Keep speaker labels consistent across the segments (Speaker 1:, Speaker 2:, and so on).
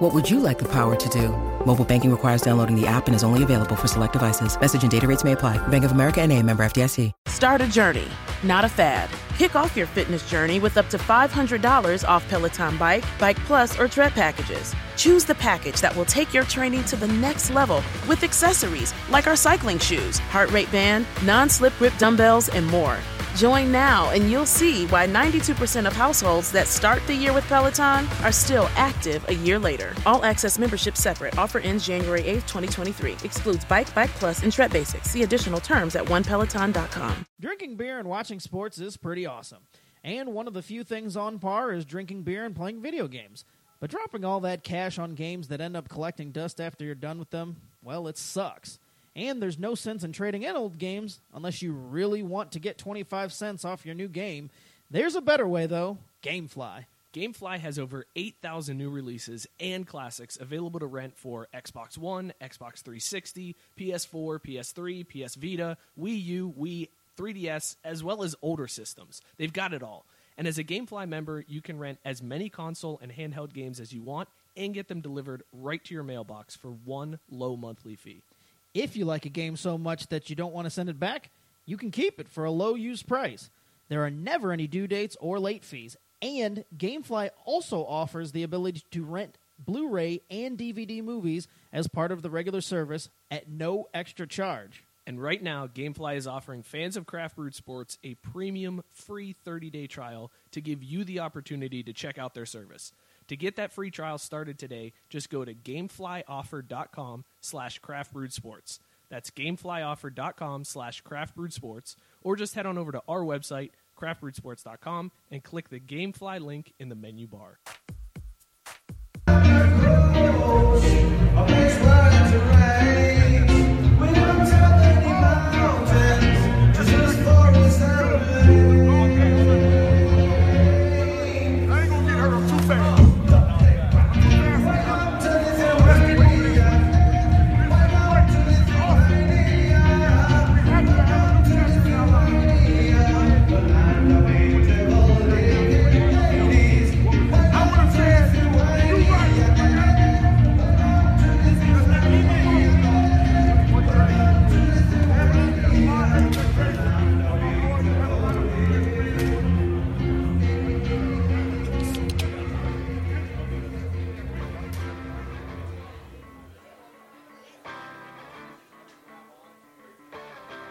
Speaker 1: What would you like the power to do? Mobile banking requires downloading the app and is only available for select devices. Message and data rates may apply. Bank of America and a member FDIC.
Speaker 2: Start a journey, not a fad. Kick off your fitness journey with up to $500 off Peloton Bike, Bike Plus, or Tread packages. Choose the package that will take your training to the next level with accessories like our cycling shoes, heart rate band, non slip grip dumbbells, and more. Join now and you'll see why 92% of households that start the year with Peloton are still active a year later. All access membership separate. Offer ends January 8th, 2023. Excludes Bike, Bike Plus, and Tread Basics. See additional terms at onepeloton.com.
Speaker 3: Drinking beer and watching sports is pretty awesome. And one of the few things on par is drinking beer and playing video games. But dropping all that cash on games that end up collecting dust after you're done with them, well, it sucks. And there's no sense in trading in old games unless you really want to get 25 cents off your new game. There's a better way, though Gamefly.
Speaker 4: Gamefly has over 8,000 new releases and classics available to rent for Xbox One, Xbox 360, PS4, PS3, PS Vita, Wii U, Wii, 3DS, as well as older systems. They've got it all. And as a Gamefly member, you can rent as many console and handheld games as you want and get them delivered right to your mailbox for one low monthly fee.
Speaker 3: If you like a game so much that you don't want to send it back, you can keep it for a low use price. There are never any due dates or late fees. And Gamefly also offers the ability to rent Blu ray and DVD movies as part of the regular service at no extra charge.
Speaker 4: And right now, Gamefly is offering fans of craft brewed sports a premium free 30-day trial to give you the opportunity to check out their service. To get that free trial started today, just go to gameflyoffer.com slash craftbrewedsports. That's gameflyoffer.com slash craftbrewedsports, or just head on over to our website, craftbrewedsports.com, and click the Gamefly link in the menu bar.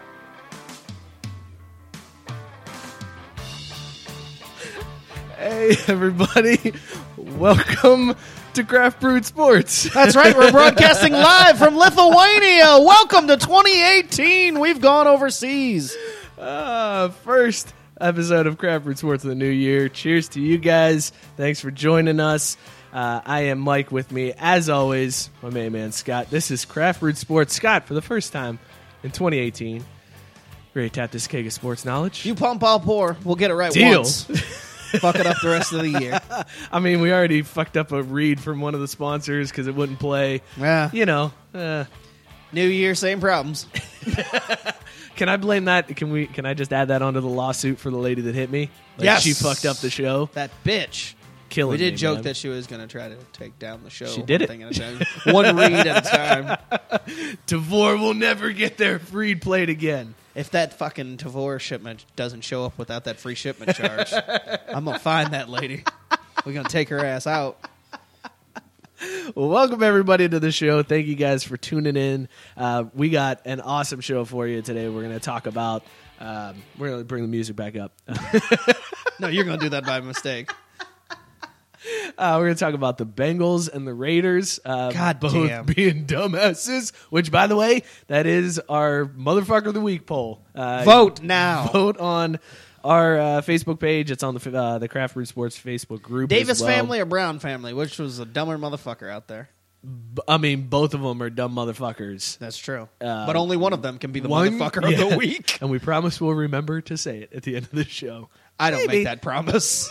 Speaker 5: Hey, everybody. Welcome to Craft Brewed Sports.
Speaker 3: That's right. We're broadcasting live from Lithuania. Welcome to 2018. We've gone overseas.
Speaker 5: Uh,
Speaker 4: Ah,
Speaker 5: first episode of Craft Brewed Sports of the New Year. Cheers to you guys. Thanks for joining us. Uh, I am Mike with me, as always, my main man Scott. This is Craft Brewed Sports. Scott, for the first time in 2018, great tap this keg of sports knowledge.
Speaker 3: You pump, I'll pour. We'll get it right
Speaker 5: Deal.
Speaker 3: once. Fuck it up the rest of the year.
Speaker 5: I mean, we already fucked up a read from one of the sponsors because it wouldn't play.
Speaker 3: Yeah.
Speaker 5: You know, uh,
Speaker 3: New year, same problems.
Speaker 5: Can I blame that? Can we? Can I just add that onto the lawsuit for the lady that hit me? Like
Speaker 3: Yes.
Speaker 5: she fucked up the show,
Speaker 3: That bitch.
Speaker 5: killing.
Speaker 3: We did
Speaker 5: me,
Speaker 3: joke
Speaker 5: man.
Speaker 3: that she was going to try to take down the show.
Speaker 5: She did
Speaker 3: one
Speaker 5: it.
Speaker 3: thing at a time. one read at a time.
Speaker 5: Tavor will never get their free plate again.
Speaker 3: If that fucking Tavor shipment doesn't show up without that free shipment charge, I'm going to find that lady. We're going to take her ass out.
Speaker 5: Well, welcome everybody to the show. Thank you guys for tuning in. Uh, we got an awesome show for you today. We're going to talk about. Um, we're going to bring the music back up.
Speaker 3: No, you're going to do that by mistake.
Speaker 5: Uh, we're going to talk about the Bengals and the Raiders. Uh,
Speaker 3: God
Speaker 5: both
Speaker 3: damn.
Speaker 5: being dumbasses. Which, by the way, that is our motherfucker of the week poll. Uh,
Speaker 3: Vote now.
Speaker 5: vote on our uh, Facebook page. It's on the f- uh, the Craft Root Sports Facebook group. as
Speaker 3: Davis
Speaker 5: well.
Speaker 3: family or Brown family, which was a dumber motherfucker out there.
Speaker 4: B- I mean, both of them are dumb motherfuckers.
Speaker 3: That's true. but only one of them can be the motherfucker of
Speaker 4: yeah.
Speaker 3: the week.
Speaker 4: and we promise we'll remember to say it at the end of the show.
Speaker 3: I don't
Speaker 4: Maybe.
Speaker 3: make that promise.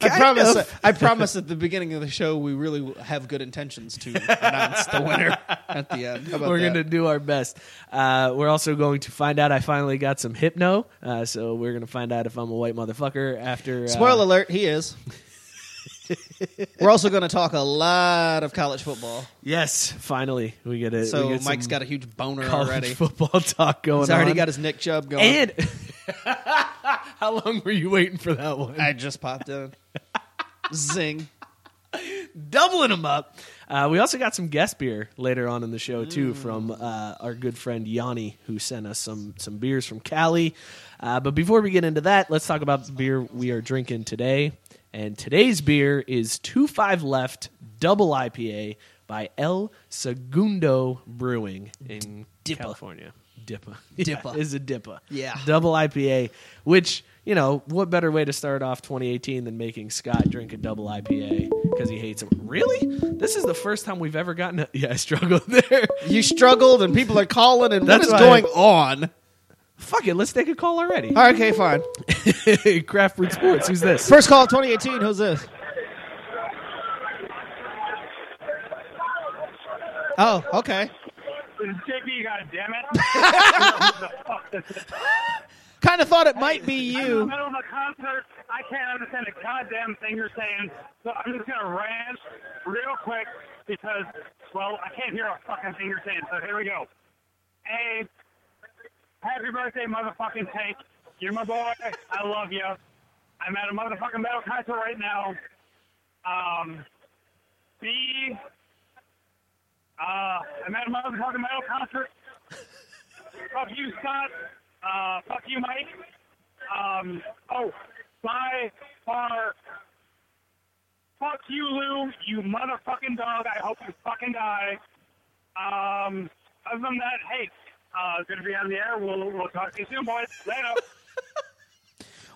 Speaker 3: I
Speaker 4: Kind
Speaker 3: promise.
Speaker 4: of.
Speaker 3: I promise. At the beginning of the show, we really have good intentions to announce the winner at the end. How about
Speaker 4: we're
Speaker 3: that?
Speaker 4: going to do our best. Uh, we're also going to find out. I finally got some hypno, uh, so we're going to find out if I'm a white motherfucker after. Uh,
Speaker 3: Spoiler alert, he is. We're also going to talk a lot of college football.
Speaker 4: Yes, finally we get it.
Speaker 3: So
Speaker 4: we get
Speaker 3: Mike's
Speaker 4: some
Speaker 3: got a huge boner
Speaker 4: college
Speaker 3: already.
Speaker 4: football talk going.
Speaker 3: He's already
Speaker 4: on.
Speaker 3: got his Nick Chubb going.
Speaker 4: and. How long were you waiting for that one?
Speaker 3: I just popped in. Zing.
Speaker 4: doubling them up. Uh, we also got some guest beer later on in the show too from uh, our good friend Yanni, who sent us some some beers from Cali. Uh, but before we get into that, let's talk about the beer we are drinking today. And today's beer is Two Five Left Double IPA by El Segundo Brewing in
Speaker 3: Dippa.
Speaker 4: California. Dippa,
Speaker 3: Dippa.
Speaker 4: yeah, is a dippa.
Speaker 3: Yeah.
Speaker 4: double IPA. Which you know, what better way to start off 2018 than making Scott drink a double IPA because he hates them? Really? This is the first time we've ever gotten. A- yeah, I struggled there.
Speaker 3: You struggled, and people are calling, and
Speaker 4: That's
Speaker 3: what
Speaker 4: why-
Speaker 3: is going on?
Speaker 4: Fuck it, let's take a call already.
Speaker 3: Okay, fine.
Speaker 4: Craft Root Sports. Who's this?
Speaker 3: First call of 2018. Who's this? Oh, okay.
Speaker 6: This is JP, goddammit.
Speaker 3: Kind of thought it might
Speaker 6: I'm
Speaker 3: be
Speaker 6: in the
Speaker 3: you.
Speaker 6: middle of a concert. I can't understand a goddamn thing you're saying, so I'm just going to rant real quick because, well, I can't hear a fucking thing you're saying, so here we go. A, happy birthday, motherfucking Tank. You're my boy. I love you. I'm at a motherfucking metal concert right now. Um, B, uh, I'm at a motherfucking metal concert. Fuck you, Scott. Uh, fuck you, Mike. Um, oh, by far. Fuck you, Lou. You motherfucking dog. I hope you fucking die. Um, other than that, hey, uh, it's gonna be on the air. We'll we'll talk to you soon, boys. Later.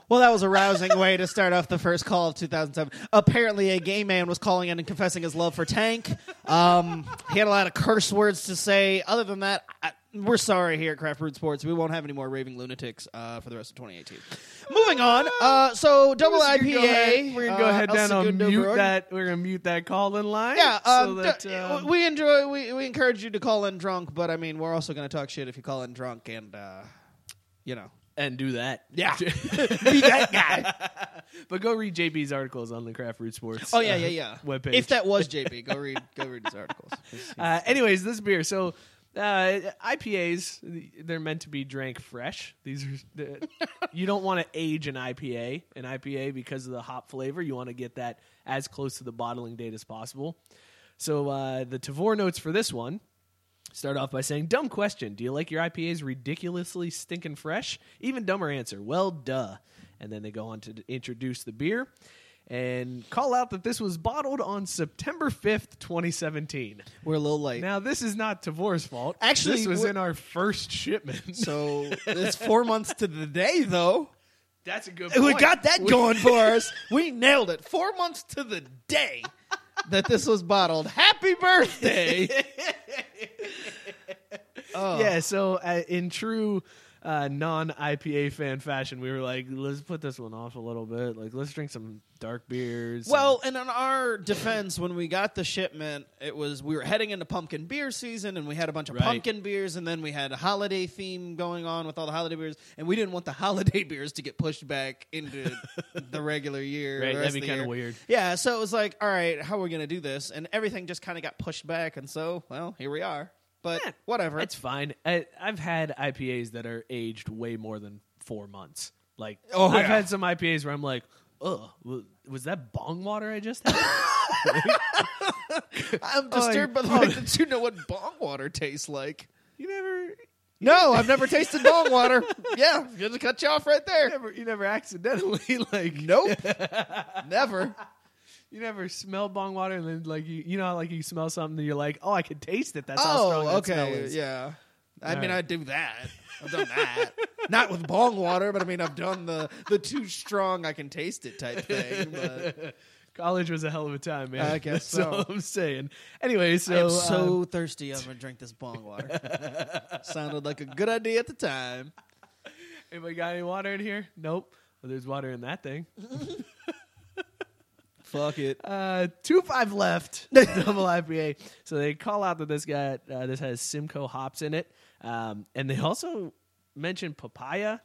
Speaker 3: Well, that was a rousing way to start off the first call of 2007. Apparently, a gay man was calling in and confessing his love for Tank. Um, he had a lot of curse words to say. Other than that, I, we're sorry here at Craft Root Sports. We won't have any more raving lunatics uh, for the rest of 2018. Moving on. Uh, so, double
Speaker 4: We're gonna
Speaker 3: IPA.
Speaker 4: go ahead- We're gonna go
Speaker 3: uh,
Speaker 4: ahead
Speaker 3: El
Speaker 4: down and
Speaker 3: Segundo
Speaker 4: mute
Speaker 3: Brewing.
Speaker 4: that. We're gonna mute that call in line.
Speaker 3: Yeah,
Speaker 4: so
Speaker 3: um,
Speaker 4: that,
Speaker 3: d-
Speaker 4: um,
Speaker 3: we enjoy. We, we encourage you to call in drunk, but I mean, we're also going to talk shit if you call in drunk, and uh, you know,
Speaker 4: and do that.
Speaker 3: yeah, be that guy.
Speaker 4: But go read JB's articles on the Craft Root Sports.
Speaker 3: Oh yeah, yeah,
Speaker 4: uh,
Speaker 3: yeah.
Speaker 4: Webpage.
Speaker 3: If that was JB, go read go read his articles.
Speaker 4: Uh, anyways, this beer. So uh, IPAs, they're meant to be drank fresh. These are the- you don't want to age an IPA, an IPA because of the hop flavor. You want to get that as close to the bottling date as possible. So uh, the Tavor notes for this one Start off by saying, dumb question. Do you like your IPAs ridiculously stinking fresh? Even dumber answer. Well, duh. And then they go on to d- introduce the beer and call out that this was bottled on September 5th, 2017.
Speaker 3: We're a little late,
Speaker 4: Now, this is not Tavor's fault.
Speaker 3: Actually,
Speaker 4: this was
Speaker 3: wh-
Speaker 4: in our first shipment.
Speaker 3: so it's four months to the day, though.
Speaker 4: That's a good
Speaker 3: We
Speaker 4: point.
Speaker 3: got that going for us. We nailed it. Four months to the day that this was bottled. Happy birthday! Oh,
Speaker 4: Yeah, so uh, in true uh, non IPA fan fashion, we were like, let's put this one off a little bit. Like, let's drink some dark beers. some-
Speaker 3: Well, and in our defense, when we got the shipment, it was we were heading into pumpkin beer season, and we had a bunch of
Speaker 4: Right.
Speaker 3: pumpkin beers, and then we had a holiday theme going on with all the holiday beers, and we didn't want the holiday beers to get pushed back into the regular year.
Speaker 4: Right, that'd
Speaker 3: the rest
Speaker 4: be
Speaker 3: of the
Speaker 4: kinda
Speaker 3: year.
Speaker 4: weird.
Speaker 3: Yeah, so it was like, all right, how are we going to do this? And everything just kind of got pushed back, and so well, here we are. But whatever,
Speaker 4: It's fine. I, I've had IPAs that are aged way more than four months. Like,
Speaker 3: Oh,
Speaker 4: I've
Speaker 3: yeah.
Speaker 4: had some IPAs where I'm like, oh, was that bong water I just had?
Speaker 3: I'm disturbed by the fact that you know what bong water tastes like.
Speaker 4: you never,
Speaker 3: No, I've never tasted bong water. Yeah, I'm going to cut you off right there.
Speaker 4: never, you never accidentally like,
Speaker 3: Nope. Never.
Speaker 4: you never smell bong water and then like you, you know, how, like you smell something and you're like, oh, I could taste it. That's how strong
Speaker 3: Oh,
Speaker 4: that smell
Speaker 3: okay.
Speaker 4: is.
Speaker 3: Yeah. I
Speaker 4: All
Speaker 3: mean,
Speaker 4: right.
Speaker 3: I do that. I've done that. Not with bong water, but I mean, I've done the the too strong I can taste it type thing. But
Speaker 4: College was a hell of a time, man.
Speaker 3: I guess
Speaker 4: That's all
Speaker 3: so.
Speaker 4: I'm saying. Anyway, so
Speaker 3: I am so
Speaker 4: um,
Speaker 3: thirsty. I'm gonna drink this bong water. Sounded like a good idea at the time.
Speaker 4: anybody got any water in here? Nope. Well, Oh, there's water in that thing.
Speaker 3: Fuck it.
Speaker 4: Uh, two five left double IPA. So they call out that this guy uh, this has Simcoe hops in it, um, and they also mention papaya,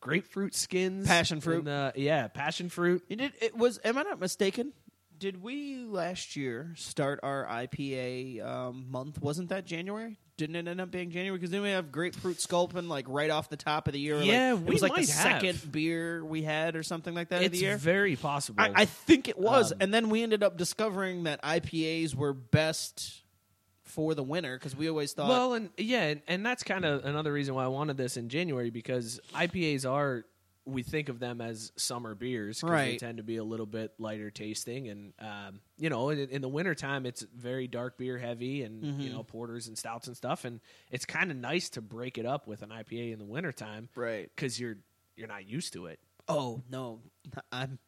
Speaker 4: grapefruit skins,
Speaker 3: Passion fruit.
Speaker 4: and, uh, yeah, passion fruit.
Speaker 3: You did. It was. Am I not mistaken? Did we last year start our IPA um, month? Wasn't that January? Didn't it end up being January? Because then we have grapefruit sculpin like right off the top of the year.
Speaker 4: Yeah,
Speaker 3: like,
Speaker 4: we
Speaker 3: it was like
Speaker 4: might
Speaker 3: the
Speaker 4: have.
Speaker 3: second beer we had or something like that of the
Speaker 4: It's
Speaker 3: year.
Speaker 4: very possible.
Speaker 3: I, I think it
Speaker 4: um,
Speaker 3: was, and then we ended up discovering that IPAs were best for the winter because we always thought
Speaker 4: well, and yeah, and, and that's kind of another reason why I wanted this in January because IPAs are we think of them as summer beers 'cause they
Speaker 3: Right.
Speaker 4: tend to be a little bit lighter tasting and um, you know in, in the wintertime it's very dark beer heavy and
Speaker 3: Mm-hmm.
Speaker 4: you know porters and stouts and stuff and it's kind of nice to break it up with an ipa in the wintertime
Speaker 3: Right.
Speaker 4: because you're you're not used to it
Speaker 3: Oh no, I'm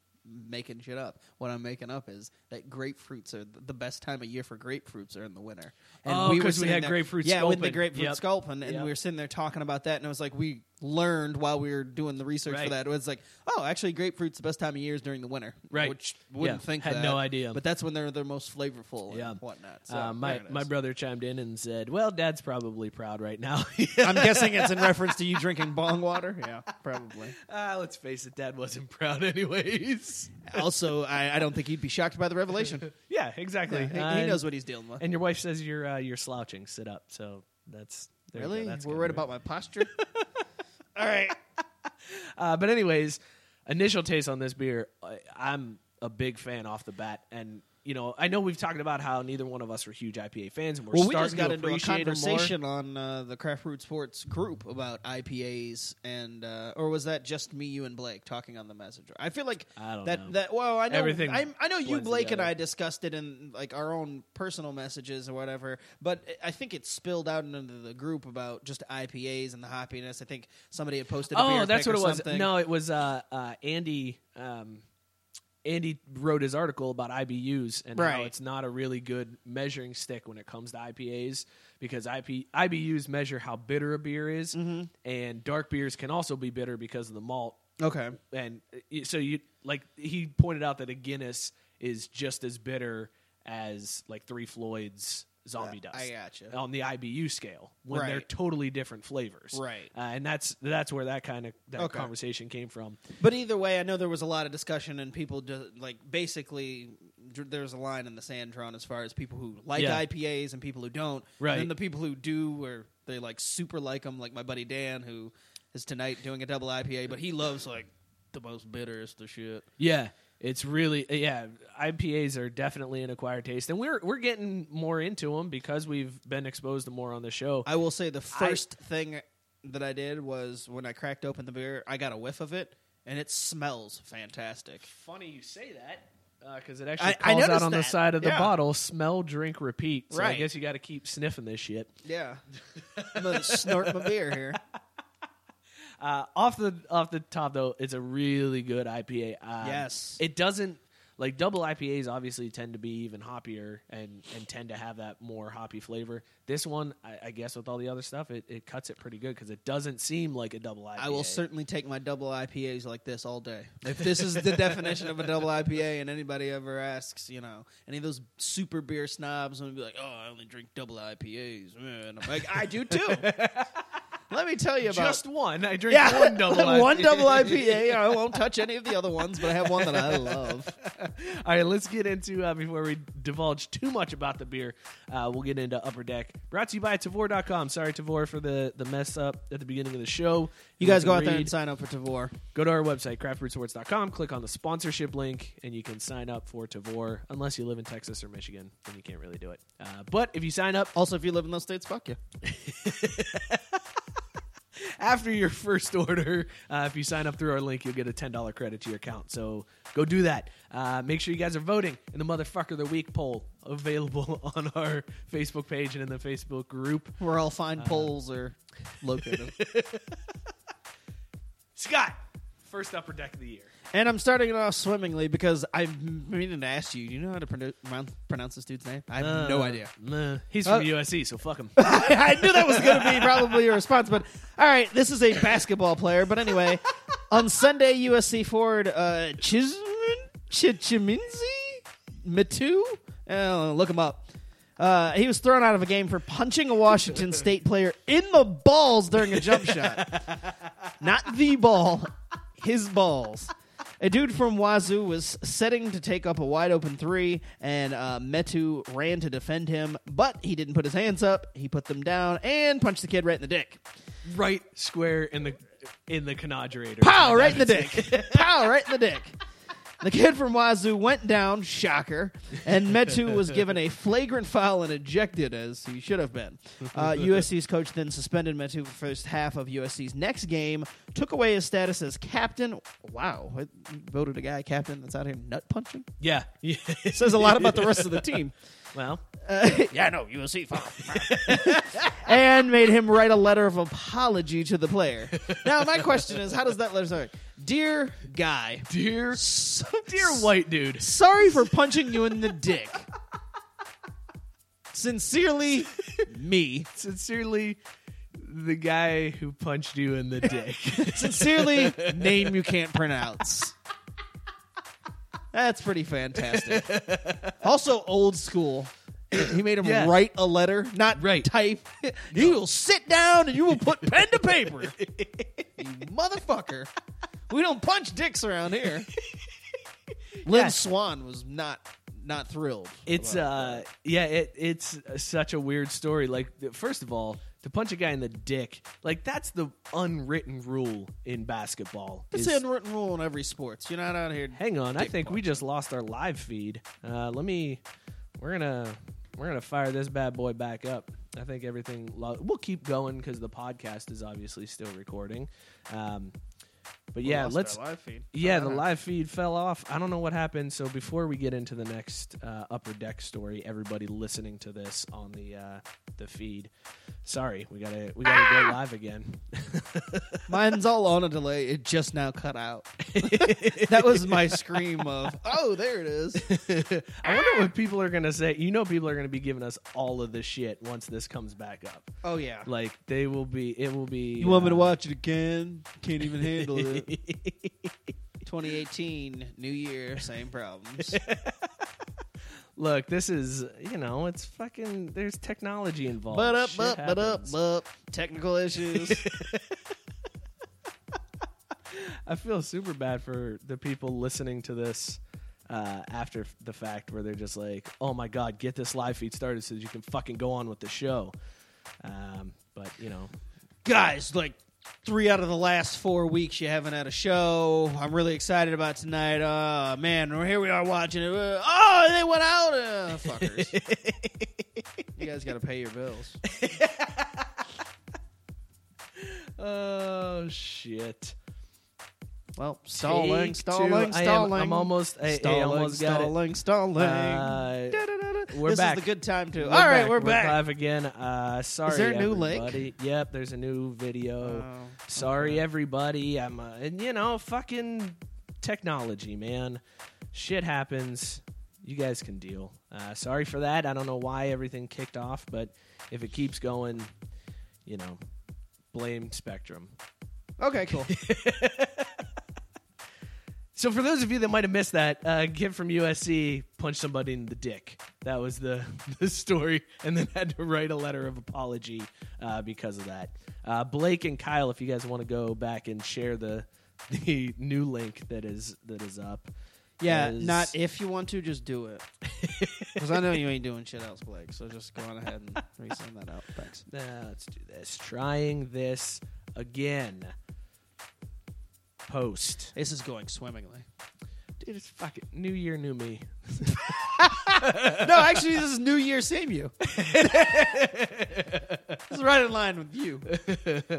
Speaker 3: making shit up. What I'm making up is that grapefruits are the best time of year for grapefruits are in the winter.
Speaker 4: Oh, 'cause we
Speaker 3: sitting
Speaker 4: had
Speaker 3: there-
Speaker 4: grapefruit
Speaker 3: Yeah, with the
Speaker 4: sculpin.
Speaker 3: grapefruit
Speaker 4: Yep.
Speaker 3: sculpin, and
Speaker 4: Yep.
Speaker 3: we were sitting there talking about that, and I was like, we learned while we were doing the research
Speaker 4: Right.
Speaker 3: for that. It was like, oh, actually, grapefruit's the best time of year is during the winter,
Speaker 4: Right.
Speaker 3: Which wouldn't
Speaker 4: Yeah.
Speaker 3: think
Speaker 4: Had
Speaker 3: that,
Speaker 4: no idea.
Speaker 3: but that's when they're their most flavorful
Speaker 4: Yeah.
Speaker 3: and whatnot. So,
Speaker 4: uh, my
Speaker 3: there it
Speaker 4: my
Speaker 3: is.
Speaker 4: brother chimed in and said well dad's probably proud right now
Speaker 3: I'm guessing it's in reference to you drinking bong water. Yeah, probably.
Speaker 4: Ah, let's face it dad wasn't proud anyways
Speaker 3: Also, I, I don't think he'd be shocked by the revelation.
Speaker 4: yeah exactly
Speaker 3: He, he
Speaker 4: Uh,
Speaker 3: knows what he's dealing with.
Speaker 4: And your wife says you're uh, you're slouching. Sit up. So that's there you go.
Speaker 3: Really?
Speaker 4: That's
Speaker 3: We're
Speaker 4: kinda
Speaker 3: worried about my posture? All right.
Speaker 4: Uh, but anyways, initial taste on this beer, I, I'm a big fan off the bat, and you know I know we've talked about how neither one of us were huge IPA fans, and we're
Speaker 3: Well, we
Speaker 4: starting
Speaker 3: just got
Speaker 4: to
Speaker 3: into a
Speaker 4: appreciate 'em more.
Speaker 3: conversation on uh, the Craft Root Sports group about IPAs, and uh, or was that just me, you, and Blake talking on the messenger? I feel like
Speaker 4: I don't
Speaker 3: that
Speaker 4: know.
Speaker 3: that well, I know
Speaker 4: Oh, Everything
Speaker 3: I, I know you,
Speaker 4: blends
Speaker 3: Blake,
Speaker 4: together.
Speaker 3: and I discussed it in like our own personal messages or whatever, but I- I think it spilled out into the group about just IPAs and the hoppiness. I think somebody had posted. a
Speaker 4: Oh,
Speaker 3: beer
Speaker 4: that's
Speaker 3: pic
Speaker 4: what it
Speaker 3: or
Speaker 4: was.
Speaker 3: something.
Speaker 4: No, it was uh, uh, Andy. Um, Andy wrote his article about IBUs and how
Speaker 3: Right.
Speaker 4: it's not a really good measuring stick when it comes to IPAs because IP, IBUs measure how bitter a beer is,
Speaker 3: Mm-hmm.
Speaker 4: and dark beers can also be bitter because of the malt.
Speaker 3: Okay.
Speaker 4: And uh, y- so you like he pointed out that a Guinness is just as bitter as like Three Floyds Zombie
Speaker 3: Yeah,
Speaker 4: Dust.
Speaker 3: I gotcha.
Speaker 4: On the IBU scale, when they're
Speaker 3: Right.
Speaker 4: totally different flavors,
Speaker 3: Right.
Speaker 4: Uh, and that's that's where that kind of that
Speaker 3: Okay.
Speaker 4: conversation came from.
Speaker 3: But either way, I know there was a lot of discussion and people do, like basically dr- there's a line in the sand drawn as far as people who like
Speaker 4: Yeah.
Speaker 3: IPAs and people who don't.
Speaker 4: Right.
Speaker 3: And then the people who do or they like super like them, like my buddy Dan who is tonight doing a double IPA, but he loves like the most bitterest of shit.
Speaker 4: Yeah, it's really uh, yeah. IPAs are definitely an acquired taste, and we're we're getting more into them because we've been exposed to more on the show.
Speaker 3: I will say the first thing that I did was when I cracked open the beer, I got a whiff of it and it smells fantastic.
Speaker 4: Funny you say that because it actually
Speaker 3: I- I
Speaker 4: calls out
Speaker 3: noticed
Speaker 4: on the
Speaker 3: that.
Speaker 4: side of the
Speaker 3: Yeah.
Speaker 4: bottle: "Smell, drink, repeat." So I
Speaker 3: Right.
Speaker 4: guess you got to keep sniffing this shit.
Speaker 3: Yeah. I'm going to snort my beer here.
Speaker 4: Uh, off the off the top though, it's a really good IPA. Um,
Speaker 3: Yes.
Speaker 4: it doesn't like double IPAs. Obviously, tend to be even hoppier and and tend to have that more hoppy flavor. This one, I, I guess, with all the other stuff, it, it cuts it pretty good because it doesn't seem like a double IPA.
Speaker 3: I will certainly take my double IPAs like this all day. If this is the definition of a double IPA, and anybody ever asks, you know, any of those super beer snobs, I'm gonna be like, "Oh, I only drink double IPAs." Man, I'm like, I do too. Let me tell you about
Speaker 4: just one. I drink
Speaker 3: yeah,
Speaker 4: one double. IPA.
Speaker 3: one double IPA. I won't touch any of the other ones, but I have one that I love.
Speaker 4: All right, let's get into uh, before we divulge too much about the beer. Uh, we'll get into Upper Deck. Brought to you by Tavor.com. Sorry, Tavor, for the the mess up at the beginning of the show.
Speaker 3: You guys
Speaker 4: can
Speaker 3: go out there
Speaker 4: read-
Speaker 3: and sign up for Tavor.
Speaker 4: Go to our website, craftbrewsports.com, click on the sponsorship link, and you can sign up for Tavor, unless you live in Texas or Michigan, then you can't really do it. Uh, but if you sign up
Speaker 3: Also, if you live in those states, fuck you.
Speaker 4: after your first order, uh, if you sign up through our link, you'll get a $10 credit to your account. So go do that. Uh, make sure you guys are voting in the Motherfucker of the Week poll available on our Facebook page and in the Facebook group. Uh,
Speaker 3: Where all fine polls are located.
Speaker 4: Scott,
Speaker 7: First upper deck of the year.
Speaker 3: And I'm starting it off swimmingly because I've been meaning to ask you. Do you know how to pronounce, pronounce this dude's name? I have no idea.
Speaker 4: Uh, Nah, he's from
Speaker 3: Oh.
Speaker 4: USC, so fuck him.
Speaker 3: I knew that was going to be probably your response, but all right, this is a basketball player. But anyway, on Sunday, USC forward uh, Chisman Chichiminzi Matu, uh, look him up. Uh, he was thrown out of a game for punching a Washington State player in the balls during a jump shot. Not the ball, his balls. A dude from Wazoo was setting to take up a wide open three, and uh, Metu ran to defend him, but he didn't put his hands up. He put them down and punched the kid right in the dick.
Speaker 4: right square in the in the conoderator.
Speaker 3: Pow! Right in the dick. Pow! Right in the dick. The kid from Wazoo went down, shocker, and Metu was given a flagrant foul and ejected, as he should have been. Uh, USC's coach then suspended Metu for the first half of USC's next game, took away his status as captain. Wow, what, you voted a guy captain that's out here nut punching?
Speaker 4: Yeah. yeah.
Speaker 3: Says a lot about the rest of the team. Uh,
Speaker 4: well,
Speaker 3: yeah, no, USC and made him write a letter of apology to the player. Now, my question is, how does that letter start? Dear guy,
Speaker 4: dear dear white dude.
Speaker 3: sorry for punching you in the dick. Sincerely, me.
Speaker 4: Sincerely, the guy who punched you in the dick.
Speaker 3: Sincerely, name you can't pronounce. That's pretty fantastic. Also, old school. He made him
Speaker 4: Yeah.
Speaker 3: write a letter, not
Speaker 4: Right.
Speaker 3: type. You will sit down and you will put pen to paper. you motherfucker. We don't punch dicks around here. Lynn Swan was not not thrilled.
Speaker 4: It's uh yeah, it it's such a weird story. Like th- first of all, to punch a guy in the dick, like that's the unwritten rule in basketball.
Speaker 3: It's
Speaker 4: is-
Speaker 3: an unwritten rule in every sports. You're not out here.
Speaker 4: Hang on, I think we just lost our live feed. Uh, let me. We're gonna we're gonna fire this bad boy back up. I think everything. Lo- we'll keep going because the podcast is obviously still recording. Um, but yeah,
Speaker 3: lost
Speaker 4: let's.
Speaker 3: our live feed.
Speaker 4: Yeah, the live feed fell off. I don't know what happened. So before we get into the next uh, upper deck story, everybody listening to this on the uh, the feed, sorry, we gotta we gotta
Speaker 3: Ah!
Speaker 4: go live again.
Speaker 3: Mine's all on a delay. It just now cut out. that was my scream of, oh, there it is.
Speaker 4: I wonder what people are gonna say. You know, people are gonna be giving us all of this shit once this comes back up.
Speaker 3: Oh, yeah.
Speaker 4: Like they will be. It will be.
Speaker 3: You want me to
Speaker 4: uh,
Speaker 3: watch it again? Can't even handle it. 2018, new year, same problems.
Speaker 4: Look, this is you know, it's fucking. There's technology involved.
Speaker 3: But up,
Speaker 4: Shit
Speaker 3: but, but up,
Speaker 4: happens.
Speaker 3: but technical issues.
Speaker 4: I feel super bad for the people listening to this uh, after the fact, where they're just like, "Oh my god, get this live feed started so that you can fucking go on with the show." Um, but you know,
Speaker 3: Guys, like three out of the last four weeks, you haven't had a show. I'm really excited about tonight. Uh, man, here we are watching it. Uh, oh, they went out. Uh, fuckers. you guys got to pay your bills.
Speaker 4: oh shit.
Speaker 3: Well, stalling,
Speaker 4: Take
Speaker 3: stalling,
Speaker 4: two. I am-
Speaker 3: stalling.
Speaker 4: I'm almost- I- I
Speaker 3: stalling,
Speaker 4: almost got it.
Speaker 3: stalling, stalling.
Speaker 4: Uh,
Speaker 3: Da-da-da-da.
Speaker 4: we're
Speaker 3: this
Speaker 4: back.
Speaker 3: is the good time to. All right, we're back.
Speaker 4: live again. Uh, sorry,
Speaker 3: there a new link?
Speaker 4: everybody. Yep, there's a new video.
Speaker 3: Oh,
Speaker 4: sorry, everybody. I'm uh, and you know, fucking technology, man. Shit happens. You guys can deal. Uh, sorry for that. I don't know why everything kicked off, but if it keeps going, you know, blame Spectrum.
Speaker 3: Okay, cool.
Speaker 4: So for those of you that might have missed that, a kid from USC punched somebody in the dick. That was the, the story, and then had to write a letter of apology uh, because of that. Uh, Blake and Kyle, if you guys want to go back and share the the new link that is that is up.
Speaker 3: Yeah,
Speaker 4: is-
Speaker 3: not if you want to, just do it. Because I know you ain't doing shit else, Blake. So just go on ahead and resend that out. Thanks.
Speaker 4: Uh, let's do this. Trying this again. Post.
Speaker 3: This is going swimmingly.
Speaker 4: Dude, it's fucking new year, new me.
Speaker 3: No, actually, this is New Year, same you. this is right in line with you.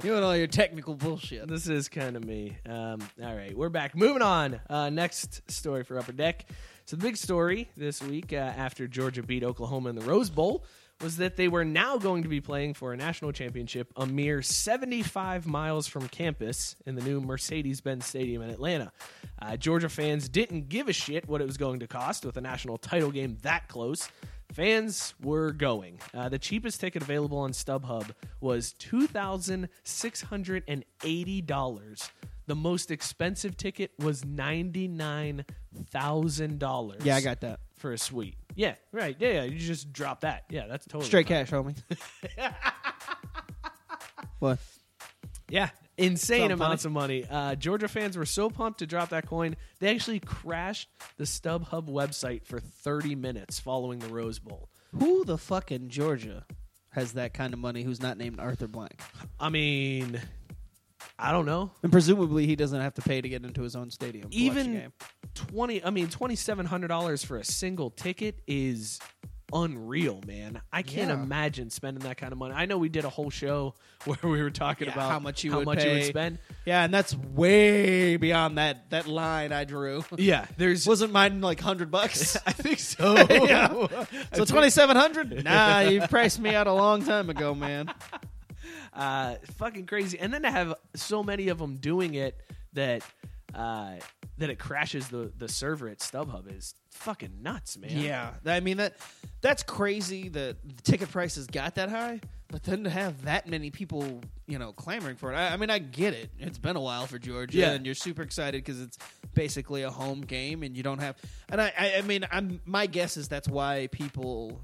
Speaker 3: You and all your technical bullshit.
Speaker 4: This is kind of me. Um, all right, we're back. Moving on. Uh, next story for Upper Deck. So the big story this week uh, after Georgia beat Oklahoma in the Rose Bowl was that they were now going to be playing for a national championship a mere 75 miles from campus in the new Mercedes Benz Stadium in Atlanta. Uh, Georgia fans didn't give a shit what it was going to cost with a national title game that close. Fans were going. Uh, the cheapest ticket available on StubHub was $2,680. The most expensive ticket was $99,000
Speaker 3: Yeah, I got that.
Speaker 4: for a suite. Yeah, right. Yeah, yeah. You just drop that. Yeah, that's totally
Speaker 3: Straight
Speaker 4: fine.
Speaker 3: cash, homie. what?
Speaker 4: Yeah, insane
Speaker 3: Sound
Speaker 4: amounts of money. Uh, Georgia fans were so pumped to drop that coin, they actually crashed the StubHub website for 30 minutes following the Rose Bowl.
Speaker 3: Who the fuck in Georgia has that kind of money who's not named Arthur Blank?
Speaker 4: I mean, I don't know.
Speaker 3: And presumably he doesn't have to pay to get into his own stadium. to watch the
Speaker 4: Even
Speaker 3: game.
Speaker 4: 20 I mean $2700 for a single ticket is unreal, man. I can't
Speaker 3: Yeah.
Speaker 4: imagine spending that kind of money. I know we did a whole show where we were talking
Speaker 3: Yeah,
Speaker 4: about
Speaker 3: how much you
Speaker 4: how
Speaker 3: would
Speaker 4: much you would
Speaker 3: pay.
Speaker 4: spend.
Speaker 3: Yeah, and that's way beyond that that line I drew.
Speaker 4: Yeah, there's
Speaker 3: Wasn't mine like hundred bucks?
Speaker 4: I think so.
Speaker 3: Yeah. So twenty seven hundred? Nah, you priced me out a long time ago, man.
Speaker 4: uh, fucking crazy. And then to have so many of them doing it that uh, that it crashes the the server at StubHub is fucking nuts, man.
Speaker 3: Yeah, I mean that that's crazy that the ticket prices got that high, but then to have that many people, you know, clamoring for it. I, I mean, I get it. It's been a while for Georgia,
Speaker 4: Yeah.
Speaker 3: and you're super excited because it's basically a home game, and you don't have. And I, I, I mean, I'm my guess is that's why people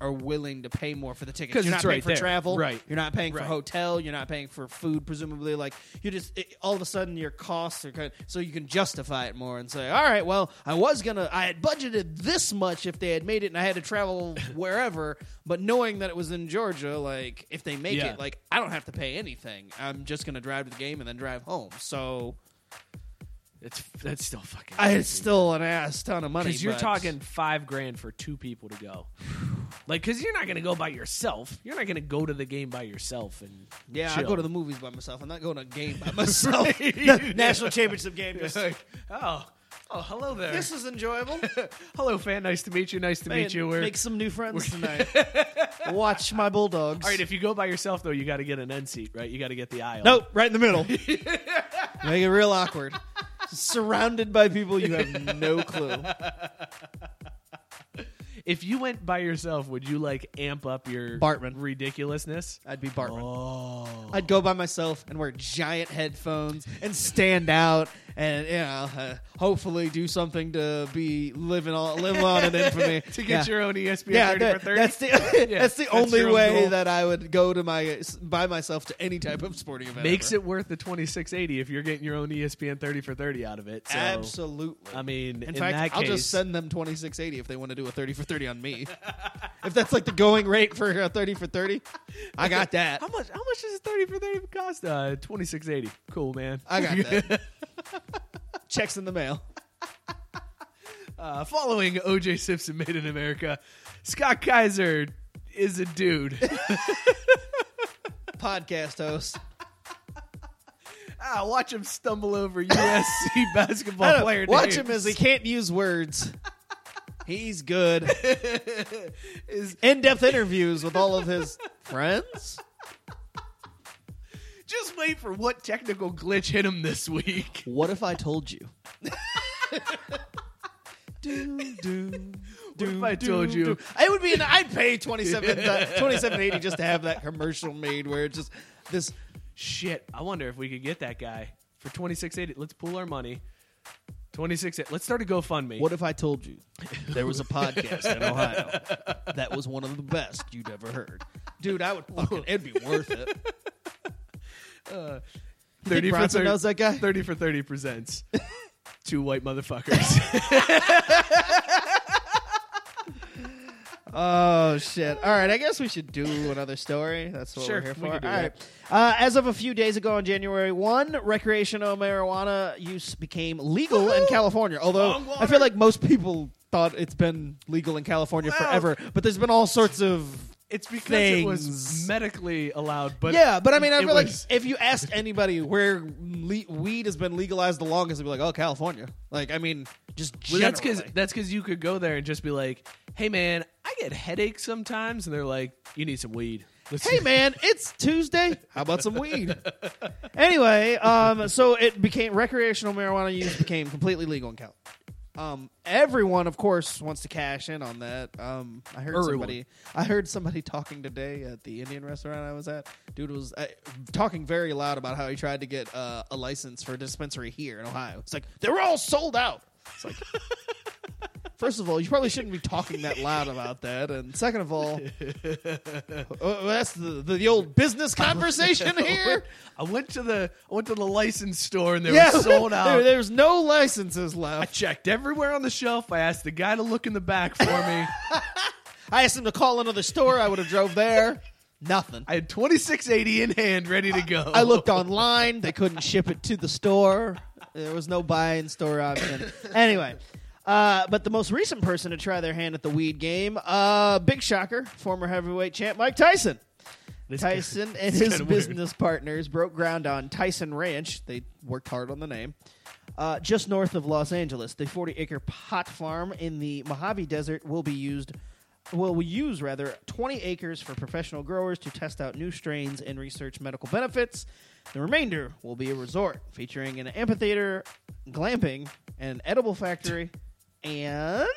Speaker 3: are willing to pay more for the tickets.
Speaker 4: 'Cause
Speaker 3: You're not
Speaker 4: it's
Speaker 3: paying
Speaker 4: right
Speaker 3: for
Speaker 4: there.
Speaker 3: travel,
Speaker 4: Right.
Speaker 3: You're not paying
Speaker 4: Right.
Speaker 3: for hotel. You're not paying for food, presumably. Like you just it, all of a sudden your costs are cut, so you can justify it more and say, all right, well, I was gonna, I had budgeted this much if they had made it, and I had to travel wherever. But knowing that it was in Georgia, like if they make
Speaker 4: Yeah.
Speaker 3: it, like I don't have to pay anything. I'm just gonna drive to the game and then drive home. So
Speaker 4: It's that's still fucking.
Speaker 3: I it's still an ass ton of money.
Speaker 4: because you're
Speaker 3: but-
Speaker 4: talking five grand for two people to go. Like, because you're not gonna go by yourself. You're not gonna go to the game by yourself. And
Speaker 3: Yeah, I
Speaker 4: chill.
Speaker 3: go to the movies by myself. I'm not going to a game by myself. National championship game. Just,
Speaker 4: oh. Oh, hello there.
Speaker 3: this is enjoyable.
Speaker 4: hello, fan. Nice to meet you. Nice to meet
Speaker 3: Man,
Speaker 4: you. We're,
Speaker 3: Make some new friends tonight. Watch my Bulldogs.
Speaker 4: all right, if you go by yourself, though, you got to get an end seat, right? You got to get the aisle.
Speaker 3: nope, right in the middle. Make it real awkward. Surrounded by people you have no clue.
Speaker 4: If you went by yourself, would you like amp up your
Speaker 3: Bartman.
Speaker 4: ridiculousness? Oh.
Speaker 3: I'd be Bartman. I'd go by myself and wear giant headphones and stand out and you know uh, hopefully do something to be living on live on in infamy
Speaker 4: to get
Speaker 3: Yeah.
Speaker 4: your own E ESPN
Speaker 3: yeah,
Speaker 4: 30
Speaker 3: that-
Speaker 4: for 30.
Speaker 3: that's the that's the
Speaker 4: that's
Speaker 3: only
Speaker 4: your own
Speaker 3: way
Speaker 4: goal.
Speaker 3: that I would go to my by myself to any type of sporting event.
Speaker 4: Makes
Speaker 3: ever.
Speaker 4: it worth the 2680 if you're getting your own E ESPN 30 for 30 out of it. So,
Speaker 3: absolutely.
Speaker 4: I mean, in,
Speaker 3: In, fact,
Speaker 4: that
Speaker 3: I'll
Speaker 4: case,
Speaker 3: just send them twenty six eighty if they want to do a thirty for thirty on me. if that's like the going rate for a thirty for thirty, I got that.
Speaker 4: How much how much does a 30 for 30 cost? Uh 2680. Cool, man.
Speaker 3: I got that. Checks in the mail.
Speaker 4: Uh, following OJ Simpson Made in America, Scott Kaiser is a dude.
Speaker 3: Podcast host.
Speaker 4: ah, watch him stumble over USC
Speaker 3: I
Speaker 4: basketball
Speaker 3: don't-
Speaker 4: player names.
Speaker 3: watch him as he can't use words. He's good.
Speaker 4: Is-
Speaker 3: in depth interviews with all of his friends.
Speaker 4: Just wait for what technical glitch hit him this week.
Speaker 3: What if I told you? do, do,
Speaker 4: What if I told you?
Speaker 3: It would be an. I'd pay 27, 2780 just to have that commercial made where it's just this.
Speaker 4: Shit, I wonder if we could get that guy for twenty six eighty. Let's pool our money. Twenty six. Let's start a GoFundMe.
Speaker 3: What if I told you there was a podcast in Ohio that was one of the best you'd ever heard? Dude, I would fucking. It'd be worth it.
Speaker 4: Uh,
Speaker 3: You think Bronson knows that guy?
Speaker 4: Thirty for thirty presents two white motherfuckers.
Speaker 3: Oh shit! All right, I guess we should do another story. That's what
Speaker 4: Sure,
Speaker 3: we're here
Speaker 4: we
Speaker 3: for.
Speaker 4: can do
Speaker 3: All right. Uh, as of a few days ago, on January one, recreational marijuana use became legal in California. Although
Speaker 4: Long
Speaker 3: I
Speaker 4: water.
Speaker 3: feel like most people thought it's been legal in California
Speaker 4: Well-
Speaker 3: forever, but there's been all sorts of
Speaker 4: it's because it was
Speaker 3: Things.
Speaker 4: medically allowed, but
Speaker 3: yeah. But I mean, I
Speaker 4: it
Speaker 3: feel like
Speaker 4: was-
Speaker 3: if you asked anybody where le- weed has been legalized the longest, they'd be like, "Oh, California." Like, I mean, just
Speaker 4: Well, that's because
Speaker 3: generally.
Speaker 4: that's because you could go there and just be like, "Hey, man, I get headaches sometimes," and they're like, "You need some weed." Let's-
Speaker 3: Hey man, it's Tuesday. How about some weed? anyway, um, so it became recreational marijuana use became completely legal in California. Um, everyone, of course, wants to cash in on that. Um, I heard
Speaker 4: Everyone.
Speaker 3: somebody. I heard somebody talking today at the Indian restaurant I was at. Dude was uh, talking very loud about how he tried to get uh, a license for a dispensary here in Ohio. It's like they were all sold out. It's like, first of all, you probably shouldn't be talking that loud about that, and second of all, uh, that's the, the the old business conversation here.
Speaker 4: I went to the I went to the license store and they
Speaker 3: yeah,
Speaker 4: were sold out.
Speaker 3: There, there's no licenses
Speaker 4: I
Speaker 3: left.
Speaker 4: checked everywhere on the shelf. I asked the guy to look in the back for me.
Speaker 3: I asked him to call another store. I would have drove there. Nothing.
Speaker 4: I had twenty six eighty in hand, ready to go.
Speaker 3: I looked online. They couldn't ship it to the store. There was no buy in store option. anyway, uh, but the most recent person to try their hand at the weed game, uh, big shocker, former heavyweight champ Mike Tyson. Tyson and his
Speaker 4: kinda weird.
Speaker 3: business partners broke ground on Tyson Ranch. They worked hard on the name. Uh, just north of Los Angeles, the 40 acre pot farm in the Mojave Desert will be used. Will use rather 20 acres for professional growers to test out new strains and research medical benefits. The remainder will be a resort featuring an amphitheater, glamping, an edible factory, and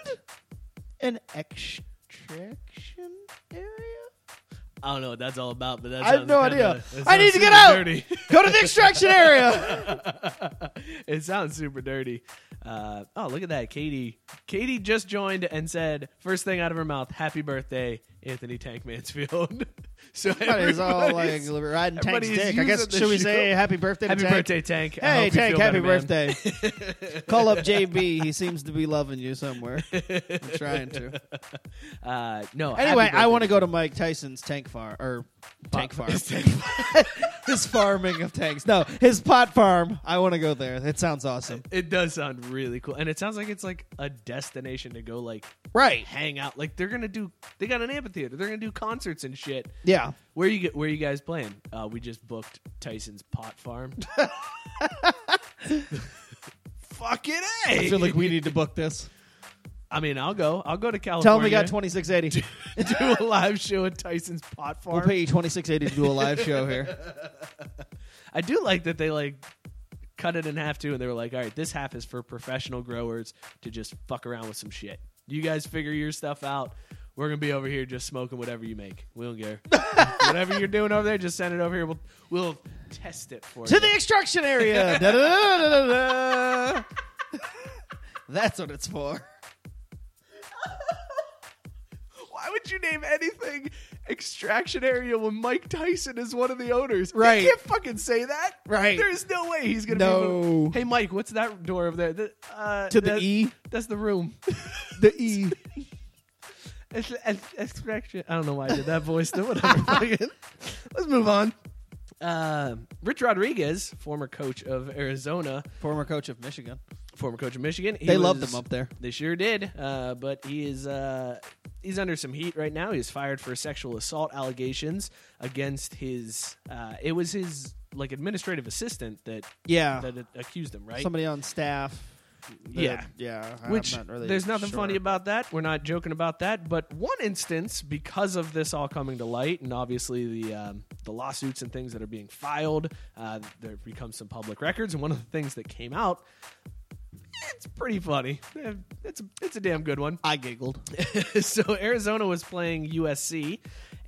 Speaker 3: an extraction area.
Speaker 4: I don't know what that's all about, but that's
Speaker 3: I have no idea. I need to get out. Go to the extraction area.
Speaker 4: it sounds super dirty. Uh, oh, look at that, Katie. Katie just joined and said, first thing out of her mouth, "Happy birthday, Anthony Tank Mansfield." so
Speaker 3: Everybody's all like
Speaker 4: everybody's-
Speaker 3: riding Tank's
Speaker 4: everybody is
Speaker 3: dick. I guess
Speaker 4: using the
Speaker 3: should we say
Speaker 4: show.
Speaker 3: happy birthday?
Speaker 4: Happy
Speaker 3: to Tank?
Speaker 4: birthday, Tank. I
Speaker 3: Hey
Speaker 4: hope you
Speaker 3: Tank,
Speaker 4: feel
Speaker 3: happy
Speaker 4: better, man.
Speaker 3: birthday. Call up JB. He seems to be loving you somewhere. I'm trying to.
Speaker 4: Uh, no.
Speaker 3: Anyway,
Speaker 4: happy
Speaker 3: I want
Speaker 4: birthday.
Speaker 3: to go to Mike Tyson's tank farm or tank farm.
Speaker 4: His tank farm.
Speaker 3: his farming of tanks. No, his pot farm. I want to go there. It sounds awesome.
Speaker 4: It does sound really cool, and it sounds like it's like a destination to go, like
Speaker 3: Right.
Speaker 4: hang out. Like they're gonna do. They got an amphitheater. They're gonna do concerts and shit.
Speaker 3: Yeah.
Speaker 4: Where you get? Where you guys playing? Uh, we just booked Tyson's pot farm. Fucking a!
Speaker 3: I
Speaker 4: I
Speaker 3: feel like we need to book this.
Speaker 4: mean, I'll go. I'll go to California.
Speaker 3: Tell him we got 2680.
Speaker 4: do a live show at Tyson's pot farm.
Speaker 3: We'll pay you 2680 to do a live show here.
Speaker 4: I do like that they like cut it in half too, and they were like, "All right, this half is for professional growers to just fuck around with some shit. You guys figure your stuff out. We're gonna be over here just smoking whatever you make. We don't care. whatever you're doing over there, just send it over here. We'll we'll test it for
Speaker 3: to
Speaker 4: you.
Speaker 3: the extraction area. Da-da-da-da-da-da. That's what it's for.
Speaker 4: Why would you name anything extraction area when Mike Tyson is one of the owners?
Speaker 3: Right.
Speaker 4: You can't fucking say that.
Speaker 3: Right.
Speaker 4: There is no way he's gonna be
Speaker 3: No.
Speaker 4: able to- Hey Mike, what's that door over there? Th- uh,
Speaker 3: To the
Speaker 4: that-
Speaker 3: E?
Speaker 4: That's the room.
Speaker 3: The E.
Speaker 4: It's, it's, extraction. I don't know why I did that voice. but whatever. Fucking- Let's move on. Um Rich Rodriguez, former coach of Arizona,
Speaker 3: Former coach of Michigan.
Speaker 4: former coach of Michigan. he
Speaker 3: They loved
Speaker 4: was-
Speaker 3: him up there.
Speaker 4: They sure did. Uh, but he is uh, he's under some heat right now. He was fired for sexual assault allegations against his. Uh, it was his like administrative assistant that
Speaker 3: Yeah.
Speaker 4: that accused him, right?
Speaker 3: Somebody on staff. that-
Speaker 4: Yeah.
Speaker 3: Yeah. I'm
Speaker 4: Which
Speaker 3: not really
Speaker 4: there's nothing
Speaker 3: sure.
Speaker 4: funny about that. We're not joking about that. But one instance, because of this all coming to light, and obviously the um, the lawsuits and things that are being filed, uh, there become some public records. And one of the things that came out, it's pretty funny. Eh, It's a, it's a damn good one.
Speaker 3: I giggled.
Speaker 4: so Arizona was playing USC,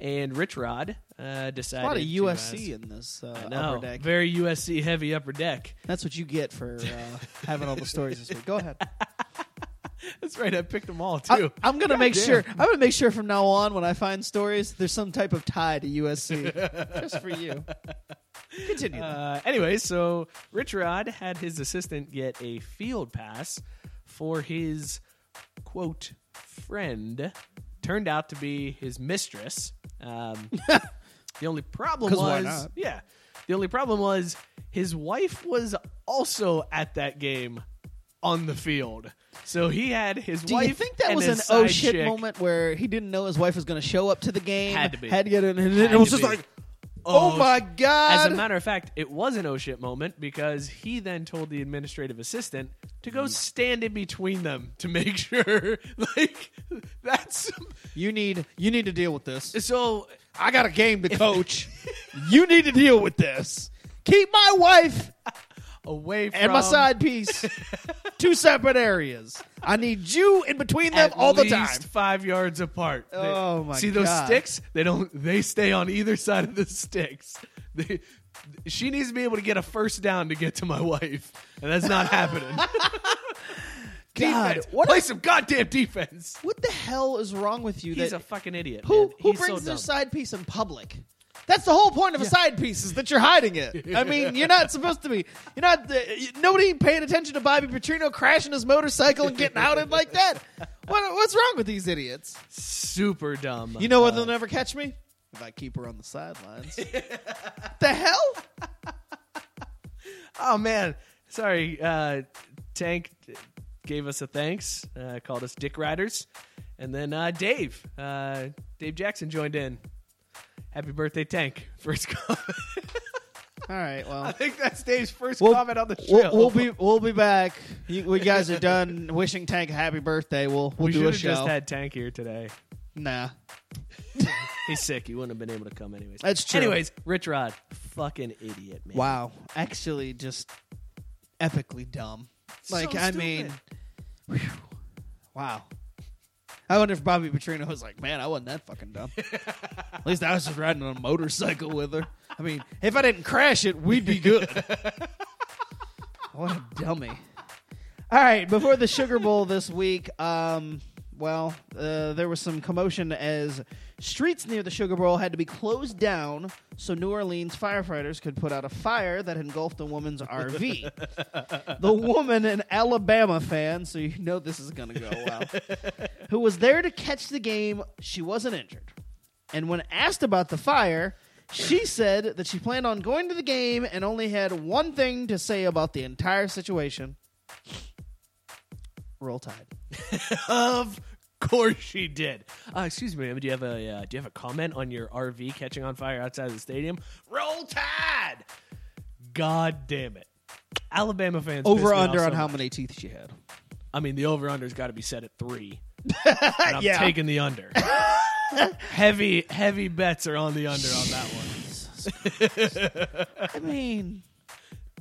Speaker 4: and Rich Rod uh,
Speaker 3: A
Speaker 4: decided
Speaker 3: lot of
Speaker 4: to,
Speaker 3: USC
Speaker 4: Uh,
Speaker 3: in this uh,
Speaker 4: I know,
Speaker 3: upper deck.
Speaker 4: very USC heavy upper deck.
Speaker 3: That's what you get for uh, having all the stories this week. Go ahead.
Speaker 4: That's right. I picked them all
Speaker 3: I,
Speaker 4: too.
Speaker 3: I'm gonna
Speaker 4: God
Speaker 3: make
Speaker 4: damn.
Speaker 3: sure. I'm gonna make sure from now on when I find stories, there's some type of tie to USC, just for you. Continue.
Speaker 4: Uh, anyway, so Rich Rod had his assistant get a field pass for his quote friend. Turned out to be his mistress. Um, the only problem
Speaker 3: 'Cause why
Speaker 4: was,
Speaker 3: not?
Speaker 4: yeah, the only problem was his wife was also at that game on the field. So he had his
Speaker 3: Do
Speaker 4: wife.
Speaker 3: you think that
Speaker 4: and
Speaker 3: was
Speaker 4: his
Speaker 3: an oh
Speaker 4: side
Speaker 3: shit
Speaker 4: chick.
Speaker 3: moment where he didn't know his wife was going to show up to the game?
Speaker 4: Had to be.
Speaker 3: Had to get in, and
Speaker 4: Had
Speaker 3: it
Speaker 4: to
Speaker 3: was just
Speaker 4: be.
Speaker 3: like,
Speaker 5: Oh, my
Speaker 4: As
Speaker 5: god!
Speaker 4: a matter of fact, it was an oh shit moment because he then told the administrative assistant to
Speaker 3: Hmm.
Speaker 4: go stand in between them to make sure, like, that's
Speaker 3: You need you need to deal with this.
Speaker 4: so.
Speaker 5: I got a game to coach. you need to deal with this. Keep my wife
Speaker 4: Away from
Speaker 5: and my side piece two separate areas. I need you in between them
Speaker 4: at
Speaker 5: all the
Speaker 4: least
Speaker 5: time.
Speaker 4: five yards apart. They-
Speaker 3: Oh, my
Speaker 4: See those
Speaker 3: God.
Speaker 4: sticks? They don't. They stay on either side of the sticks. They, she needs to be able to get a first down to get to my wife, and that's not happening. defense.
Speaker 3: what
Speaker 4: Play some goddamn defense.
Speaker 3: What the hell is wrong with you?
Speaker 4: He's
Speaker 3: that
Speaker 4: a fucking idiot.
Speaker 3: who
Speaker 4: man.
Speaker 3: who
Speaker 4: He's so
Speaker 3: brings their
Speaker 4: dumb.
Speaker 3: side piece in public? That's the whole point of a side piece is that you're hiding it. I mean, you're not supposed to be. You're not. The, nobody paying attention to Bobby Petrino crashing his motorcycle and getting out it like that. What, what's wrong with these idiots?
Speaker 4: Super dumb.
Speaker 3: You know what? They'll never catch me if I keep her on the sidelines. the hell?
Speaker 4: Oh man, sorry. Uh, Tank t- gave us a thanks, uh, called us Dick Riders, and then uh, Dave, uh, Dave Jackson joined in. Happy birthday, Tank! First comment.
Speaker 3: All right. Well,
Speaker 4: I think that's Dave's 1st
Speaker 3: We'll-
Speaker 4: comment on the show.
Speaker 3: We'll, we'll be we'll be back. You, we guys are done wishing Tank a happy birthday. We'll we'll
Speaker 4: We
Speaker 3: do a
Speaker 4: should have
Speaker 3: show.
Speaker 4: just had Tank here today.
Speaker 3: nah,
Speaker 4: He's sick. He wouldn't have been able to come anyways.
Speaker 3: That's true.
Speaker 4: Anyways, Rich Rod, fucking idiot, man.
Speaker 3: wow, actually, just epically dumb. Like I mean, whew. wow. I wonder if Bobby Petrino was like, man, I wasn't that fucking dumb. At least I was just riding on a motorcycle with her. I mean, if I didn't crash it, we'd be good. what a dummy. All right, before the Sugar Bowl this week, um, well, uh, there was some commotion as streets near the Sugar Bowl had to be closed down so New Orleans firefighters could put out a fire that engulfed a woman's RV. the woman, an Alabama fan, so you know this is going to go well, who was there to catch the game, she wasn't injured. And when asked about the fire, she said that she planned on going to the game and only had one thing to say about the entire situation. Roll Tide.
Speaker 4: Of course she did. Uh, excuse me, ma'am, do you have a uh, do you have a comment on your RV catching on fire outside of the stadium? Roll Tide. God damn it. Alabama fans piss
Speaker 3: Over
Speaker 4: me
Speaker 3: under
Speaker 4: off
Speaker 3: on
Speaker 4: so
Speaker 3: how
Speaker 4: much.
Speaker 3: many teeth she had.
Speaker 4: I mean, the over under's got to be set at three. And I'm taking the under. heavy heavy bets are on the under on that one.
Speaker 3: I mean,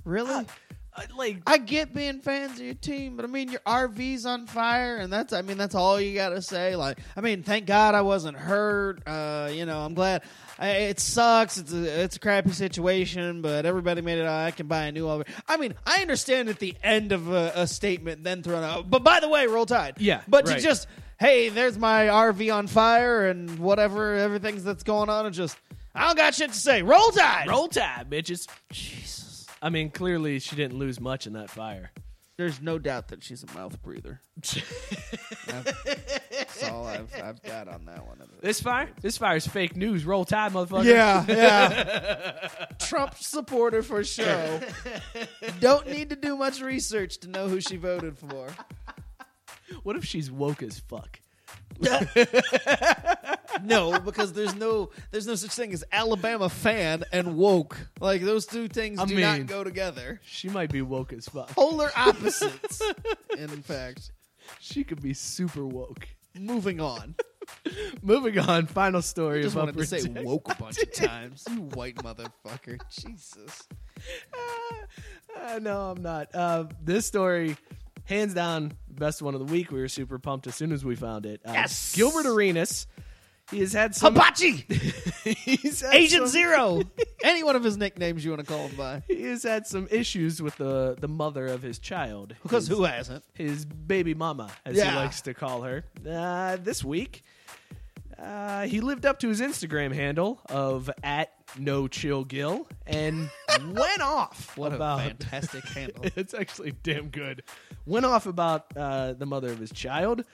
Speaker 3: really?
Speaker 4: Uh, like
Speaker 3: I get being fans of your team, but I mean, your RV's on fire, and that's, I mean, that's all you got to say. Like, I mean, thank God I wasn't hurt. Uh, you know, I'm glad. I, it sucks. It's a, it's a crappy situation, but everybody made it out. I can buy a new RV. I mean, I understand at the end of a, a statement, then thrown out. But by the way, roll tide.
Speaker 4: Yeah,
Speaker 3: But
Speaker 4: right.
Speaker 3: to just, hey, there's my RV on fire and whatever, everything's that's going on, and just, I don't got shit to say. Roll tide.
Speaker 4: roll tide, bitches. Jesus. I mean, clearly she didn't lose much in that fire.
Speaker 3: There's no doubt that she's a mouth breather. That's all I've, I've got on that one.
Speaker 4: This fire? This fire's fake news. Roll tide, motherfucker.
Speaker 3: Yeah, yeah. Trump supporter for sure. Don't need to do much research to know who she voted for.
Speaker 4: What if she's woke as fuck?
Speaker 3: No, because there's no there's no such thing as Alabama fan and woke. Like those two things
Speaker 4: I
Speaker 3: do
Speaker 4: mean-
Speaker 3: not go together.
Speaker 4: She might be woke as fuck.
Speaker 3: Polar opposites. in fact,
Speaker 4: She could be super woke.
Speaker 3: moving on.
Speaker 4: Moving on, final story
Speaker 3: I just
Speaker 4: of
Speaker 3: wanted
Speaker 4: Upper
Speaker 3: to say
Speaker 4: Deck.
Speaker 3: woke a bunch of times. You white motherfucker. Jesus.
Speaker 4: Uh, no, I'm not. Uh, this story, hands down, best one of the week. We were super pumped as soon as we found it. Uh,
Speaker 3: Yes!
Speaker 4: Gilbert Arenas. He has had some.
Speaker 3: Hibachi!
Speaker 4: he's had
Speaker 3: Agent
Speaker 4: some-
Speaker 3: Zero! Any one of his nicknames you want to call him by.
Speaker 4: He has had some issues with the the mother of his child.
Speaker 3: Because who hasn't?
Speaker 4: his baby mama, as he
Speaker 3: Yeah.
Speaker 4: likes to call her. Uh, this week, uh, he lived up to his Instagram handle of at no chill gill and went off
Speaker 3: What
Speaker 4: about.
Speaker 3: a fantastic handle.
Speaker 4: it's actually damn good. Went off about uh, the mother of his child.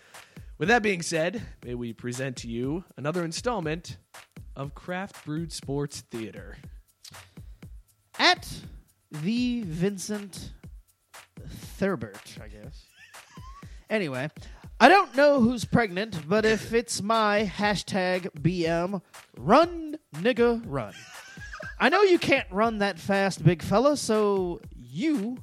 Speaker 4: With that being said, may we present to you another installment of Craft Brewed Sports Theater.
Speaker 3: At the Vincent Thurbert, I guess. Anyway, I don't know who's pregnant, but if it's my hashtag BM, run, nigga, run. I know you can't run that fast, big fella, so you.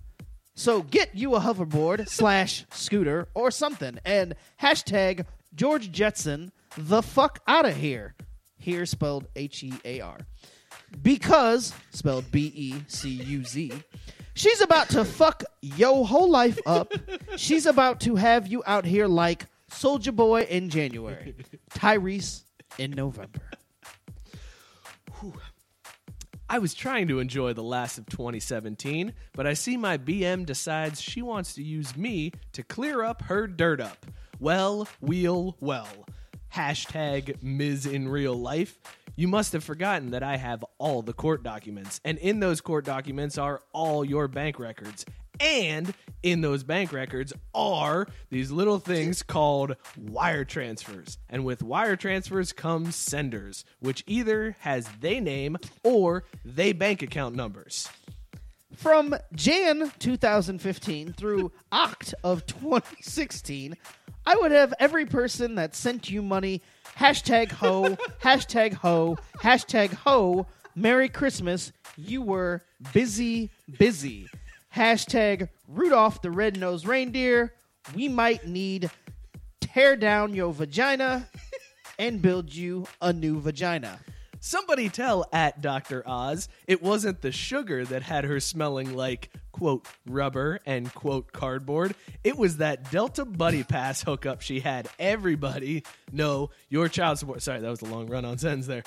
Speaker 3: So get you a hoverboard slash scooter or something and hashtag George Jetson the fuck out of here. Here spelled H E A R. Because, spelled B E C U Z, she's about to fuck yo whole life up. She's about to have you out here like Soldier Boy in January, Tyrese in November.
Speaker 4: I was trying to enjoy the last of 2017, but I see my BM decides she wants to use me to clear up her dirt up. Well, wheel, well. Hashtag Ms. in real life. You must have forgotten that I have all the court documents, and in those court documents are all your bank records. And in those bank records are these little things called wire transfers. And with wire transfers come senders, which either has they name or they bank account numbers.
Speaker 3: From Jan 2015 through Oct of 2016, I would have every person that sent you money hashtag ho, hashtag ho, hashtag ho, Merry Christmas. You were busy, busy. Hashtag Rudolph the Red-Nosed Reindeer. We might need tear down your vagina and build you a new vagina.
Speaker 4: Somebody tell at Dr. Oz it wasn't the sugar that had her smelling like, quote, rubber and, quote, cardboard. It was that Delta Buddy Pass hookup she had. Everybody know your child support. Sorry, that was a long run on sentence there.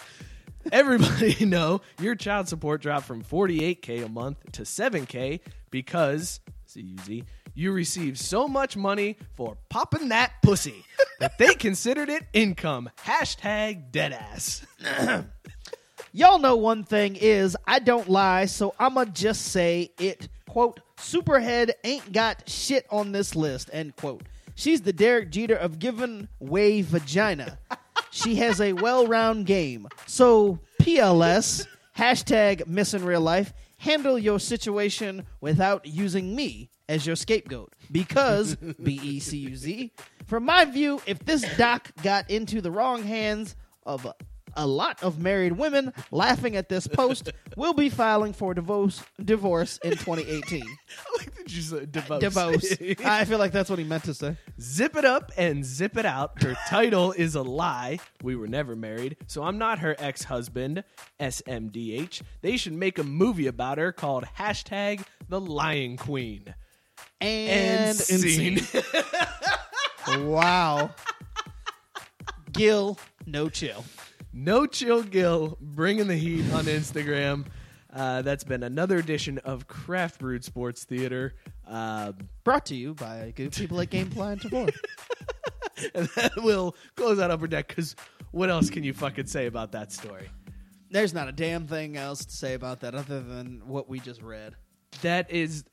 Speaker 4: Everybody know your child support dropped from 48K a month to 7K because, CUZ, you received so much money for popping that pussy that they considered it income. Hashtag deadass.
Speaker 3: Y'all know one thing is I don't lie, so I'ma just say it. Quote, Superhead ain't got shit on this list, end quote. She's the Derek Jeter of given way vagina. she has a well round game. So PLS, hashtag miss in real life, handle your situation without using me as your scapegoat. Because B E C U Z. From my view, if this doc got into the wrong hands of a a lot of married women laughing at this post will be filing for divorce divorce in 2018.
Speaker 4: Did you say divorce?
Speaker 3: Divorce. I feel like that's what he meant to say.
Speaker 4: Zip it up and zip it out. Her title is a lie. We were never married, so I'm not her ex husband. SMDH. They should make a movie about her called hashtag The Lion Queen.
Speaker 3: And,
Speaker 4: scene.
Speaker 3: wow. Gil, no chill.
Speaker 4: No Chill Gill bringing the heat on Instagram. Uh, that's been another edition of Craft Brewed Sports Theater. Um,
Speaker 3: Brought to you by good people at Gamefly and Tavor.
Speaker 4: and that will close out Upper Deck because what else can you fucking say about that story?
Speaker 3: There's not a damn thing else to say about that other than what we just read.
Speaker 4: that is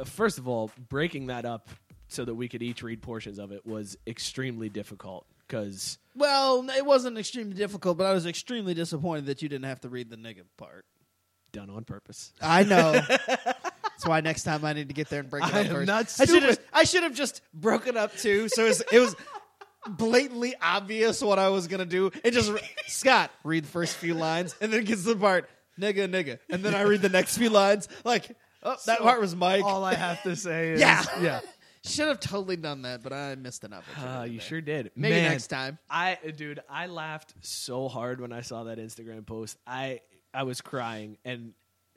Speaker 4: uh, first of all breaking that up so that we could each read portions of it was extremely difficult because
Speaker 3: Well, it wasn't extremely difficult, but I was extremely disappointed that you didn't have to read the nigga part.
Speaker 4: done on purpose
Speaker 3: I know. That's why next time I need to get there and break it
Speaker 4: I
Speaker 3: up
Speaker 4: am
Speaker 3: first.
Speaker 4: not
Speaker 3: I should have
Speaker 4: stupid.
Speaker 3: I should have just broken up too. So it was, it was blatantly obvious what I was gonna do. It just Scott read the first few lines and then gets to the part nigga nigga, and then I read the next few lines like oh that part was Mike.
Speaker 4: all i have to say is
Speaker 3: Yeah.
Speaker 4: yeah
Speaker 3: should have totally done that, but I missed an opportunity.
Speaker 4: Uh, you sure did.
Speaker 3: Maybe
Speaker 4: Man,
Speaker 3: next time.
Speaker 4: I dude, I laughed so hard when I saw that Instagram post. I I was crying and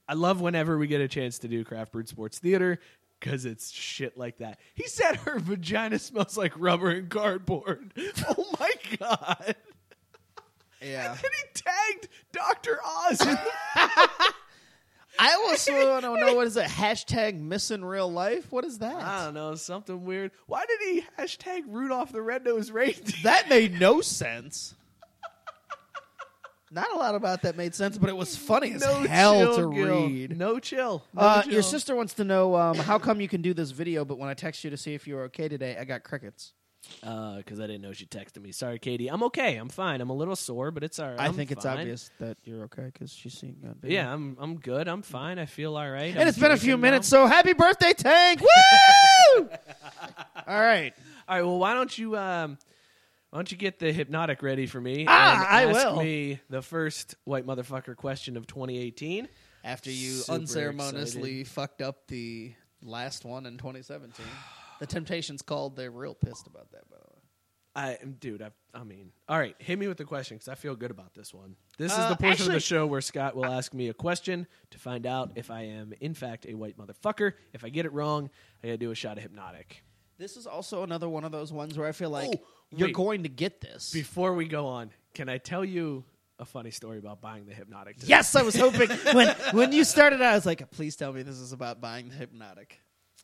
Speaker 4: I love whenever we get a chance to do craft brewed sports theater cuz it's shit like that. He said her vagina smells like rubber and cardboard. Oh my god.
Speaker 3: Yeah.
Speaker 4: And he tagged Dr. Oz. in the-
Speaker 3: I also don't know what is it hashtag missing real life. What is that?
Speaker 4: I don't know, something weird. Why did he hashtag Rudolph the Red-Nosed Reindeer?
Speaker 3: That made no sense. Not a lot about that made sense, but it was funny as hell to
Speaker 4: Gil.
Speaker 3: read.
Speaker 4: No chill. No
Speaker 3: Uh,
Speaker 4: chill.
Speaker 3: your sister wants to know um, how come you can do this video, but when I text you to see if you were okay today, I got crickets.
Speaker 4: because Uh, I didn't know she texted me. Sorry, Katie. I'm okay. I'm fine. I'm a little sore, but it's all right.
Speaker 3: i
Speaker 4: I'm
Speaker 3: think it's
Speaker 4: fine.
Speaker 3: obvious that you're okay because she's seeing you on video.
Speaker 4: Yeah, I'm I'm good. I'm fine. I feel all right.
Speaker 3: And it's been a few minutes, so happy birthday, Tank! Woo! All right.
Speaker 4: all right. Well, why don't you um, Why don't you get the hypnotic ready for me?
Speaker 8: Ah, I
Speaker 4: and ask
Speaker 8: will.
Speaker 4: me the first white motherfucker question of 2018.
Speaker 3: After you
Speaker 4: Super
Speaker 3: unceremoniously fucked up the last one in 2017. The Temptations called. They're real pissed about that, by the way.
Speaker 4: I, dude, I, I mean, all right, hit me with the question because I feel good about this one. This is
Speaker 5: Uh,
Speaker 4: the portion of
Speaker 5: actually-
Speaker 4: the show where Scott will ask me a question to find out if I am, in fact, a white motherfucker. If I get it wrong, I gotta do a shot of hypnotic.
Speaker 3: This is also another one of those ones where I feel like
Speaker 4: Oh,
Speaker 3: you're
Speaker 4: wait.
Speaker 3: going to get this.
Speaker 4: Before we go on, can I tell you a funny story about buying the hypnotic? today?
Speaker 3: yes, I was hoping when when you started out, I was like, please tell me this is about buying the hypnotic.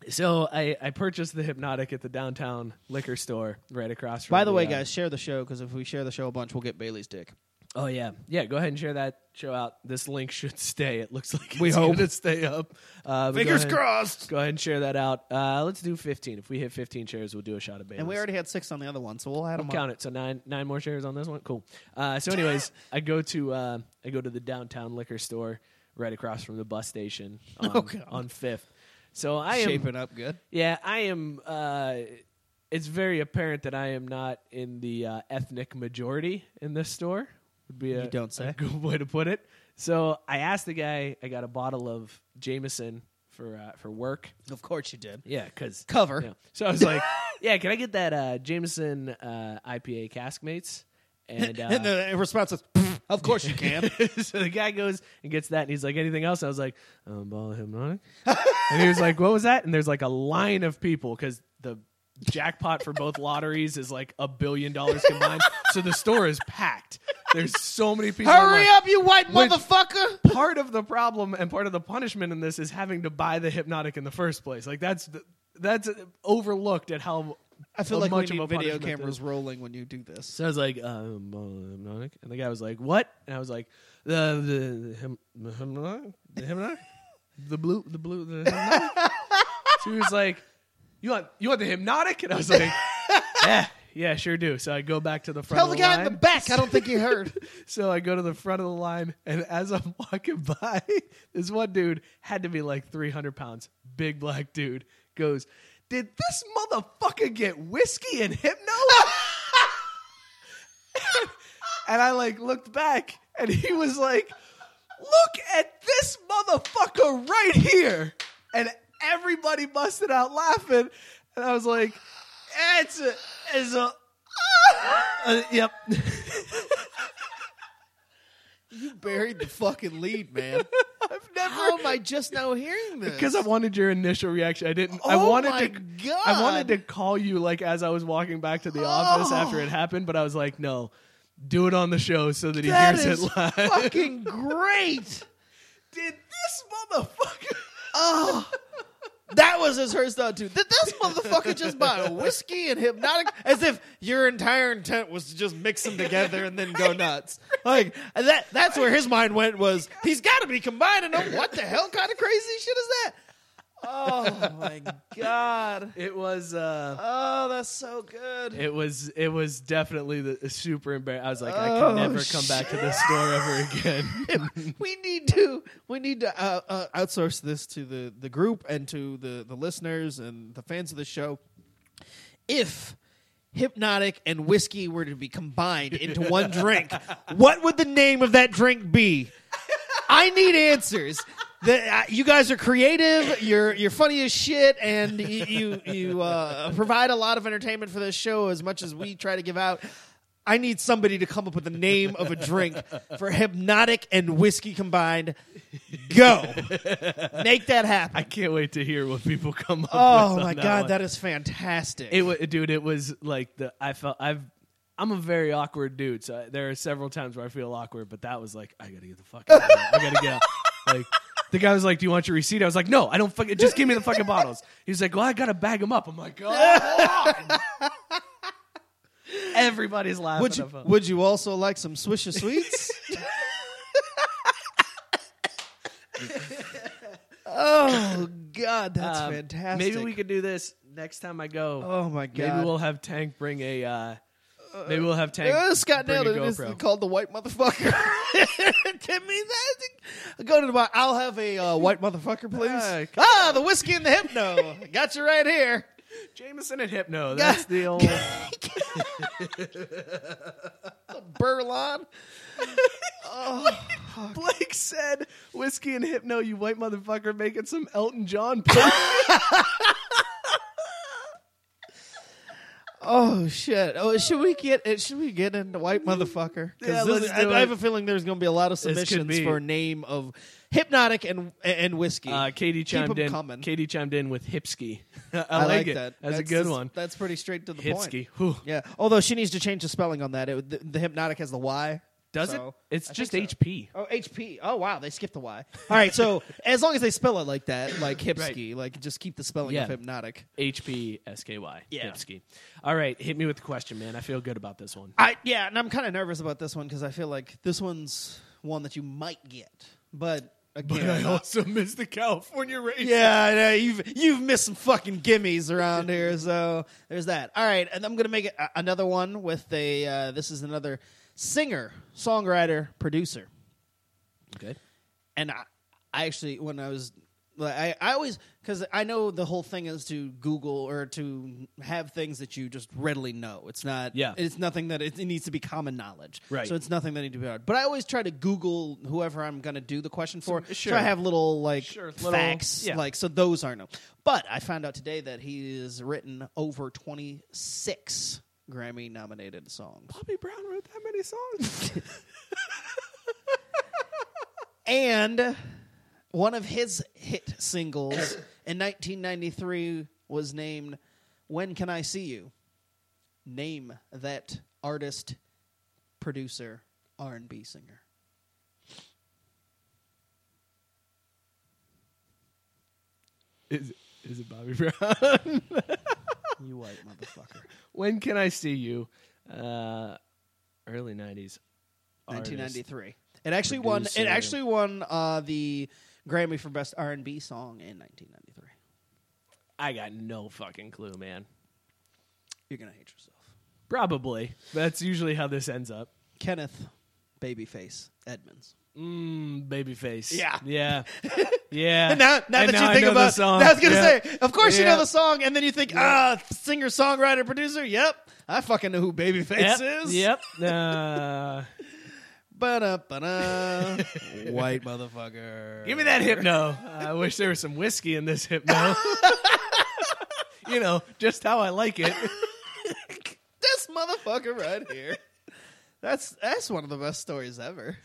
Speaker 4: So I, I purchased the hypnotic at the downtown liquor store right across. from
Speaker 3: By the way,
Speaker 4: uh,
Speaker 3: guys, share the show because if we share the show a bunch, we'll get Bailey's dick.
Speaker 4: Oh yeah, yeah. Go ahead and share that show out. This link should stay. It looks like
Speaker 8: We
Speaker 4: it's
Speaker 8: hope.
Speaker 4: gonna stay up. Uh, but go
Speaker 8: Fingers
Speaker 4: ahead-
Speaker 8: crossed.
Speaker 4: Go ahead and share that out. Uh, let's do fifteen. If we hit fifteen shares, we'll do a shot of Bailey's.
Speaker 3: And we already had six on the other one, so we'll add them
Speaker 4: count it. So nine nine more shares on this one. Cool. Uh, so anyways, I go to uh, I go to the downtown liquor store right across from the bus station on,
Speaker 3: Oh, God.
Speaker 4: on Fifth. So I
Speaker 3: up.
Speaker 4: am
Speaker 3: Shaping up good.
Speaker 4: Yeah, I am. Uh, it's very apparent that I am not in the uh, ethnic majority in this store. Would be a,
Speaker 3: You don't say.
Speaker 4: a good way to put it. So I asked the guy. I got a bottle of Jameson for uh, for work.
Speaker 3: Of course you did.
Speaker 4: Yeah, because
Speaker 3: Cover.
Speaker 4: So I was like, "Yeah, can I get that uh, Jameson uh, IPA Caskmates?" And, uh,
Speaker 3: And the response is, "Pfft, of course you can.
Speaker 4: so the guy goes and gets that, and he's like, "Anything else?" I was like, um, "Ball of hypnotic," and he was like, "What was that?" And there's like a line of people because the jackpot for both lotteries is like a billion dollars combined, so the store is packed. There's so many people.
Speaker 3: Hurry
Speaker 4: online.
Speaker 3: up, you white
Speaker 4: Which-
Speaker 3: motherfucker!
Speaker 4: Part of the problem and part of the punishment in this is having to buy the hypnotic in the first place. Like that's the, that's uh, overlooked at how
Speaker 3: I feel like
Speaker 4: much
Speaker 3: we need
Speaker 4: of a
Speaker 3: video
Speaker 4: punishment this-
Speaker 3: cameras rolling when you do this.
Speaker 4: so I was like, um, uh, hypnotic, and the guy was like, "What?" And I was like, "The the the hym- the hypnotic, the hypnotic, the blue, the blue, the hypnotic." so he was like, "You want you want the hypnotic?" And I was like, "Yeah, yeah, sure do." So I go back to the front.
Speaker 3: Tell
Speaker 4: of
Speaker 3: the
Speaker 4: the,
Speaker 3: guy in the
Speaker 4: line.
Speaker 3: back. I don't think he heard.
Speaker 4: So I go to the front of the line, and as I'm walking by, this one dude had to be like 300 pounds, big black dude, goes, Did this motherfucker get whiskey and hypno? and I like looked back, and he was like, Look at this motherfucker right here. And everybody busted out laughing. And I was like, It's a, it's a, Uh, yep.
Speaker 3: Buried the fucking lead, man.
Speaker 4: I've never
Speaker 3: How am I just now hearing this?
Speaker 4: Because I wanted your initial reaction. I didn't. I
Speaker 3: Oh
Speaker 4: wanted
Speaker 3: my
Speaker 4: to.
Speaker 3: God.
Speaker 4: I wanted to call you like as I was walking back to the office after
Speaker 3: Oh.
Speaker 4: it happened, but I was like, no, do it on the show so that he
Speaker 3: that
Speaker 4: hears
Speaker 3: is
Speaker 4: it live.
Speaker 3: fucking great.
Speaker 4: Did this motherfucker?
Speaker 3: Oh, that was his first thought too. Did this motherfucker just buy whiskey and hypnotic? As if your entire intent was to just mix them together and then go nuts. Like that—that's where his mind went. Was he's got to be combining them? What the hell kind of crazy shit is that? Oh my god!
Speaker 4: It was. uh
Speaker 3: Oh, that's so good.
Speaker 4: It was. It was definitely the super embarrassing. I was like, I
Speaker 3: Oh,
Speaker 4: can never come back to this store ever again.
Speaker 3: we need to we need to uh, uh, outsource this to the the group and to the the listeners and the fans of the show. If hypnotic and whiskey were to be combined into one drink, what would the name of that drink be? I need answers. The, uh, you guys are creative. You're you're funny as shit, and you you, you uh, provide a lot of entertainment for this show as much as we try to give out. I need somebody to come up with the name of a drink for hypnotic and whiskey combined. Go, make that happen.
Speaker 4: I can't wait to hear what people come up.
Speaker 3: oh
Speaker 4: with on
Speaker 3: my
Speaker 4: that
Speaker 3: god,
Speaker 4: one.
Speaker 3: that is fantastic.
Speaker 4: It was, dude. It was like the I felt I've. I'm a very awkward dude, so there are several times where I feel awkward. But that was like, I gotta get the fuck out. Of here. I gotta get out. Like the guy was like, "Do you want your receipt?" I was like, "No, I don't fucking. Just give me the fucking bottles." He was like, "Well, I gotta bag them up." I'm like, "Oh." God." Everybody's laughing.
Speaker 3: would you
Speaker 4: at him.
Speaker 3: would you also like some Swisher sweets? oh God, that's
Speaker 4: Um,
Speaker 3: fantastic.
Speaker 4: Maybe we could do this next time I go.
Speaker 3: Oh my God.
Speaker 4: Maybe we'll have Tank bring a. Uh, maybe we'll have Tank.
Speaker 3: Uh, Scott
Speaker 4: bring
Speaker 3: nailed it.
Speaker 4: a
Speaker 3: It's
Speaker 4: GoPro.
Speaker 3: called the white motherfucker. Give me that. Go to the bar. I'll have a uh, white motherfucker, please.
Speaker 4: Uh,
Speaker 3: ah, the whiskey and the hypno. Got you right here.
Speaker 4: Jameson and Hypno. That's the old.
Speaker 3: Burlon.
Speaker 4: Blake said, "Whiskey and Hypno, you white motherfucker, making some Elton John." play."
Speaker 3: Oh shit! Oh, should we get it? Should we get into white motherfucker? 'Cause
Speaker 4: Yeah,
Speaker 3: this
Speaker 4: let's
Speaker 3: is- I,
Speaker 4: do
Speaker 3: I have
Speaker 4: it.
Speaker 3: a feeling there's going to be a lot of
Speaker 4: could
Speaker 3: submissions
Speaker 4: be.
Speaker 3: for name of hypnotic and and whiskey.
Speaker 4: Uh, Katie
Speaker 3: Keep 'em
Speaker 4: chimed in.
Speaker 3: coming.
Speaker 4: Katie chimed in with Hipsky. I,
Speaker 3: I,
Speaker 4: like,
Speaker 3: like,
Speaker 4: it.
Speaker 3: that.
Speaker 4: That's, a good
Speaker 3: just-
Speaker 4: one.
Speaker 3: That's pretty straight to the
Speaker 4: Hipsky.
Speaker 3: point.
Speaker 4: Whew.
Speaker 3: Yeah. Although she needs to change the spelling on that. It, the, the hypnotic has the Y.
Speaker 4: Does
Speaker 3: so-
Speaker 4: it? It's
Speaker 3: I
Speaker 4: just
Speaker 3: think so.
Speaker 4: HP.
Speaker 3: Oh, HP. Oh, wow. They skipped the Y. All right. So as long as they spell it like that, like Hipsky, like just keep the spelling
Speaker 4: Yeah.
Speaker 3: of hypnotic.
Speaker 4: H P S K Y.
Speaker 3: Yeah.
Speaker 4: Hipsky. All right, hit me with the question, man. I feel good about this one.
Speaker 3: I yeah, and I'm kind of nervous about this one because I feel like this one's one that you might get, but again,
Speaker 4: also missed the California race.
Speaker 3: yeah, I know, you've you've missed some fucking gimmies around here, so there's that. All right, and I'm gonna make it, a- another one with a. Uh, this is another singer, songwriter, producer,
Speaker 4: Good.
Speaker 3: and I, I actually when I was. like, I, I always because I know the whole thing is to Google or to have things that you just readily know. It's not
Speaker 4: Yeah.
Speaker 3: It's nothing that it, it needs to be common knowledge.
Speaker 4: Right.
Speaker 3: So it's nothing that needs to be hard. But I always try to Google whoever I'm going to do the question for.
Speaker 4: sure.
Speaker 3: So I have little like
Speaker 4: Sure, little-
Speaker 3: facts.
Speaker 4: yeah.
Speaker 3: Like so those aren't. But I found out today that he has written over 26 Grammy nominated songs.
Speaker 4: Bobby Brown wrote that many songs.
Speaker 3: And one of his hit singles in 1993 was named When Can I See You? Name that artist, producer, R&B singer.
Speaker 4: is, is it Bobby Brown?
Speaker 3: You white motherfucker.
Speaker 4: when can I see you? Uh, early nineties.
Speaker 3: 1993. It actually won. It
Speaker 4: producer.
Speaker 3: actually won uh, the Grammy for best R and B song in 1993.
Speaker 4: I got no fucking clue, man.
Speaker 3: You're gonna hate yourself,
Speaker 4: Probably. That's usually how this ends up.
Speaker 3: Kenneth Babyface Edmonds.
Speaker 4: Mm, babyface.
Speaker 3: Yeah.
Speaker 4: Yeah. Yeah.
Speaker 3: And now, now
Speaker 4: And
Speaker 3: that
Speaker 4: now I
Speaker 3: you think
Speaker 4: know the
Speaker 3: about,
Speaker 4: song.
Speaker 3: I was gonna
Speaker 4: Yeah.
Speaker 3: say, of course you
Speaker 4: Yeah.
Speaker 3: know the song, and then you think, ah, singer, songwriter, producer. Yep, I fucking know who Babyface
Speaker 4: Yep.
Speaker 3: is. uh,
Speaker 4: Yep. Uh,
Speaker 3: Ba-da, ba-da. White motherfucker.
Speaker 4: give me that hypno. I wish there was some whiskey in this hypno. you know, just how I like it.
Speaker 3: this motherfucker right here. That's that's one of the best stories ever.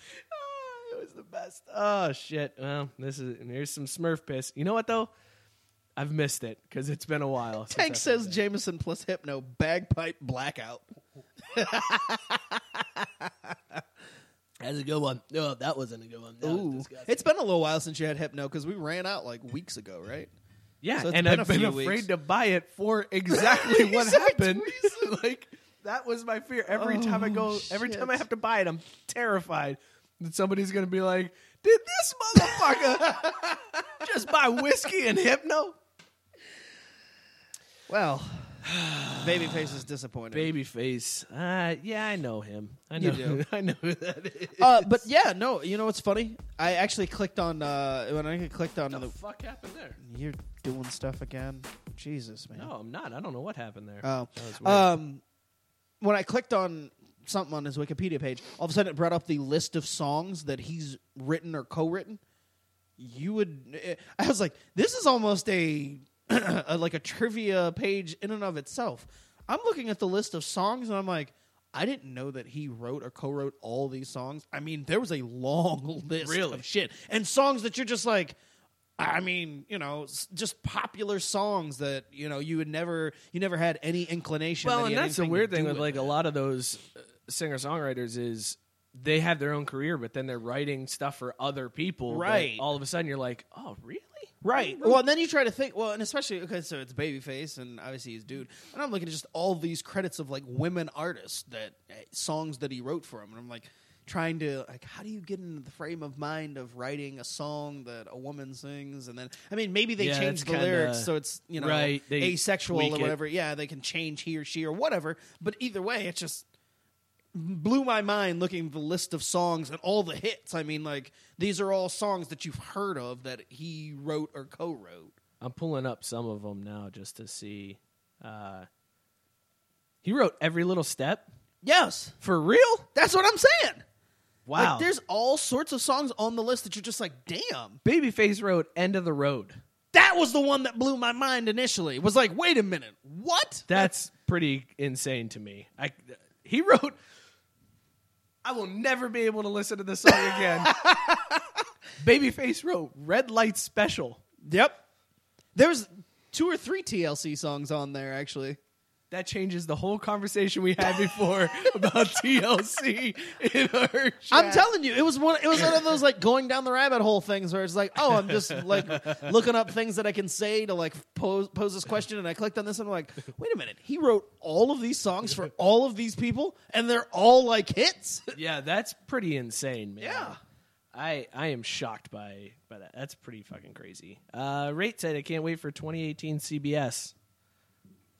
Speaker 4: it was the best. Oh shit. Well, this is and here's some Smurf piss. You know what though? I've missed it because it's been a while. since
Speaker 3: Tank
Speaker 4: I've
Speaker 3: says
Speaker 4: heard
Speaker 3: Jameson plus Hypno bagpipe blackout.
Speaker 4: that. that's a good one. No, that wasn't a good one. That was
Speaker 3: Ooh,
Speaker 4: disgusting.
Speaker 3: it's been a little while since you had Hypno because we ran out like weeks ago, right?
Speaker 4: yeah,
Speaker 3: so it's
Speaker 4: and
Speaker 3: been
Speaker 4: I've
Speaker 3: a
Speaker 4: been
Speaker 3: few
Speaker 4: afraid
Speaker 3: weeks.
Speaker 4: to buy it for exactly what
Speaker 3: Exact
Speaker 4: happened. like that was my fear. Every
Speaker 3: Oh,
Speaker 4: time I go, every time I have to buy it, I'm terrified that somebody's going to be like, "Did this motherfucker just buy whiskey and hypno?"
Speaker 3: Well, Babyface is disappointed.
Speaker 4: Babyface. Uh, yeah, I know him. I know.
Speaker 3: You do.
Speaker 4: I know who that is.
Speaker 3: Uh, but yeah, no, you know what's funny? I actually clicked on uh, when I clicked on the,
Speaker 4: fuck happened there?
Speaker 3: you're doing stuff again. Jesus, man.
Speaker 4: No, I'm not. I don't know what happened there.
Speaker 3: Oh.
Speaker 4: That was weird.
Speaker 3: Um, when I clicked on something on his Wikipedia page, all of a sudden it brought up the list of songs that he's written or co-written. You would, eh, I was like, this is almost a, a- like a trivia page in and of itself. I'm looking at the list of songs and I'm like, I didn't know that he wrote or co-wrote all these songs. I mean, there was a long list
Speaker 4: Really?
Speaker 3: of shit and songs that you're just like, I mean, you know, s- just popular songs that you know you would never, you never had any inclination.
Speaker 4: well,
Speaker 3: that he
Speaker 4: and
Speaker 3: had
Speaker 4: that's the
Speaker 3: anything to
Speaker 4: weird
Speaker 3: do
Speaker 4: thing with like a lot of those uh, singer songwriters is they have their own career, but then they're writing stuff for other people. that
Speaker 3: Right.
Speaker 4: all of a sudden, you're like, oh, really?
Speaker 3: Right. Well, and then you try to think. Well, and especially okay, so it's Babyface, and obviously he's dude. And I'm looking at just all these credits of like women artists that eh, songs that he wrote for him, and I'm like trying to like how do you get into the frame of mind of writing a song that a woman sings and then i mean maybe they
Speaker 4: Yeah,
Speaker 3: change
Speaker 4: that's
Speaker 3: the
Speaker 4: kinda-
Speaker 3: lyrics so it's you know
Speaker 4: Right, they
Speaker 3: asexual
Speaker 4: tweak
Speaker 3: or
Speaker 4: it.
Speaker 3: whatever yeah they can change he or she or whatever but either way it's just blew my mind looking at the list of songs and all the hits. I mean, like these are all songs that you've heard of that he wrote or co-wrote.
Speaker 4: I'm pulling up some of them now just to see. Uh, he wrote every little step
Speaker 3: Yes,
Speaker 4: for real.
Speaker 3: that's what I'm saying.
Speaker 4: Wow.
Speaker 3: Like, there's all sorts of songs on the list that you're just like, damn.
Speaker 4: Babyface wrote "End of the Road."
Speaker 3: That was the one that blew my mind initially. It was like, wait a minute, what?
Speaker 4: That's pretty insane to me. I, he wrote, "I will never be able to listen to this song again." Babyface wrote "Red Light Special."
Speaker 3: Yep. There was two or three TLC songs on there actually.
Speaker 4: That changes the whole conversation we had before about TLC in our chat.
Speaker 3: I'm telling you, it was one. It was one of those like going down the rabbit hole things where it's like, oh, I'm just like looking up things that I can say to like pose pose this question, and I clicked on this, and I'm like, wait a minute, he wrote all of these songs for all of these people, and they're all like hits.
Speaker 4: yeah, that's pretty insane, man.
Speaker 3: Yeah.
Speaker 4: I I am shocked by by that. That's pretty fucking crazy. Uh, Rate said, "I can't wait for 2018 CBS."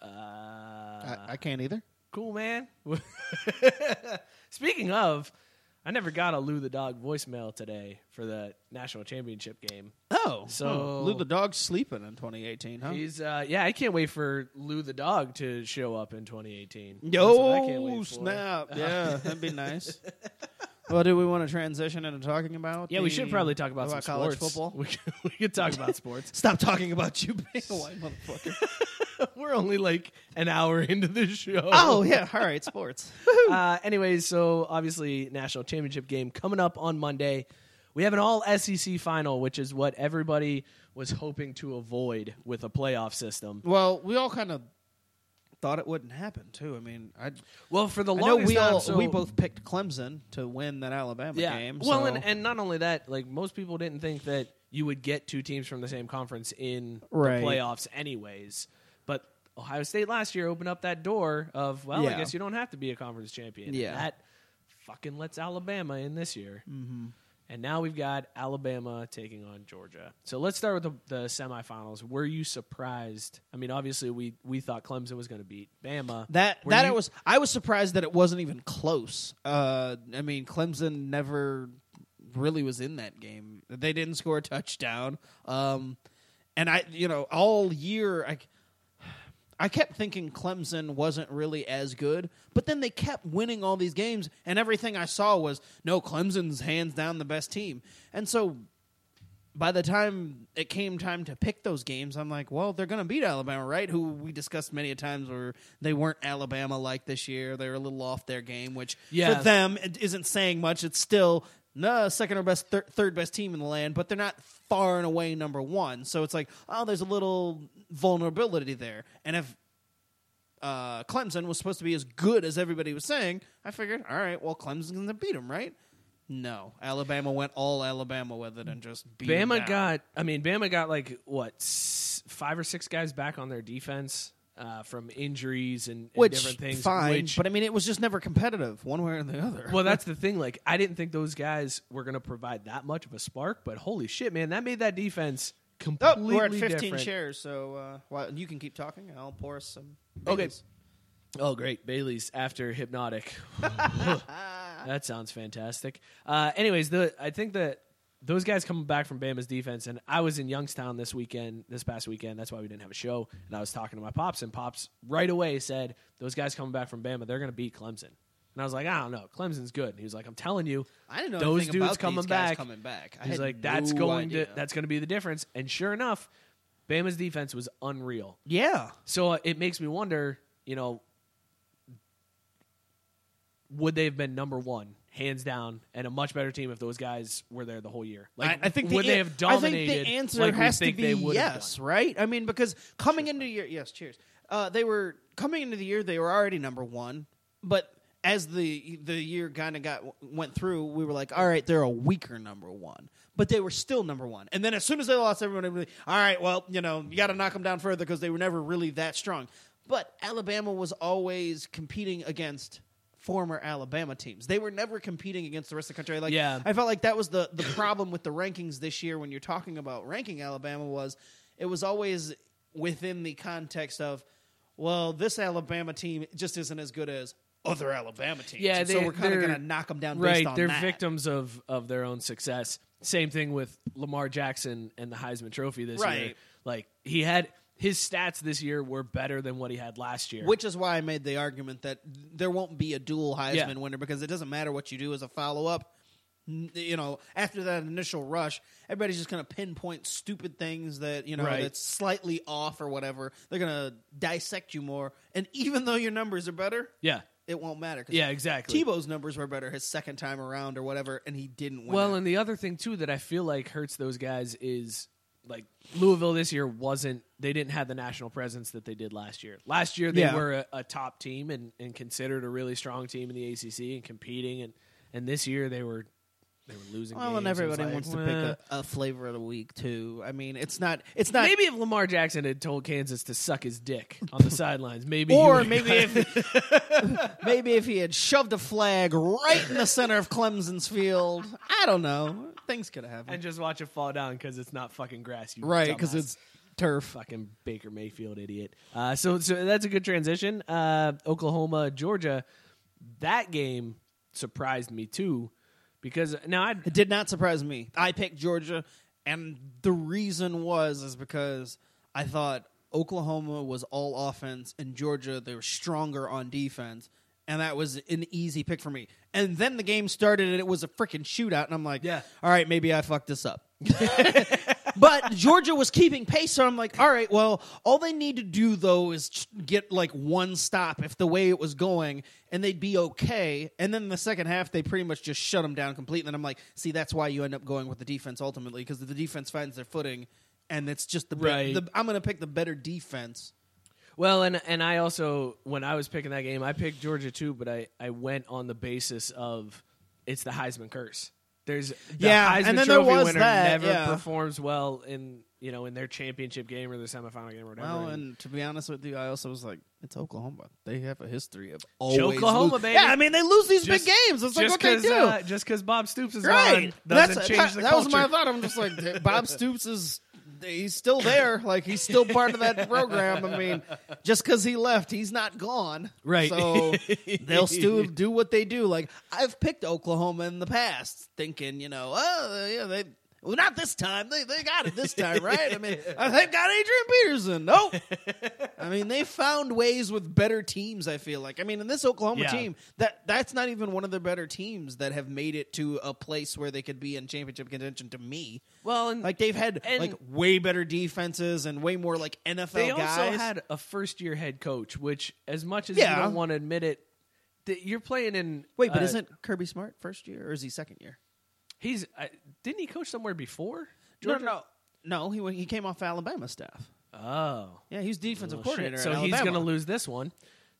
Speaker 3: I, I can't either.
Speaker 4: Cool, man. Speaking of, I never got a Lou the Dog voicemail today for the national championship game.
Speaker 3: Oh,
Speaker 4: So-
Speaker 3: Lou the dog's sleeping in 2018, huh?
Speaker 4: He's uh, yeah, I can't wait for Lou the Dog to show up in 2018. That's what I can't
Speaker 3: Yo,
Speaker 4: wait for.
Speaker 3: snap! Yeah, that'd be nice. Well, do we want to transition into talking about?
Speaker 4: Yeah, we should
Speaker 3: the-
Speaker 4: probably talk about, some
Speaker 3: college
Speaker 4: sports.
Speaker 3: football.
Speaker 4: We could, we could talk about sports.
Speaker 3: Stop talking about you being a white motherfucker.
Speaker 4: We're only like an hour into the show.
Speaker 3: oh yeah, all right, sports.
Speaker 4: Uh, anyways, so obviously national championship game coming up on Monday. We have an all SEC final, which is what everybody was hoping to avoid with a playoff system.
Speaker 3: Well, we all kind of thought it wouldn't happen too. I mean, I,
Speaker 4: Well, for the
Speaker 3: I know
Speaker 4: longest
Speaker 3: we
Speaker 4: time,
Speaker 3: all
Speaker 4: so-
Speaker 3: we both picked Clemson to win that Alabama
Speaker 4: yeah.
Speaker 3: game.
Speaker 4: well,
Speaker 3: so-
Speaker 4: and, and not only that, like most people didn't think that you would get two teams from the same conference in
Speaker 3: Right.
Speaker 4: the playoffs, anyways. But Ohio State last year opened up that door of well,
Speaker 3: Yeah.
Speaker 4: I guess you don't have to be a conference champion. And
Speaker 3: Yeah.
Speaker 4: that fucking lets Alabama in this year. Mm-hmm. And now we've got Alabama taking on Georgia. So let's start with the, the semifinals. Were you surprised? I mean, obviously we we thought Clemson was going to beat Bama.
Speaker 3: that
Speaker 4: Uh, Were
Speaker 3: that
Speaker 4: you-
Speaker 3: I was I was surprised that it wasn't even close. Uh, I mean, Clemson never really was in that game. They didn't score a touchdown. Um, and I, you know, all year I. I kept thinking Clemson wasn't really as good, but then they kept winning all these games, and everything I saw was no, Clemson's hands down the best team. And so by the time it came time to pick those games, I'm like, well, they're going to beat Alabama, right? Who we discussed many a times where they weren't Alabama like this year. They were a little off their game, which
Speaker 4: Yeah.
Speaker 3: for them it isn't saying much. It's still the second or best, thir- third best team in the land, but they're not far and away number one. So it's like, oh, there's a little vulnerability there. And if uh, Clemson was supposed to be as good as everybody was saying, I figured, all right, well, Clemson's going to beat them, right? No, Alabama went all Alabama with it and just beat 'em
Speaker 4: Bama
Speaker 3: down.
Speaker 4: got. I mean, Bama got like what s- five or six guys back on their defense uh, from injuries and, and
Speaker 3: which
Speaker 4: different things.
Speaker 3: fine,
Speaker 4: which-
Speaker 3: but I mean, it was just never competitive one way or the other.
Speaker 4: well, that's the thing. Like, I didn't think those guys were going to provide that much of a spark, but holy shit, man, that made that defense
Speaker 3: Oh,
Speaker 4: completely
Speaker 3: we're at 15
Speaker 4: different.
Speaker 3: shares, so uh, well, you can keep talking. I'll pour us some.
Speaker 4: Okay.
Speaker 3: Baileys.
Speaker 4: Oh, great. Bailey's after Hypnotic. that sounds fantastic. Uh, anyways, the I think that those guys coming back from Bama's defense, and I was in Youngstown this weekend, this past weekend. That's why we didn't have a show. And I was talking to my pops, and pops right away said, Those guys coming back from Bama, they're going to beat Clemson. And I was like, I don't know. Clemson's good. And he was like, I'm telling you,
Speaker 3: I didn't know
Speaker 4: those
Speaker 3: anything
Speaker 4: dudes
Speaker 3: about
Speaker 4: coming
Speaker 3: these guys
Speaker 4: back.
Speaker 3: coming back. I
Speaker 4: He's
Speaker 3: had
Speaker 4: like, that's
Speaker 3: no
Speaker 4: going
Speaker 3: idea."
Speaker 4: to that's going to be the difference. And sure enough, Bama's defense was unreal.
Speaker 3: Yeah,
Speaker 4: So uh, it makes me wonder, you know, would they have been number one, hands down, and a much better team if those guys were there the whole year? Like,
Speaker 3: I, I think
Speaker 4: would
Speaker 3: the
Speaker 4: they
Speaker 3: an-
Speaker 4: have dominated?
Speaker 3: I think the answer
Speaker 4: like we
Speaker 3: has
Speaker 4: think
Speaker 3: to
Speaker 4: they
Speaker 3: be
Speaker 4: would have
Speaker 3: yes,
Speaker 4: done?
Speaker 3: right? I mean, because coming into your yes, cheers. Uh, they were coming into the year; they were already number one, but as the the year kind of got went through, we were like, all right, they're a weaker number one, but they were still number one. And then as soon as they lost, everyone would be all right. Well, you know, you got to knock them down further because they were never really that strong. But Alabama was always competing against former Alabama teams. They were never competing against the rest of the country. Like
Speaker 4: Yeah.
Speaker 3: I felt like that was the the problem with the rankings this year when you're talking about ranking Alabama was it was always within the context of well this Alabama team just isn't as good as other Alabama teams.
Speaker 4: Yeah,
Speaker 3: And so
Speaker 4: they-
Speaker 3: we're kind of
Speaker 4: they're-
Speaker 3: going to knock them down
Speaker 4: Right,
Speaker 3: based on
Speaker 4: they're
Speaker 3: that.
Speaker 4: victims of of their own success. Same thing with Lamar Jackson and the Heisman Trophy this year.
Speaker 3: Right.
Speaker 4: Like he had his stats this year were better than what he had last year.
Speaker 3: Which is why I made the argument that there won't be a dual Heisman
Speaker 4: Yeah.
Speaker 3: winner because it doesn't matter what you do as a follow up. You know, after that initial rush, everybody's just going to pinpoint stupid things that you know
Speaker 4: Right.
Speaker 3: that's slightly off or whatever. They're going to dissect you more, and even though your numbers are better,
Speaker 4: yeah,
Speaker 3: it won't matter. 'cause
Speaker 4: yeah, exactly.
Speaker 3: Tebow's numbers were better his second time around or whatever, and he didn't win.
Speaker 4: Well,
Speaker 3: it.
Speaker 4: and the other thing too that I feel like hurts those guys is like Louisville this year wasn't they didn't have the national presence that they did last year. Last year they
Speaker 3: Yeah.
Speaker 4: were a, a top team and, and considered a really strong team in the ACC and competing and and this year they were they were losing.
Speaker 3: Well,
Speaker 4: games.
Speaker 3: and
Speaker 4: It was
Speaker 3: everybody
Speaker 4: like,
Speaker 3: wants to
Speaker 4: "Well."
Speaker 3: pick a, a flavor of the week too. I mean, it's not it's not
Speaker 4: maybe if Lamar Jackson had told Kansas to suck his dick on the sidelines, maybe he
Speaker 3: or
Speaker 4: would've
Speaker 3: maybe if maybe if he had shoved a flag right in the center of Clemson's field. I don't know. Things could have
Speaker 4: and
Speaker 3: happened.
Speaker 4: just watch it fall down because it's not fucking grass. You
Speaker 3: Right, because
Speaker 4: dumbass.
Speaker 3: it's turf.
Speaker 4: fucking Baker Mayfield idiot. Uh, so so that's a good transition. Uh, Oklahoma Georgia, that game surprised me too because now I
Speaker 3: It did not surprise me. I picked Georgia, and the reason was is because I thought Oklahoma was all offense, and Georgia they were stronger on defense, and that was an easy pick for me. And then the game started, and it was a freaking shootout, and I'm like,
Speaker 4: Yeah.
Speaker 3: all right, maybe I fucked this up. but Georgia was keeping pace, so I'm like, all right, well, all they need to do though is ch- get like one stop if the way it was going, and they'd be okay. And then the second half, they pretty much just shut them down completely. And I'm like, see, that's why you end up going with the defense ultimately because the defense finds their footing, and it's just the, be-
Speaker 4: Right.
Speaker 3: the I'm going to pick the better defense.
Speaker 4: well and and I also when I was picking that game I picked Georgia too, but I I went on the basis of it's the Heisman curse. There's the
Speaker 3: Yeah,
Speaker 4: Heisman
Speaker 3: and then there
Speaker 4: Trophy
Speaker 3: was
Speaker 4: winner
Speaker 3: that,
Speaker 4: never
Speaker 3: yeah.
Speaker 4: performs well in you know in their championship game or their semifinal game or whatever.
Speaker 3: Well,
Speaker 4: And-
Speaker 3: and to be honest with you, I also was like, it's Oklahoma. They have a history of always
Speaker 4: Oklahoma,
Speaker 3: lose-
Speaker 4: baby.
Speaker 3: Yeah, I mean, they lose these
Speaker 4: Just-
Speaker 3: big games. It's like
Speaker 4: just
Speaker 3: what they
Speaker 4: 'cause,
Speaker 3: do.
Speaker 4: uh, just because Bob Stoops is
Speaker 3: Right.
Speaker 4: on doesn't
Speaker 3: That's-
Speaker 4: change
Speaker 3: that,
Speaker 4: the
Speaker 3: that
Speaker 4: culture.
Speaker 3: was my thought. I'm just like Bob Stoops is he's still there. Like he's still part of that program. I mean, just because he left, he's not gone.
Speaker 4: Right.
Speaker 3: So they'll still do what they do. Like I've picked Oklahoma in the past, thinking, you know, oh yeah, they well not this time. They they got it this time, right? I mean, uh, they've got Adrian Peterson. Nope. I mean, they found ways with better teams. I feel like. I mean, in this Oklahoma
Speaker 4: Yeah.
Speaker 3: team, that that's not even one of the better teams that have made it to a place where they could be in championship contention. To me,
Speaker 4: Well, and
Speaker 3: like they've had
Speaker 4: and-
Speaker 3: like way better defenses and way more like NFL
Speaker 4: they
Speaker 3: guys.
Speaker 4: also had a first year head coach, which, as much as you
Speaker 3: Yeah.
Speaker 4: don't want to admit it, that you're playing in.
Speaker 3: Wait, but
Speaker 4: uh,
Speaker 3: isn't Kirby Smart first year or is he second year?
Speaker 4: he's uh, didn't he coach somewhere before?
Speaker 3: No, no, no. No, he went, he came off Alabama staff.
Speaker 4: no. Oh,
Speaker 3: Yeah, he was defensive
Speaker 4: well,
Speaker 3: coordinator.
Speaker 4: shit. So
Speaker 3: at
Speaker 4: he's
Speaker 3: Alabama.
Speaker 4: gonna lose this one.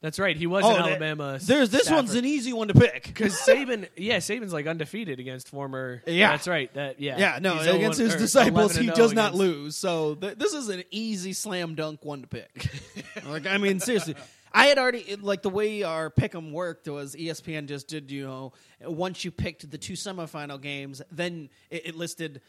Speaker 4: That's right. He was
Speaker 3: Oh,
Speaker 4: in
Speaker 3: that-
Speaker 4: Alabama.
Speaker 3: There's this one's an easy one to pick.
Speaker 4: because Saban. Yeah, Saban's like undefeated against former.
Speaker 3: Yeah.
Speaker 4: that's right. That yeah,
Speaker 3: Yeah, no,
Speaker 4: He's
Speaker 3: against
Speaker 4: 0
Speaker 3: his
Speaker 4: or
Speaker 3: disciples,
Speaker 4: 11
Speaker 3: he
Speaker 4: and
Speaker 3: does
Speaker 4: 0
Speaker 3: not
Speaker 4: against-
Speaker 3: lose. So th- this is an easy slam dunk one to pick. like, I mean, seriously. I had already it- like the way our pick'em worked was E ESPN just did you know once you picked the two semifinal games then it, it listed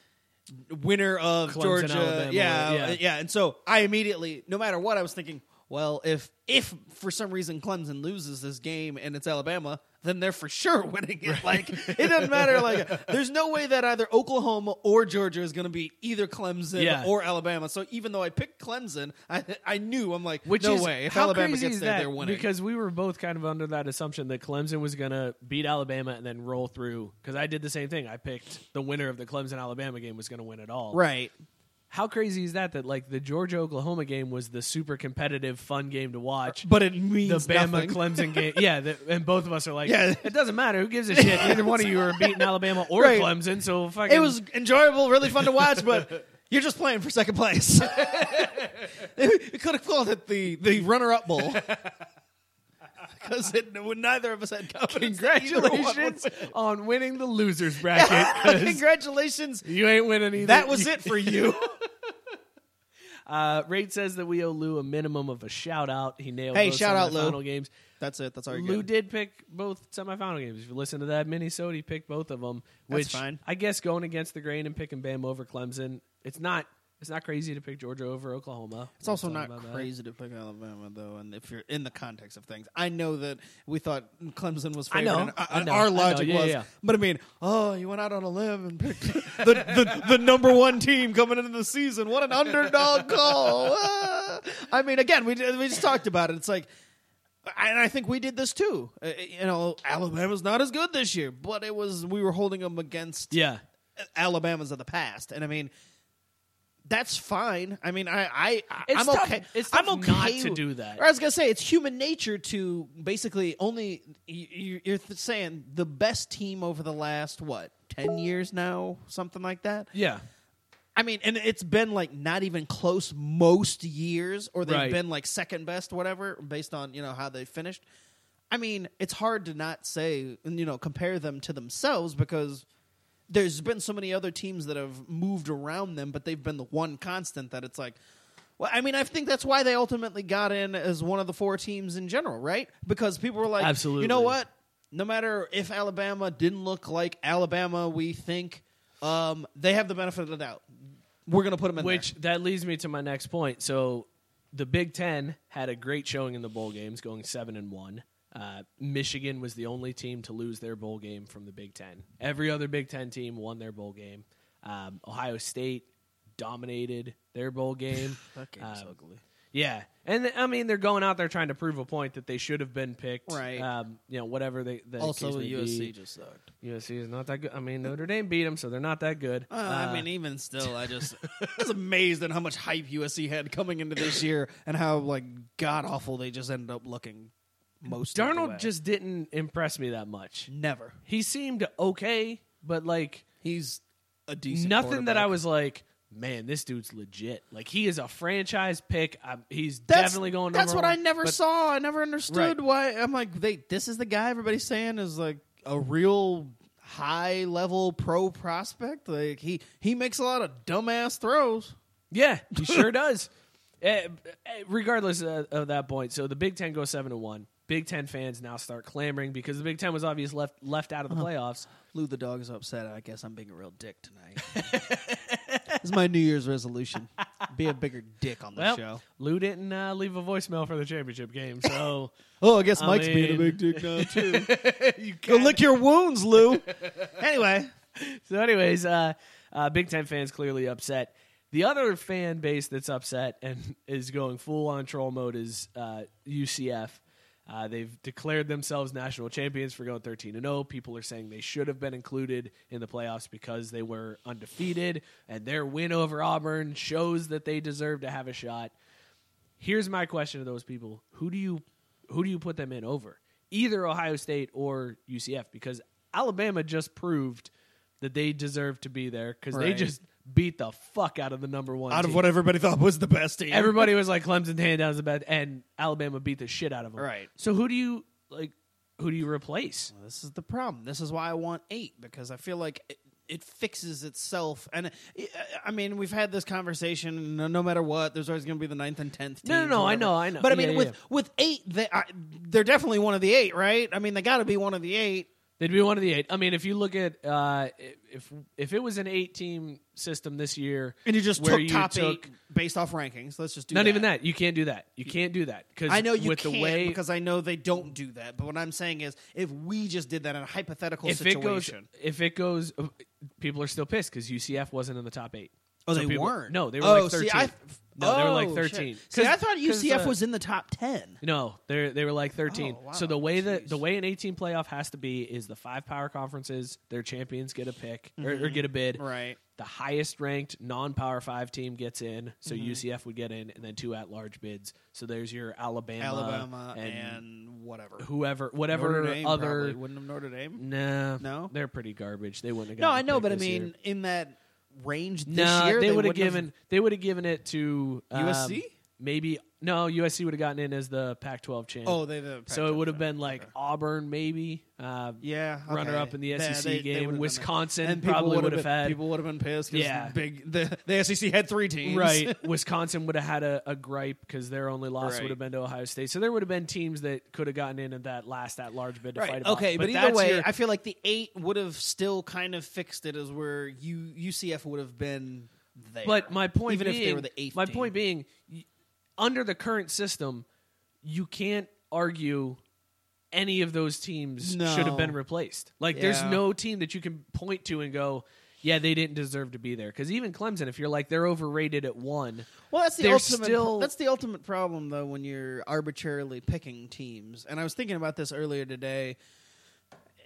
Speaker 3: winner of
Speaker 4: Clemson,
Speaker 3: Georgia
Speaker 4: Alabama,
Speaker 3: yeah,
Speaker 4: yeah.
Speaker 3: yeah yeah and so I immediately no matter what I was thinking well if if for some reason Clemson loses this game and it's Alabama then they're for sure winning it like it doesn't matter like there's no way that either Oklahoma or Georgia is going to be either Clemson
Speaker 4: Yeah.
Speaker 3: or Alabama so even though I picked Clemson I I knew I'm like
Speaker 4: Which
Speaker 3: no
Speaker 4: is,
Speaker 3: way if
Speaker 4: how
Speaker 3: Alabama
Speaker 4: crazy
Speaker 3: gets
Speaker 4: is
Speaker 3: there
Speaker 4: that?
Speaker 3: they're winning
Speaker 4: Because we were both kind of under that assumption that Clemson was going to beat Alabama and then roll through. Because I did the same thing. I picked the winner of the Clemson Alabama game was going to win it all.
Speaker 3: right
Speaker 4: How crazy is that? That like the Georgia Oklahoma game was the super competitive, fun game to watch.
Speaker 3: but it means
Speaker 4: the Bama
Speaker 3: nothing.
Speaker 4: Clemson game, yeah, the, and both of us are like,
Speaker 3: Yeah.
Speaker 4: it doesn't matter. Who gives a shit? Neither one of you are beating Alabama or
Speaker 3: Right.
Speaker 4: Clemson, so fucking.
Speaker 3: It was enjoyable, really fun to watch, but you're just playing for second place. it could have called it the, the runner up bowl. Because neither of us had confidence. that either one would
Speaker 4: congratulations on winning the losers bracket.
Speaker 3: win.
Speaker 4: 'cause
Speaker 3: congratulations.
Speaker 4: you ain't winning either.
Speaker 3: That was it for you.
Speaker 4: Uh, Raid says that we owe Lou a minimum of a shout out. He nailed
Speaker 3: Hey,
Speaker 4: both
Speaker 3: shout out,
Speaker 4: semifinal
Speaker 3: Lou.
Speaker 4: games.
Speaker 3: That's it. That's all
Speaker 4: Lou did pick both semifinal games. If you listen to that Minnesota, he picked both of them. Which
Speaker 3: fine.
Speaker 4: I guess going against the grain and picking Bam over Clemson, it's not it's not crazy to pick Georgia over Oklahoma.
Speaker 3: It's also
Speaker 4: We've talked
Speaker 3: not
Speaker 4: about that.
Speaker 3: crazy to pick Alabama, though, and if you're in the context of things, I know that we thought Clemson was
Speaker 4: I
Speaker 3: favored.
Speaker 4: know.
Speaker 3: and, uh,
Speaker 4: I
Speaker 3: and
Speaker 4: know. I
Speaker 3: Our
Speaker 4: know.
Speaker 3: logic
Speaker 4: Yeah,
Speaker 3: was,
Speaker 4: yeah.
Speaker 3: but I mean, oh, you went out on a limb and picked the, the the number one team coming into the season. What an underdog call! Ah. I mean, again, we we just talked about it. It's like, and I think we did this too. Uh, you know, Alabama's not as good this year, but it was we were holding them against
Speaker 4: yeah.
Speaker 3: Alabama's of the past, and I mean, that's fine. I mean, I, I, I
Speaker 9: It's
Speaker 3: I'm
Speaker 9: tough-
Speaker 3: okay.
Speaker 9: it's
Speaker 3: I'm
Speaker 9: tough
Speaker 3: okay
Speaker 9: not to
Speaker 3: with-
Speaker 9: do that.
Speaker 3: Or I was gonna say it's human nature to basically only you- you, you're th- saying the best team over the last what ten years now, something like that.
Speaker 4: Yeah.
Speaker 3: I mean, and it's been like not even close most years, or they've
Speaker 4: Right.
Speaker 3: been like second best, whatever, based on you know how they finished. I mean, it's hard to not say and you know compare them to themselves because there's been so many other teams that have moved around them, but they've been the one constant that it's like. Well, I mean, I think that's why they ultimately got in as one of the four teams in general, right? Because people were like, you
Speaker 4: Absolutely.
Speaker 3: know what? No matter if Alabama didn't look like Alabama, we think um, they have the benefit of the doubt. We're going to put them in there.
Speaker 4: Which that leads me to my next point. So the Big Ten had a great showing in the bowl games, going seven and one. Uh, Michigan was the only team to lose their bowl game from the Big Ten. Every other Big Ten team won their bowl game. Um, Ohio State dominated their bowl game. that game was ugly. Yeah, and th- I mean they're going out there trying to prove a point that they should have been picked.
Speaker 3: Right.
Speaker 4: Um, you know, whatever they. The case may be.
Speaker 3: just sucked.
Speaker 4: USC is not that good. I mean Notre Dame beat them, so they're not that good.
Speaker 3: Uh, I mean, even still, I just I was amazed at how much hype USC had coming into this year and how like god awful they just ended up looking. Most of the way.
Speaker 4: Darnold just didn't impress me that much.
Speaker 3: never.
Speaker 4: He seemed okay, but like
Speaker 3: He's a decent
Speaker 4: nothing that
Speaker 3: quarterback.
Speaker 4: I was like, man, this dude's legit. Like he is a franchise pick. i he's
Speaker 3: That's-
Speaker 4: definitely going.
Speaker 3: That's
Speaker 4: number
Speaker 3: what I
Speaker 4: one,
Speaker 3: never
Speaker 4: but
Speaker 3: saw. I never understood
Speaker 4: Right.
Speaker 3: why. I'm like, they. This is the guy everybody's saying is like a real high level pro prospect. Like he he makes a lot of dumbass throws.
Speaker 4: Yeah, he sure does. Eh, eh, regardless of, of that point, so the Big Ten goes seven to one. Big Ten fans now start clamoring because the Big Ten was obviously left left out of the playoffs.
Speaker 3: Uh-huh. Lou the dog is upset. I guess I'm being a real dick tonight. this is my New Year's resolution: be a bigger dick on the
Speaker 4: Well,
Speaker 3: show.
Speaker 4: Lou didn't uh, leave a voicemail for the championship game, so
Speaker 3: Oh, I guess
Speaker 4: I
Speaker 3: Mike's being a
Speaker 4: mean-
Speaker 3: big dick now too. Go lick your wounds, Lou. anyway,
Speaker 4: So, anyways, uh, uh, Big Ten fans clearly upset. The other fan base that's upset and is going full on troll mode is uh, UCF. Uh, they've declared themselves national champions for going 13 and 0. People are saying they should have been included in the playoffs because they were undefeated, and their win over Auburn shows that they deserve to have a shot here's my question to those people who do you who do you put them in over either ohio state or ucf because alabama just proved that they deserve to be there because they
Speaker 3: Right.
Speaker 4: just beat the fuck out of the number one
Speaker 3: out of
Speaker 4: team.
Speaker 3: what everybody thought was the best team.
Speaker 4: everybody was like clemson hand down the bed and alabama beat the shit out of them
Speaker 3: Right.
Speaker 4: so who do you like who do you replace
Speaker 3: This is the problem. This is why I want eight because I feel like it, it fixes itself. And uh, I mean, we've had this conversation. No, no matter what, there's always going to be the ninth and tenth.
Speaker 4: No, no,
Speaker 3: teams
Speaker 4: no,
Speaker 3: or
Speaker 4: I
Speaker 3: whatever.
Speaker 4: know, I know.
Speaker 3: But I
Speaker 4: Yeah,
Speaker 3: mean,
Speaker 4: yeah,
Speaker 3: with
Speaker 4: yeah.
Speaker 3: with eight, they I, they're definitely one of the eight, right? I mean, they got to be one of the eight.
Speaker 4: They'd be one of the eight. I mean, if you look at uh, if if it was an eight team system this year,
Speaker 3: And you just
Speaker 4: where
Speaker 3: took
Speaker 4: you
Speaker 3: top
Speaker 4: took-
Speaker 3: eight based off rankings. Let's just do
Speaker 4: Not even that. You can't do that. You can't do that because
Speaker 3: I know you
Speaker 4: with
Speaker 3: can't
Speaker 4: the way
Speaker 3: because I know they don't do that. But what I'm saying is, if we just did that in a hypothetical
Speaker 4: if
Speaker 3: situation,
Speaker 4: it goes if it goes, people are still pissed because UCF wasn't in the top eight.
Speaker 3: Oh,
Speaker 4: So
Speaker 3: they
Speaker 4: people-
Speaker 3: weren't.
Speaker 4: No, they were
Speaker 3: Oh,
Speaker 4: like
Speaker 3: see,
Speaker 4: thirteen.
Speaker 3: I-
Speaker 4: no, they were like
Speaker 3: oh, shit.
Speaker 4: thirteen.
Speaker 3: See,
Speaker 4: 'Cause-
Speaker 3: I thought
Speaker 4: 'cause,
Speaker 3: UCF
Speaker 4: uh,
Speaker 3: was in the top ten.
Speaker 4: No, they they were like thirteen.
Speaker 3: Oh, wow.
Speaker 4: So the way that
Speaker 3: Jeez.
Speaker 4: the way an eighteen playoff has to be is the five power conferences, their champions get a pick or, or get a bid.
Speaker 3: Mm-hmm. Right.
Speaker 4: The highest ranked non power five team gets in, so
Speaker 3: Mm-hmm.
Speaker 4: UCF would get in, and then two at large bids. So there's your Alabama,
Speaker 3: Alabama and, whatever.
Speaker 4: whoever, whatever
Speaker 3: Notre Dame
Speaker 4: other.
Speaker 3: probably. wouldn't have Notre Dame.
Speaker 4: Nah,
Speaker 3: No?
Speaker 4: they're pretty garbage. They wouldn't have.
Speaker 3: No,
Speaker 4: gotten
Speaker 3: I know,
Speaker 4: picked
Speaker 3: but I
Speaker 4: this year.
Speaker 3: mean, in that range this
Speaker 4: No,
Speaker 3: year,
Speaker 4: they, would have
Speaker 3: wouldn't
Speaker 4: given. They would have given it to um,
Speaker 3: USC?
Speaker 4: Maybe no, USC would have gotten in as the Pac-12 champ.
Speaker 3: Oh, they the
Speaker 4: so it
Speaker 3: Pac-12
Speaker 4: would have
Speaker 3: champ.
Speaker 4: been like
Speaker 3: Okay.
Speaker 4: Auburn, maybe. Uh,
Speaker 3: Yeah, okay.
Speaker 4: runner up in the
Speaker 3: Yeah,
Speaker 4: SEC
Speaker 3: they- they
Speaker 4: game.
Speaker 3: would've done that.
Speaker 4: Wisconsin
Speaker 3: and people
Speaker 4: probably
Speaker 3: would've
Speaker 4: would've
Speaker 3: been-
Speaker 4: had-
Speaker 3: people would have been pissed. 'cause
Speaker 4: Yeah.
Speaker 3: big the, the SEC had three teams.
Speaker 4: Right, Wisconsin would have had a, a gripe because their only loss
Speaker 3: Right.
Speaker 4: would have been to Ohio State. So there would have been teams that could have gotten in at that last at large bid to fight
Speaker 3: Right.
Speaker 4: about.
Speaker 3: Okay, but, either
Speaker 4: that's
Speaker 3: way,
Speaker 4: your-
Speaker 3: I feel like the eight would have still kind of fixed it as where you UCF would have been there.
Speaker 4: But my point,
Speaker 3: even
Speaker 4: being,
Speaker 3: if they were the eighth,
Speaker 4: my
Speaker 3: team.
Speaker 4: point being, y- under the current system, you can't argue any of those teams
Speaker 3: No.
Speaker 4: should have been replaced. Like, there's
Speaker 3: Yeah.
Speaker 4: no team that you can point to and go, yeah, they didn't deserve to be there. Because even Clemson, if you're like they're overrated at one,
Speaker 3: Well, that's the
Speaker 4: They're
Speaker 3: ultimate.
Speaker 4: still-
Speaker 3: That's the ultimate problem, though, when you're arbitrarily picking teams. And I was thinking about this earlier today.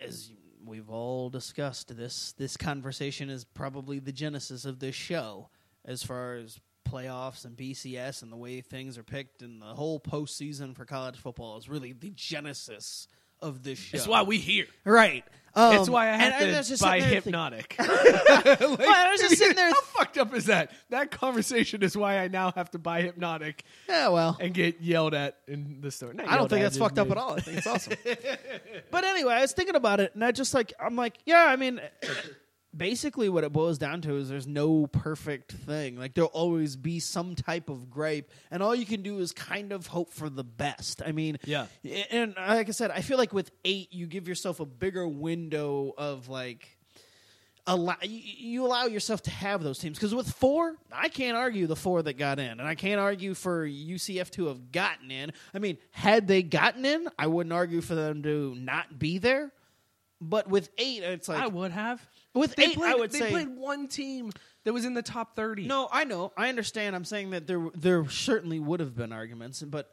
Speaker 3: As we've all discussed, this this conversation is probably the genesis of this show, as far as playoffs and BCS and the way things are picked and the whole postseason for college football is really the genesis of this show.
Speaker 4: that's why we here.
Speaker 3: right. Um,
Speaker 4: That's why I
Speaker 3: and-
Speaker 4: have
Speaker 3: and I was
Speaker 4: to
Speaker 3: just
Speaker 4: buy
Speaker 3: sitting there thinking-
Speaker 4: hypnotic.
Speaker 3: Well, I was just sitting there.
Speaker 5: How fucked up is that? That conversation is why I now have to buy hypnotic
Speaker 3: Yeah, well,
Speaker 5: and get yelled at in the store.
Speaker 3: I don't think that's fucked up at all. I think it's awesome. but anyway, I was thinking about it, and I just like I'm like, yeah. I mean, basically, what it boils down to is there's no perfect thing. Like there'll always be some type of gripe, and all you can do is kind of hope for the best. I mean,
Speaker 4: Yeah.
Speaker 3: a- And like I said, I feel like with eight, you give yourself a bigger window of like allow you, you allow yourself to have those teams because with four, I can't argue the four that got in, and I can't argue for UCF to have gotten in. I mean, had they gotten in, I wouldn't argue for them to not be there. But with eight, it's like
Speaker 4: I would have.
Speaker 3: with
Speaker 4: They
Speaker 3: eight,
Speaker 4: played,
Speaker 3: I would
Speaker 4: they
Speaker 3: say
Speaker 4: played one team that was in the top thirty.
Speaker 3: no. I know, I understand. I'm saying that there there certainly would have been arguments, but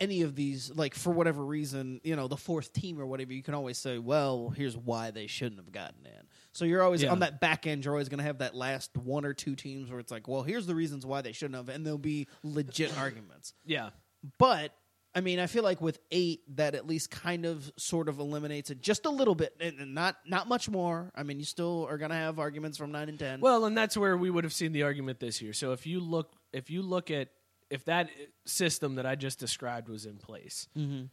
Speaker 3: any of these, like for whatever reason, you know, the fourth team or whatever, you can always say, well, here's why they shouldn't have gotten in. So you're always
Speaker 4: Yeah.
Speaker 3: on that back end. You're always going to have that last one or two teams where it's like, well, here's the reasons why they shouldn't have, and there'll be legit arguments.
Speaker 4: yeah,
Speaker 3: But I mean, I feel like with eight, that at least kind of sort of eliminates it just a little bit, and and not not much more. I mean, you still are going to have arguments from nine and ten.
Speaker 4: Well, and that's where we would have seen the argument this year. So if you look, if you look at if that system that I just described was in place,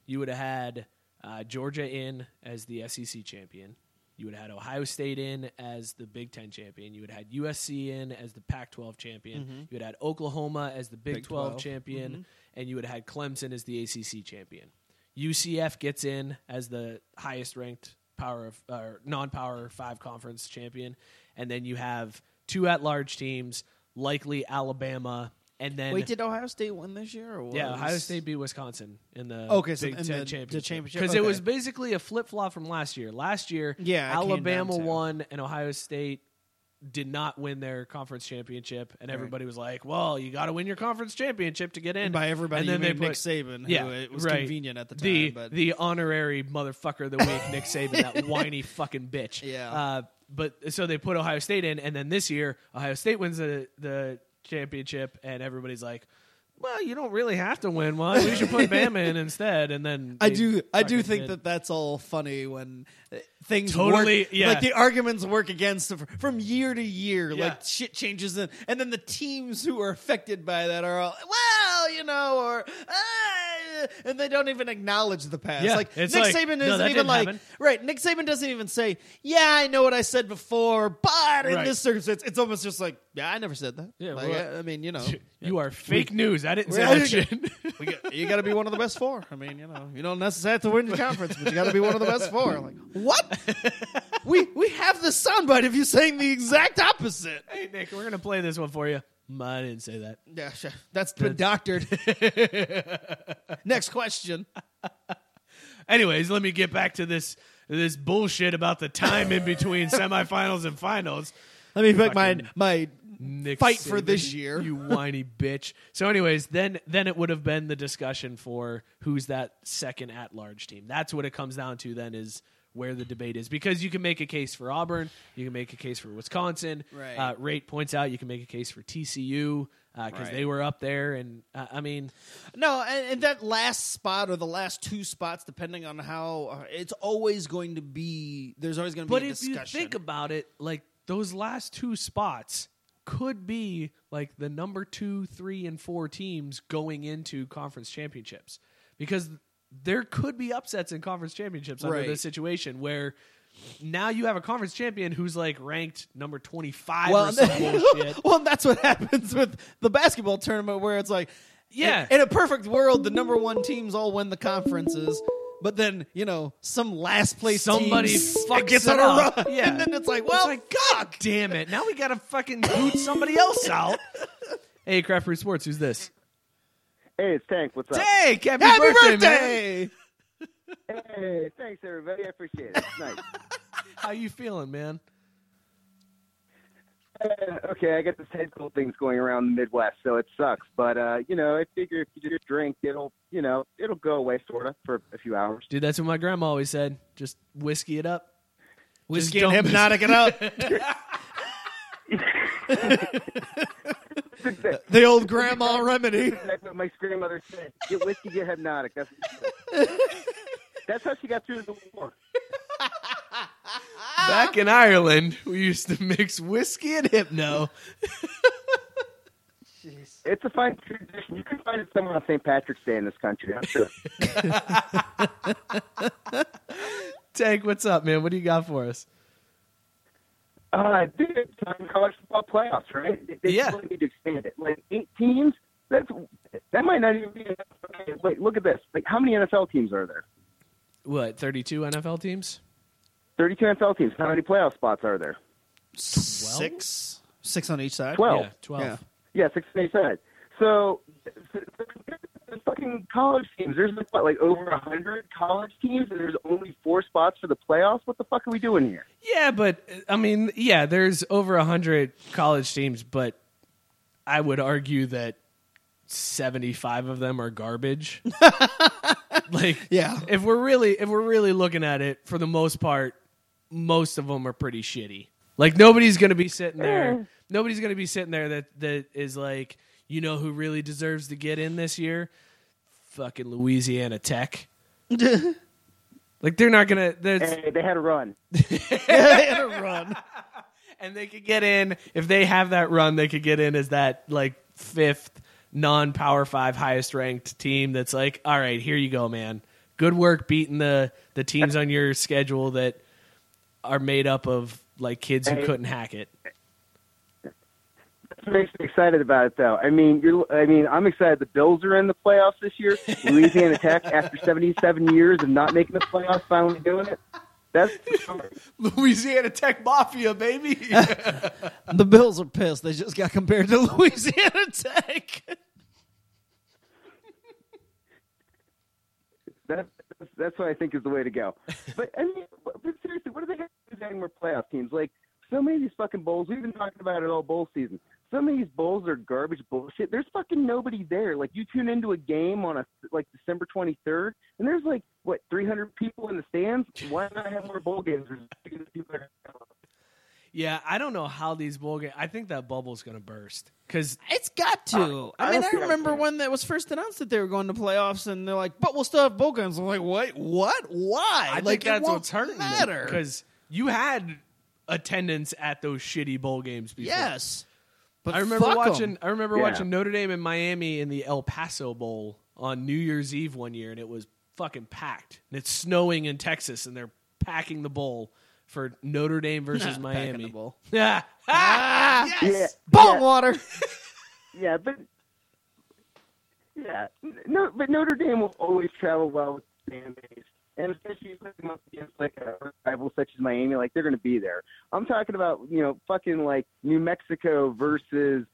Speaker 4: you would have had uh, Georgia in as the SEC champion. You would have had Ohio State in as the Big Ten champion. You would have had USC in as the Pac-12 champion. You would have had Oklahoma as the Big, 12, champion,
Speaker 3: Mm-hmm.
Speaker 4: and you would have had Clemson as the ACC champion. UCF gets in as the highest ranked power of or non-power five conference champion, and then you have two at-large teams, likely Alabama, and then
Speaker 3: Wait, did Ohio State win this year? Or
Speaker 4: yeah,
Speaker 3: was-
Speaker 4: Ohio State beat Wisconsin in the
Speaker 3: Okay, so
Speaker 4: Big
Speaker 3: in
Speaker 4: Ten
Speaker 3: the- the
Speaker 4: championship
Speaker 3: championship,
Speaker 4: because it
Speaker 3: okay.
Speaker 4: was basically a flip flop from last year. Last year,
Speaker 3: Yeah, it came
Speaker 4: Alabama
Speaker 3: down to-
Speaker 4: won and Ohio State did not win their conference championship, and everybody was like, "Well, you got to win your conference championship to get in."
Speaker 3: And by everybody,
Speaker 4: and
Speaker 3: you
Speaker 4: then they
Speaker 3: mean Nick
Speaker 4: put-
Speaker 3: Saban, who
Speaker 4: yeah,
Speaker 3: it was
Speaker 4: right.
Speaker 3: convenient at the time,
Speaker 4: The
Speaker 3: but-
Speaker 4: the honorary motherfucker of the week, Nick Saban, that whiny fucking bitch.
Speaker 3: Yeah.
Speaker 4: Uh, but so they put Ohio State in, and then this year Ohio State wins the the championship, and everybody's like, "Well, you don't really have to win one. We should put Bama in instead." And then
Speaker 3: I
Speaker 4: they
Speaker 3: do. I do
Speaker 4: fucking
Speaker 3: think
Speaker 4: did.
Speaker 3: that that's all funny when uh, things
Speaker 4: Totally,
Speaker 3: work-
Speaker 4: yeah.
Speaker 3: Like the arguments work against them from year to year.
Speaker 4: Yeah.
Speaker 3: Like shit changes, in, and then the teams who are affected by that are all well, you know, or ah, and they don't even acknowledge the past.
Speaker 4: Yeah,
Speaker 3: like Nick
Speaker 4: it's like,
Speaker 3: Saban
Speaker 4: no,
Speaker 3: isn't
Speaker 4: that
Speaker 3: even
Speaker 4: didn't
Speaker 3: like
Speaker 4: happen.
Speaker 3: right. Nick Saban doesn't even say, "Yeah, I know what I said before," but in
Speaker 4: Right.
Speaker 3: this circumstance, it's almost just like, "Yeah, I never said that."
Speaker 4: Yeah,
Speaker 3: Like,
Speaker 4: well,
Speaker 3: I, I mean, you know,
Speaker 4: you are fake news. I didn't say
Speaker 3: Well,
Speaker 4: that
Speaker 3: you-
Speaker 4: shit.
Speaker 3: we got, you got to be one of the best four. I mean, you know, you don't necessarily have to win your conference, but you got to be one of the best four. Like what? we we have the soundbite of you saying the exact opposite.
Speaker 4: hey Nick, we're gonna play this one for you. Mm, I didn't say that.
Speaker 3: Yeah, sure. that's been doctored. Next question.
Speaker 4: Anyways, let me get back to this this bullshit about the time in between semifinals and finals.
Speaker 3: Let me pick my my.
Speaker 4: Nick
Speaker 3: Fight for
Speaker 4: Saban,
Speaker 3: this year.
Speaker 4: you whiny bitch. So, anyways, then then it would have been the discussion for who's that second at large team. That's what it comes down to. Then is where the debate is because you can make a case for Auburn, you can make a case for Wisconsin.
Speaker 3: Right.
Speaker 4: Uh, Rate points out you can make a case for TCU because
Speaker 3: Right.
Speaker 4: uh, they were up there, and uh, I mean,
Speaker 3: No, and, and that last spot or the last two spots, depending on how uh, it's always going to be. There's always going to be
Speaker 4: but
Speaker 3: a
Speaker 4: if
Speaker 3: discussion.
Speaker 4: you think about it, like those last two spots could be like the number two, three, and four teams going into conference championships because there could be upsets in conference championships
Speaker 3: Right.
Speaker 4: under this situation where now you have a conference champion who's like ranked number 25 or
Speaker 3: Well,
Speaker 4: some
Speaker 3: and-
Speaker 4: bullshit.
Speaker 3: well, and that's what happens with the basketball tournament, where it's like,
Speaker 4: Yeah.
Speaker 3: in, in a perfect world, the number one teams all win the conferences, but then you know some last place
Speaker 4: Somebody
Speaker 3: team
Speaker 4: fucks
Speaker 3: gets
Speaker 4: it
Speaker 3: on a
Speaker 4: up.
Speaker 3: run,
Speaker 4: Yeah.
Speaker 3: and then it's like,
Speaker 4: It's
Speaker 3: well,
Speaker 4: like, God damn it. Now we got to fucking boot somebody else out. hey, Craft Root Sports, who's this?
Speaker 10: Hey, it's Tank. What's up?
Speaker 4: Hey, happy,
Speaker 3: happy birthday!
Speaker 4: man.
Speaker 10: Hey, thanks everybody. I appreciate it. It's nice.
Speaker 4: How you feeling, man?
Speaker 10: Uh, okay, I got this head cold things going around the Midwest, so it sucks. But uh, you know, I figure if you just drink, it'll you know it'll go away sort of for a few hours.
Speaker 4: Dude, that's what my grandma always said. Just whiskey it up.
Speaker 3: Whiskey
Speaker 4: don't
Speaker 3: and
Speaker 4: miss-
Speaker 3: hypnotic it up. the old grandma remedy.
Speaker 10: That's what my grandmother said. Get whiskey, get hypnotic. That's what she said. that's how she got through the war.
Speaker 4: Back in Ireland, we used to mix whiskey and hypno.
Speaker 10: It's a fine tradition. You can find it somewhere on St. Patrick's Day in this country. I'm sure.
Speaker 4: Tank, what's up, man? What do you got for us?
Speaker 10: Uh, dude, it's on college football playoffs, right? They, they
Speaker 4: Yeah.
Speaker 10: really need to expand it. Like eight teams. That's that might not even be enough. Like, look at this. Like, how many NFL teams are there?
Speaker 4: What, 32 NFL teams?
Speaker 10: Thirty-two NFL teams. How many playoff spots are there?
Speaker 3: Six, six on each side.
Speaker 10: Twelve.
Speaker 4: Yeah, 12.
Speaker 3: Yeah.
Speaker 10: Yeah, six and eight side. So, th- th- th- fucking college teams. There's like, what, like over a hundred college teams, and there's only four spots for the playoffs. What the fuck are we doing here?
Speaker 4: Yeah, but uh, I mean, yeah, there's over 100 college teams, but I would argue that 75 of them are garbage. like
Speaker 3: Yeah.
Speaker 4: If we're really if we're really looking at it for the most part, most of them are pretty shitty. Like nobody's going to be sitting
Speaker 5: Mm.
Speaker 4: there. Nobody's going to be sitting there that that is like, you know who really deserves to get in this year? Fucking Louisiana Tech. like they're not going to that's
Speaker 10: Hey, they had a run.
Speaker 3: and a run.
Speaker 4: and they could get in if they have that run they could get in as that like fifth non power five highest ranked team that's like all right here you go man good work beating the the teams on your schedule that are made up of like kids who couldn't hack it
Speaker 10: That's what makes me excited about it, though. I mean, you're. I mean, I'm excited. The Bills are in the playoffs this year. Louisiana Tech, after 77 years of not making the playoffs, finally doing it. That's
Speaker 4: louisiana tech mafia baby
Speaker 3: The Bills are pissed. They just got compared to Louisiana Tech.
Speaker 10: that's that's what I think is the way to go. But I mean, but seriously, what are they going to do with any more playoff teams? Like so many of these fucking bowls. We've been talking about it all bowl season. So many of these bowls are garbage bullshit. There's fucking nobody there. Like you tune into a game on a like December 23rd, and there's like what 300 people in the stands. Why not have more bowl games? There's people that are-
Speaker 4: yeah i don't know how these bowl games i think that bubble's gonna burst because
Speaker 3: It's got to. I,
Speaker 10: I
Speaker 3: mean,
Speaker 10: don't
Speaker 3: I
Speaker 10: see that
Speaker 3: remember
Speaker 10: point.
Speaker 3: when that was first announced that they were going to playoffs, and they're like, "But we'll still have bowl games." I'm like, "Wait, what? Why?"
Speaker 4: I think
Speaker 3: like,
Speaker 4: that's
Speaker 3: it won't
Speaker 4: what's hurting
Speaker 3: matter.
Speaker 4: because you had attendance at those shitty bowl games before
Speaker 3: yes, but
Speaker 4: I remember
Speaker 3: fuck 'em.
Speaker 4: watching. I remember
Speaker 10: Yeah.
Speaker 4: watching Notre Dame and Miami in the El Paso Bowl on New Year's Eve one year, and it was fucking packed. And it's snowing in Texas, and they're packing the bowl for Notre Dame versus Miami.
Speaker 3: bowl.
Speaker 4: Yeah, Ah!
Speaker 10: Yeah,
Speaker 3: Ball
Speaker 10: yeah.
Speaker 3: water.
Speaker 10: Yeah, but yeah, N- no, but Notre Dame will always travel well with the fan base, and especially playing up against like a rival such as Miami, like they're going to be there. I'm talking about you know fucking like New Mexico versus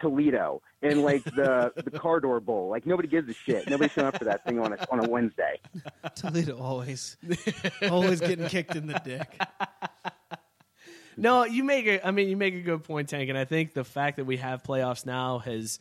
Speaker 10: Toledo and like the the Car Door Bowl. Like nobody gives a shit. Nobody's showing up for that thing on a on a Wednesday.
Speaker 3: Toledo always, always getting kicked in the dick.
Speaker 4: No, you make a. I mean, you make a good point, Tank, and I think the fact that we have playoffs now has,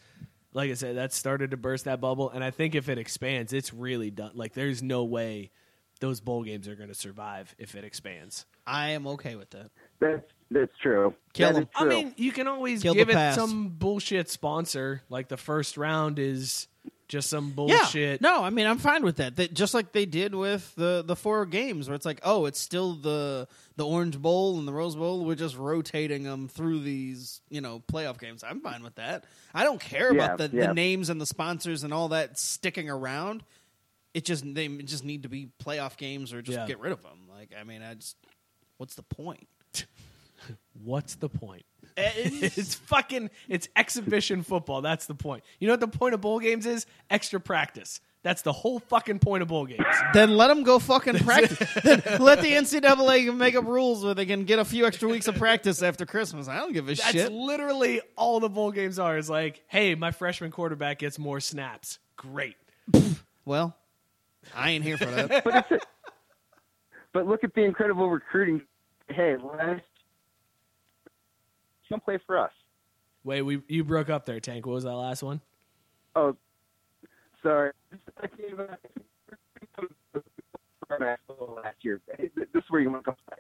Speaker 4: like I said, that started to burst that bubble. And I think if it expands, it's really done. Like, there's no way those bowl games are going to survive if it expands.
Speaker 3: I am okay with that.
Speaker 10: That's that's true.
Speaker 3: Kill
Speaker 10: That
Speaker 3: 'em.
Speaker 10: is
Speaker 4: I
Speaker 10: true.
Speaker 4: mean, you can always
Speaker 3: Kill the
Speaker 4: give it
Speaker 3: past.
Speaker 4: some bullshit sponsor. Like the first round is just some bullshit.
Speaker 3: No, I mean I'm fine with that. That just like they did with the the four games where it's like, oh, it's still the the Orange Bowl and the Rose Bowl. We're just rotating them through these you know playoff games. I'm fine with that. I don't care about
Speaker 10: Yeah,
Speaker 3: the,
Speaker 10: yeah.
Speaker 3: the names and the sponsors and all that sticking around. It just they just need to be playoff games or just
Speaker 4: Yeah.
Speaker 3: get rid of them. Like I mean, I just what's the point?
Speaker 4: What's the point?
Speaker 3: Eh,
Speaker 4: it's fucking it's exhibition football. That's the point. You know what the point of bowl games is? Extra practice. That's the whole fucking point of bowl games.
Speaker 3: Then let them go fucking practice. then let the NCAA make up rules where they can get a few extra weeks of practice after Christmas. I don't give a
Speaker 4: That's
Speaker 3: shit.
Speaker 4: literally all the bowl games are. Is like, hey, my freshman quarterback gets more snaps. Great.
Speaker 3: Well, I ain't here for that.
Speaker 10: but it's a, but look at the incredible recruiting. Hey, last Come play for us.
Speaker 9: Wait, we you broke up there, Tank. What was that last one?
Speaker 10: Oh, sorry. I gave a- last year. This is where you want to come play.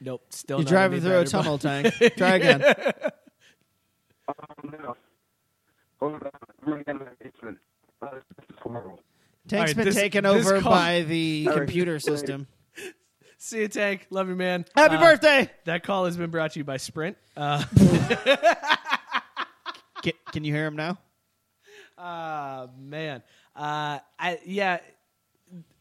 Speaker 9: Nope. Still
Speaker 3: You're
Speaker 9: not any
Speaker 3: driving through a
Speaker 9: better, but-
Speaker 3: tunnel, Tank. Try again.
Speaker 10: Oh no. Hold on. I'm running out of basement. Uh, this is horrible.
Speaker 3: Tank's
Speaker 4: right,
Speaker 3: been
Speaker 4: this-
Speaker 3: taken
Speaker 4: this
Speaker 3: over
Speaker 4: call-
Speaker 3: by the
Speaker 10: right.
Speaker 3: computer system.
Speaker 4: See you, Tank. Love you, man.
Speaker 3: Happy
Speaker 4: Uh,
Speaker 3: birthday!
Speaker 4: That call has been brought to you by Sprint. Uh,
Speaker 3: Can, can you hear him now?
Speaker 4: ah, man. Uh, I yeah.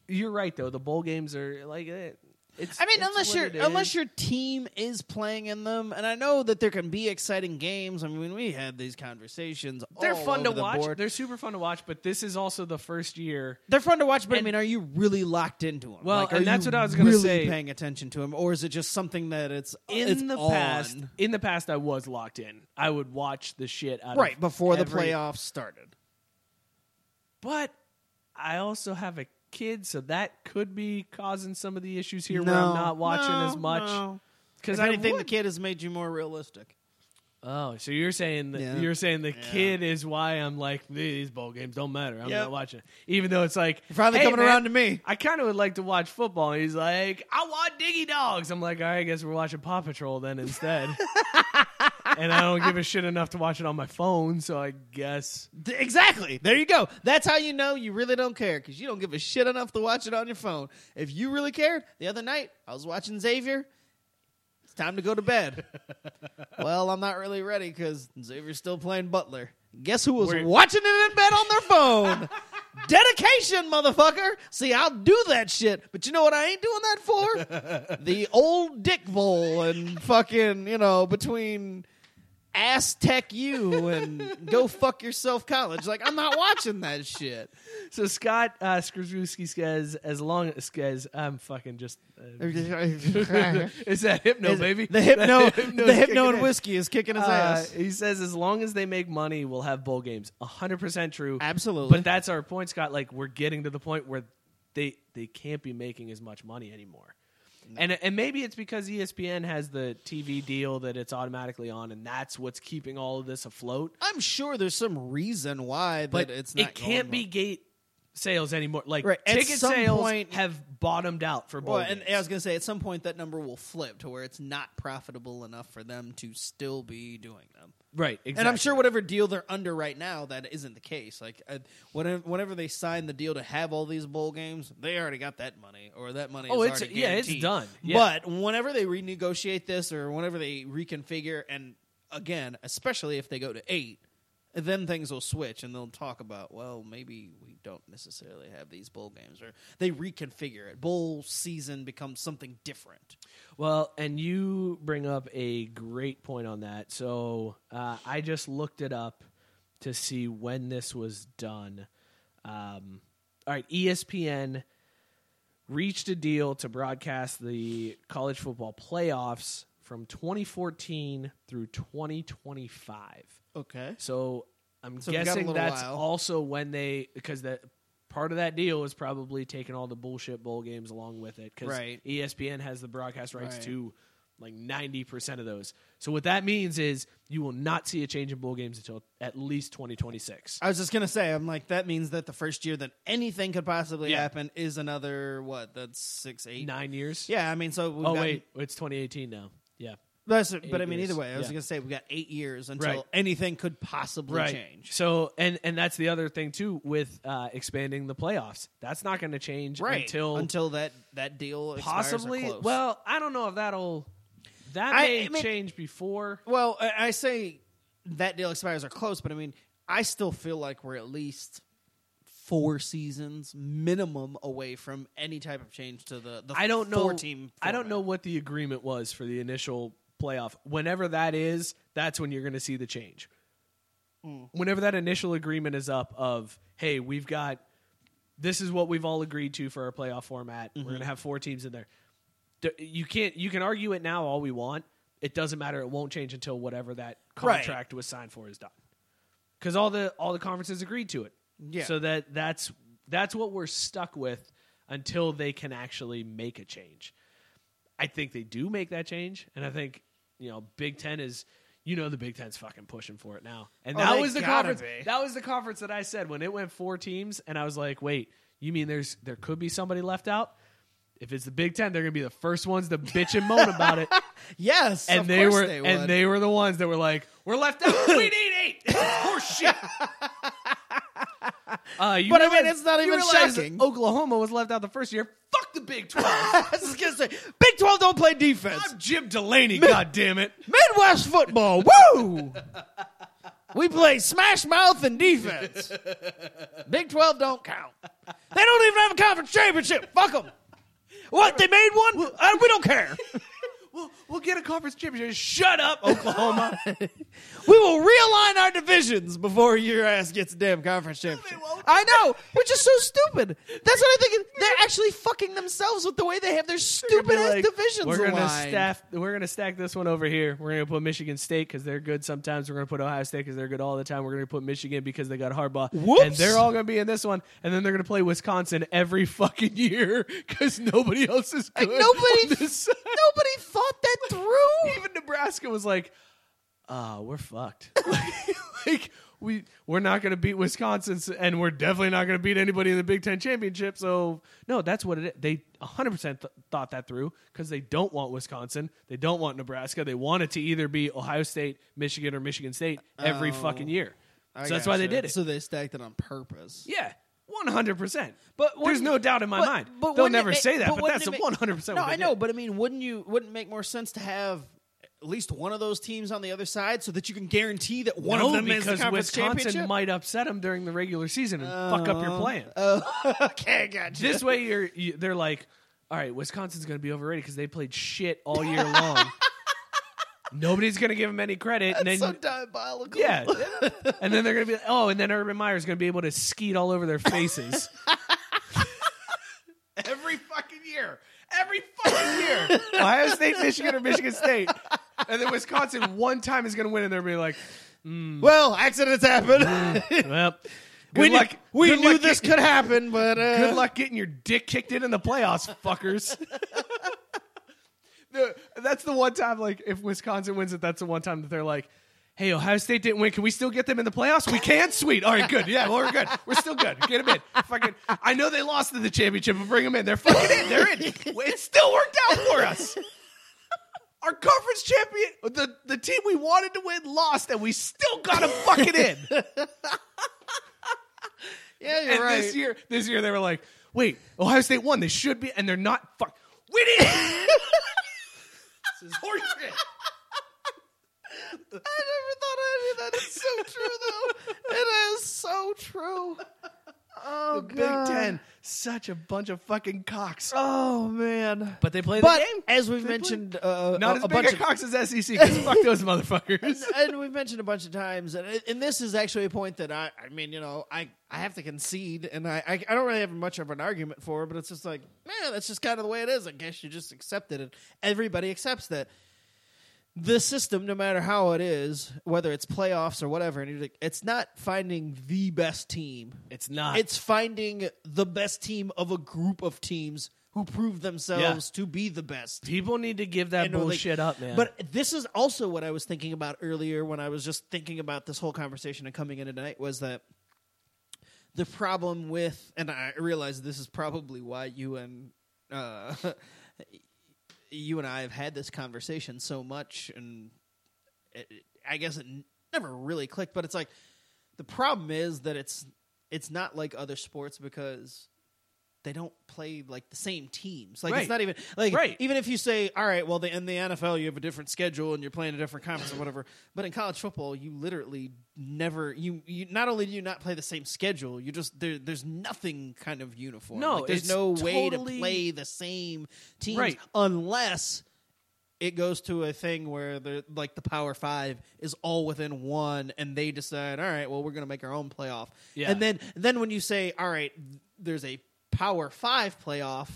Speaker 4: You're right though. The bowl games are like it, it's.
Speaker 3: I mean,
Speaker 4: it's
Speaker 3: unless
Speaker 4: what
Speaker 3: your
Speaker 4: it is.
Speaker 3: unless your team is playing in them, and I know that there can be exciting games. I mean, we had these conversations.
Speaker 4: they're
Speaker 3: all
Speaker 4: fun to
Speaker 3: over the
Speaker 4: watch.
Speaker 3: board.
Speaker 4: They're super fun to watch. But this is also the first year
Speaker 3: They're fun to watch, but
Speaker 4: And-
Speaker 3: I mean, are you really locked into them?
Speaker 4: Well,
Speaker 3: like, are
Speaker 4: and that's
Speaker 3: you
Speaker 4: what I was gonna
Speaker 3: really
Speaker 4: say.
Speaker 3: Paying attention to them, or is it just something that it's
Speaker 4: in
Speaker 3: Oh, it's
Speaker 4: the
Speaker 3: on?
Speaker 4: past. In the past, I was locked in. I would watch the shit out of
Speaker 3: right before the
Speaker 4: every-
Speaker 3: playoffs started?
Speaker 4: But I also have a kid, so that could be causing some of the issues here where
Speaker 3: No.
Speaker 4: I'm not watching
Speaker 3: No,
Speaker 4: as much.
Speaker 3: no.
Speaker 4: Because
Speaker 3: if
Speaker 4: I
Speaker 3: anything, the
Speaker 4: would-
Speaker 3: kid has made you more realistic.
Speaker 4: Oh, so you're saying that
Speaker 3: Yeah.
Speaker 4: you're saying the kid is why I'm like these bowl games don't matter. I'm
Speaker 3: Yep.
Speaker 4: not watching, it." even though it's like
Speaker 3: You're finally
Speaker 4: "Hey,
Speaker 3: coming
Speaker 4: man,
Speaker 3: around to me.
Speaker 4: I kind of would like to watch football. And he's like, I want Diggy Dogs. I'm like, all right, I guess we're watching Paw Patrol then instead. and I don't give a shit enough to watch it on my phone, so I guess
Speaker 3: D- Exactly. There you go. That's how you know you really don't care because you don't give a shit enough to watch it on your phone. If you really cared, the other night I was watching Xavier. It's time to go to bed. well, I'm not really ready because Xavier's still playing Butler. Guess who was watching it in bed on their phone? Dedication, motherfucker. See, I'll do that shit, but you know what I ain't doing that for? the old dick bowl and fucking, you know, between Aztec U and go fuck yourself college. Like, I'm not watching that shit.
Speaker 4: So Scott uh, Skrzewski says, as long as guys, I'm fucking just. Uh, is that hypno, baby?
Speaker 3: The hypno,
Speaker 4: That hypno's
Speaker 3: the
Speaker 4: kicking
Speaker 3: hypno
Speaker 4: in.
Speaker 3: and whiskey is kicking his
Speaker 4: Uh,
Speaker 3: ass.
Speaker 4: he says, as long as they make money, we'll have bowl games. 100% true.
Speaker 3: Absolutely.
Speaker 4: But that's our point, Scott. Like, we're getting to the point where they they can't be making as much money anymore. Mm. And, and maybe it's because E ESPN has the TV deal that it's automatically on, and that's what's keeping all of this afloat.
Speaker 3: I'm sure there's some reason why
Speaker 4: but
Speaker 3: that it's not.
Speaker 4: it can't
Speaker 3: going
Speaker 4: be gate sales anymore. Like
Speaker 3: Right, at
Speaker 4: ticket
Speaker 3: some
Speaker 4: sales
Speaker 3: point-
Speaker 4: have bottomed out for bowl
Speaker 3: Well, and
Speaker 4: games.
Speaker 3: I was gonna say at some point that number will flip to where it's not profitable enough for them to still be doing them.
Speaker 4: right, exactly.
Speaker 3: And I'm sure whatever deal they're under right now, that isn't the case. Like uh, whenever, whenever they sign the deal to have all these bowl games, they already got that money, or that money.
Speaker 4: Oh,
Speaker 3: is
Speaker 4: it's-
Speaker 3: already
Speaker 4: yeah, it's
Speaker 3: guaranteed.
Speaker 4: done. Yeah.
Speaker 3: But whenever they renegotiate this, or whenever they reconfigure, and again, especially if they go to eight, then things will switch, and they'll talk about well, maybe we don't necessarily have these bowl games, or they reconfigure it. Bowl season becomes something different.
Speaker 4: Well, and you bring up a great point on that. So uh, I just looked it up to see when this was done. Um, all right, ESPN reached a deal to broadcast the college football playoffs from 2014 through 2025.
Speaker 3: Okay.
Speaker 4: So I'm
Speaker 3: So we've got a
Speaker 4: guessing
Speaker 3: little
Speaker 4: that's
Speaker 3: while.
Speaker 4: also when they because that part of that deal is probably taking all the bullshit bowl games along with it E because
Speaker 3: Right.
Speaker 4: ESPN has the broadcast rights
Speaker 3: Right.
Speaker 4: to like 90% of those. So what that means is you will not see a change in bowl games until at least 2026.
Speaker 3: I was just gonna say, I'm like, that means that the first year that anything could possibly
Speaker 4: Yeah.
Speaker 3: happen is another what? That's six, eight.
Speaker 4: 9 years?
Speaker 3: Yeah, I mean, so we've
Speaker 4: Oh
Speaker 3: gotten-
Speaker 4: wait, it's 2018 now. Yeah.
Speaker 3: that's- but I
Speaker 4: eight
Speaker 3: mean,
Speaker 4: years.
Speaker 3: either way, I was
Speaker 4: Yeah.
Speaker 3: gonna say we got eight years until
Speaker 4: Right.
Speaker 3: anything could possibly change.
Speaker 4: So and and that's the other thing too with uh expanding the playoffs. That's not going to change
Speaker 3: until
Speaker 4: until
Speaker 3: until that that deal expires or
Speaker 4: possibly.
Speaker 3: close.
Speaker 4: Well, I don't know if that'll. That
Speaker 3: I-
Speaker 4: may
Speaker 3: I mean-
Speaker 4: change before.
Speaker 3: well, I I say that deal expires are close, but I mean, I still feel like we're at least four seasons minimum away from any type of change to the. the
Speaker 4: I don't know.
Speaker 3: Four team.
Speaker 4: I don't know what the agreement was for the initial playoff. Whenever that is, that's when you're going to see the change.
Speaker 3: Mm.
Speaker 4: Whenever that initial agreement is up, of hey, we've got this is what we've all agreed to for our playoff format. We're going
Speaker 3: Mm-hmm.
Speaker 4: to have four teams in there. D- You can't. You can argue it now all we want. It doesn't matter. It won't change until whatever that
Speaker 3: Right.
Speaker 4: contract was signed for is done. because all the all the conferences agreed to it.
Speaker 3: Yeah.
Speaker 4: So that that's that's what we're stuck with until they can actually make a change. I think they do make that change, and I think you know Big Ten is you know the Big Ten's fucking pushing for it now. And
Speaker 3: Oh,
Speaker 4: that
Speaker 3: they
Speaker 4: was the
Speaker 3: gotta
Speaker 4: conference.
Speaker 3: be.
Speaker 4: That was the conference that I said when it went four teams, and I was like, wait, you mean there's there could be somebody left out? If it's the Big Ten, they're gonna be the first ones to bitch and moan about it.
Speaker 3: Yes,
Speaker 4: and
Speaker 3: of
Speaker 4: they
Speaker 3: course
Speaker 4: were
Speaker 3: they would.
Speaker 4: and they were the ones that were like, "We're left out. we need eight. Horse shit." Uh, you
Speaker 3: But I
Speaker 4: realize-
Speaker 3: mean, it's not
Speaker 4: you
Speaker 3: even
Speaker 4: realize
Speaker 3: shocking.
Speaker 4: Oklahoma was left out the first year. Fuck the Big Twelve.
Speaker 3: I was just gonna say, Big Twelve don't play defense.
Speaker 4: I'm Jim Delaney. God damn it.
Speaker 3: Midwest football, woo! we play smash mouth and defense. Big Twelve don't count. They don't even have a conference championship. Fuck them. What they made one? Uh, we don't care.
Speaker 4: We'll, we'll get a conference championship. Shut up, Oklahoma.
Speaker 3: We will realign our divisions before your ass gets a damn conference championship. I know, which is so stupid. That's what I think. They're actually fucking themselves with the way they have their stupid ass
Speaker 4: Like,
Speaker 3: divisions
Speaker 4: We're gonna
Speaker 3: aligned.
Speaker 4: staff. We're gonna stack this one over here. We're gonna put Michigan State because they're good sometimes. We're gonna put Ohio State because they're good all the time. We're gonna put Michigan because they got Harbaugh. And
Speaker 3: Whoops.
Speaker 4: they're all gonna be in this one. And then they're gonna play Wisconsin every fucking year because nobody else is good.
Speaker 3: nobody-
Speaker 4: on this side.
Speaker 3: Nobody thought that through.
Speaker 4: Even Nebraska was like, "Ah, we're fucked. like we we're not going to beat Wisconsin, s- and we're definitely not going to beat anybody in the Big Ten championship." So no, that's what it. Is. They 100 percent thought that through because they don't want Wisconsin, they don't want Nebraska, they want it to either be Ohio State, Michigan, or Michigan State every fucking year. Oh, So that's why they did it.
Speaker 3: So they stacked it on purpose.
Speaker 4: yeah. One hundred percent,
Speaker 3: But
Speaker 4: there's
Speaker 3: wouldn't-
Speaker 4: no doubt in my
Speaker 3: but-
Speaker 4: mind.
Speaker 3: but
Speaker 4: They'll
Speaker 3: wouldn't it
Speaker 4: never
Speaker 3: make-
Speaker 4: say that, but,
Speaker 3: wouldn't
Speaker 4: that's
Speaker 3: it make-
Speaker 4: one hundred percent.
Speaker 3: No, I know, but I mean, wouldn't you? Wouldn't it make more sense to have at least one of those teams on the other side so that you can guarantee that one
Speaker 4: no,
Speaker 3: of them is
Speaker 4: because
Speaker 3: the conference
Speaker 4: Wisconsin
Speaker 3: championship?
Speaker 4: might upset them during the regular season and fuck up your plan.
Speaker 3: Oh, okay, gotcha.
Speaker 4: this way, you're you, they're like, all right, Wisconsin's going to be overrated because they played shit all year long. Nobody's going to give them any credit, and then
Speaker 3: so diabolical.
Speaker 4: yeah, and then they're going to be like, oh, and then Urban Meyer's going to be able to skeet all over their faces. Every fucking year. Every fucking year. Ohio State, Michigan, or Michigan State. And then Wisconsin one time is going to win, and they're going to be like,
Speaker 3: Well, accidents happen.
Speaker 4: well, good
Speaker 3: we knew,
Speaker 4: luck.
Speaker 3: we
Speaker 4: good
Speaker 3: knew
Speaker 4: luck
Speaker 3: this
Speaker 4: get-
Speaker 3: could happen, but uh,
Speaker 4: Good luck getting your dick kicked in in the playoffs, fuckers. The- that's the one time, like, if Wisconsin wins it, that's the one time that they're like, hey, Ohio State didn't win. Can we still get them in the playoffs? We can? Sweet. All right, good. Yeah, well, we're good. We're still good. Get them in. Fucking, I know they lost to the championship, but bring them in. They're fucking in. They're in. It still worked out for us. Our conference champion, the, the team we wanted to win, lost, and we still got them fucking in
Speaker 3: Yeah, you're
Speaker 4: and
Speaker 3: right.
Speaker 4: this year, this year they were like, "Wait, Ohio State won. They should be, and they're not. Fuck, we did." it." this is horseshit.
Speaker 3: I never thought I'd hear that. It's so true, though. it is so true. Oh
Speaker 4: Big
Speaker 3: God.
Speaker 4: Ten, such a bunch of fucking cocks.
Speaker 3: Oh man.
Speaker 4: But they play the
Speaker 3: But
Speaker 4: game.
Speaker 3: as we've
Speaker 4: They play-
Speaker 3: mentioned, uh,
Speaker 4: not
Speaker 3: a,
Speaker 4: as
Speaker 3: a
Speaker 4: big
Speaker 3: bunch
Speaker 4: a
Speaker 3: of
Speaker 4: cocks as SEC. 'cause fuck those motherfuckers.
Speaker 3: and we've mentioned a bunch of times, and, and this is actually a point that I, I mean, you know, I, I have to concede, and I, I, I don't really have much of an argument for, but it's just like, man, that's just kind of the way it is. I guess you just accept it, and everybody accepts that the system, no matter how it is, whether it's playoffs or whatever, and you're like, it's not finding the best team.
Speaker 4: It's not.
Speaker 3: It's finding the best team of a group of teams who prove themselves to be the best
Speaker 4: People need to give that
Speaker 3: and we're like-
Speaker 4: bullshit up, man.
Speaker 3: But this is also what I was thinking about earlier when I was just thinking about this whole conversation and coming in tonight was that the problem with, and I realize this is probably why you and uh, you and I have had this conversation so much, and it, it- I guess it n- never really clicked. But it's like the problem is that it's it's not like other sports because they don't play like the same teams. Like
Speaker 4: Right.
Speaker 3: it's not even like
Speaker 4: Right.
Speaker 3: even if you say, all right, well, the, in the NFL you have a different schedule and you're playing a different conference or whatever. But in college football, you literally never you, you not only do you not play the same schedule, you just there, there's nothing kind of uniform.
Speaker 4: No,
Speaker 3: Like, there's
Speaker 4: it's
Speaker 3: no way to
Speaker 4: totally-
Speaker 3: play the same teams
Speaker 4: Right.
Speaker 3: unless it goes to a thing where the like the Power Five is all within one, and they decide, all right, well, we're going to make our own playoff.
Speaker 4: Yeah.
Speaker 3: And then then when you say, all right, there's a Power Five playoff,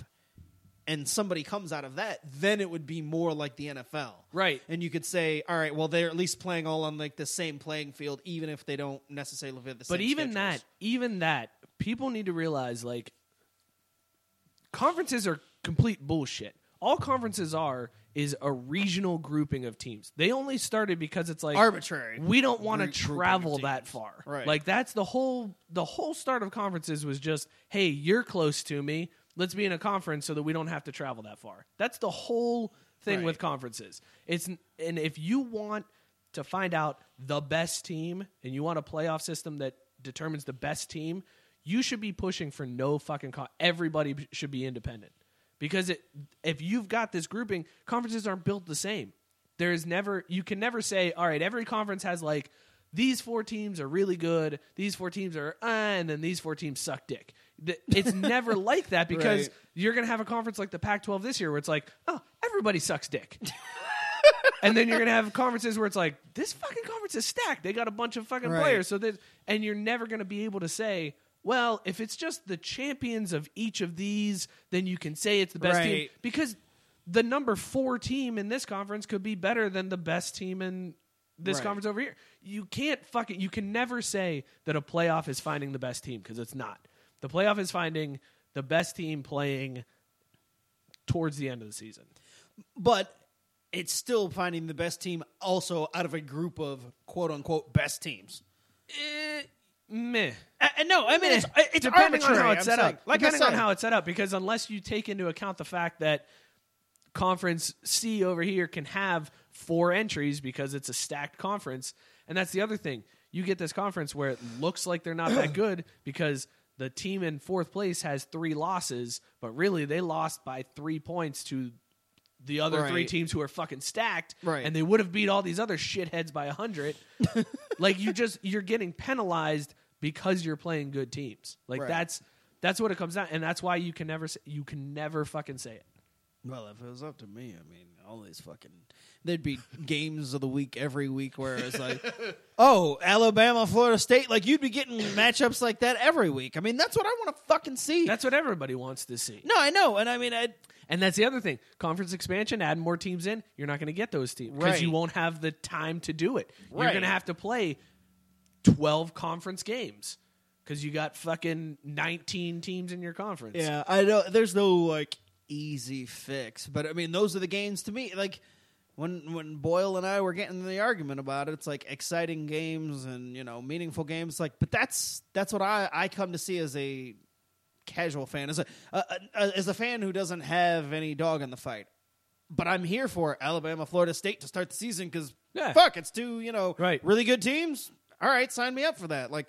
Speaker 3: and somebody comes out of that, then it would be more like the NFL,
Speaker 4: Right.
Speaker 3: And you could say, all right, well, they're at least playing all on like the same playing field, even if they don't necessarily fit the same.
Speaker 4: but even that, even that, people need to realize like conferences are complete bullshit. All conferences are is a regional grouping of teams. They only started because it's like
Speaker 3: Arbitrary.
Speaker 4: We don't want to
Speaker 3: Group- grouping of
Speaker 4: travel
Speaker 3: teams.
Speaker 4: that far.
Speaker 3: Right.
Speaker 4: Like that's the whole the whole start of conferences was just, hey, you're close to me. Let's be in a conference so that we don't have to travel that far. That's the whole thing with conferences. It's and if you want to find out the best team and you want a playoff system that determines the best team, you should be pushing for no fucking con- everybody b- should be independent. Because it, if you've got this grouping, conferences aren't built the same. There is never you can never say, all right, every conference has like these four teams are really good, these four teams are uh, and then these four teams suck dick. Th- It's never like that because
Speaker 3: Right.
Speaker 4: you're going to have a conference like the Pac-12 this year where it's like, oh, everybody sucks dick. and then you're gonna have conferences where it's like this fucking conference is stacked. They got a bunch of fucking
Speaker 3: Right.
Speaker 4: players, so that and you're never gonna be able to say, well, if it's just the champions of each of these, then you can say it's the best team
Speaker 3: Right.
Speaker 4: because the number four team in this conference could be better than the best team in this
Speaker 3: Right.
Speaker 4: conference over here. You can't fucking you can never say that a playoff is finding the best team because it's not. The playoff is finding the best team playing towards the end of the season.
Speaker 3: but it's still finding the best team also out of a group of quote unquote best teams.
Speaker 4: Eh, meh.
Speaker 3: Uh, no, I mean it's, it's
Speaker 4: depending on how
Speaker 3: arbitrary,
Speaker 4: it's
Speaker 3: I'm
Speaker 4: set
Speaker 3: saying.
Speaker 4: up.
Speaker 3: Like
Speaker 4: depending
Speaker 3: I said,
Speaker 4: on how it's set up, because unless you take into account the fact that conference C over here can have four entries because it's a stacked conference, and that's the other thing. You get this conference where it looks like they're not that good because the team in fourth place has three losses, but really they lost by three points to the other three
Speaker 3: Right.
Speaker 4: teams who are fucking stacked,
Speaker 3: Right.
Speaker 4: and they would have beat all these other shitheads by a hundred. like you just you're getting penalized because you're playing good teams. Like
Speaker 3: Right.
Speaker 4: that's that's what it comes down, and that's why you can never say, you can never fucking say it.
Speaker 3: Well, if it was up to me, I mean, all these fucking there'd be games of the week every week where it's like, oh, Alabama, Florida State, like you'd be getting matchups like that every week. I mean, that's what I want to fucking see.
Speaker 4: That's what everybody wants to see.
Speaker 3: no, I know, and I mean, I
Speaker 4: And that's the other thing. Conference expansion, add more teams in, you're not going to get those teams because
Speaker 3: Right.
Speaker 4: you won't have the time to do it. You're
Speaker 3: Right.
Speaker 4: going to have to play 12 conference games because you got fucking 19 teams in your conference.
Speaker 3: yeah, I know. There's no like easy fix, but I mean, those are the games to me. Like when when Boyle and I were getting in the argument about it, it's like exciting games and you know meaningful games. Like, but that's that's what I I come to see as a casual fan, as a uh, uh, as a fan who doesn't have any dog in the fight. But I'm here for Alabama, Florida State to start the season because
Speaker 4: Yeah.
Speaker 3: fuck, it's two you know
Speaker 4: Right.
Speaker 3: really good teams. All right, sign me up for that. Like,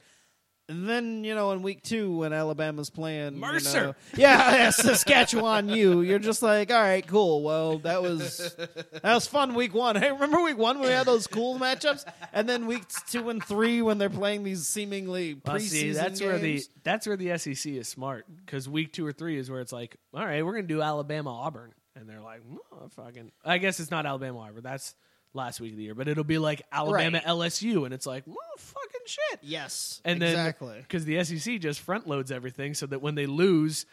Speaker 3: and then you know in week two when Alabama's playing you
Speaker 4: Mercer.
Speaker 3: know- yeah, yeah, Saskatchewan, you you're just like all right, cool. Well, that was that was fun week one. Hey, remember week one when we had those cool matchups, and then weeks two and three when they're playing these seemingly preseason
Speaker 4: Well, see, that's where the
Speaker 3: games.
Speaker 4: that's where the SEC is smart because week two or three is where it's like, all right, we're gonna do Alabama Auburn, and they're like, "Oh, fucking. I guess it's not Alabama Auburn. That's last week of the year, but it'll be like Alabama
Speaker 3: Right.
Speaker 4: LSU, and it's like, well, fucking shit.
Speaker 3: yes,
Speaker 4: And
Speaker 3: exactly.
Speaker 4: then because the SEC just front loads everything so that when they lose,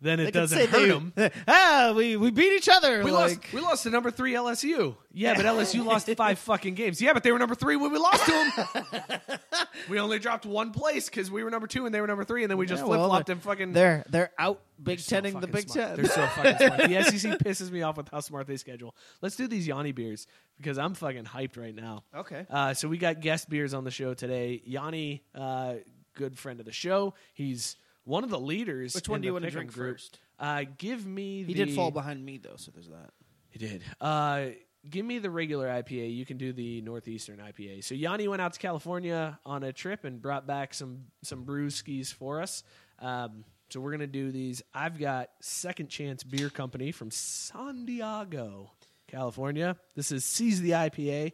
Speaker 4: then it
Speaker 3: They could
Speaker 4: doesn't
Speaker 3: say
Speaker 4: hurt
Speaker 3: they-
Speaker 4: them.
Speaker 3: Ah, we, we beat each other.
Speaker 4: We
Speaker 3: like,
Speaker 4: lost. We lost to number three LSU. Yeah, but LSU lost five fucking games. Yeah, but they were number three when we lost to them. we only dropped one place because we were number two and they were number three, and then we just
Speaker 3: Yeah,
Speaker 4: flip
Speaker 3: well,
Speaker 4: flopped and fucking.
Speaker 3: They're they're out Big
Speaker 4: so
Speaker 3: Tening the
Speaker 4: fucking
Speaker 3: Big
Speaker 4: smart.
Speaker 3: Ten.
Speaker 4: They're so fucking smart. The SEC pisses me off with how smart they schedule. Let's do these Yanni beers because I'm fucking hyped right now.
Speaker 3: Okay.
Speaker 4: Uh, so we got guest beers on the show today. Yanni, uh, good friend of the show. He's one of the leaders.
Speaker 3: Which one
Speaker 4: in
Speaker 3: do you
Speaker 4: the
Speaker 3: wanna
Speaker 4: Pick'em
Speaker 3: drink
Speaker 4: group.
Speaker 3: first?
Speaker 4: Uh, give me.
Speaker 3: he
Speaker 4: the,
Speaker 3: did fall behind me though, so there's that.
Speaker 4: He did. Uh, give me the regular IPA. You can do the northeastern IPA. So Yanni went out to California on a trip and brought back some some brewskis for us. Um, so we're gonna do these. I've got Second Chance Beer Company from San Diego, California. This is seize the IPA,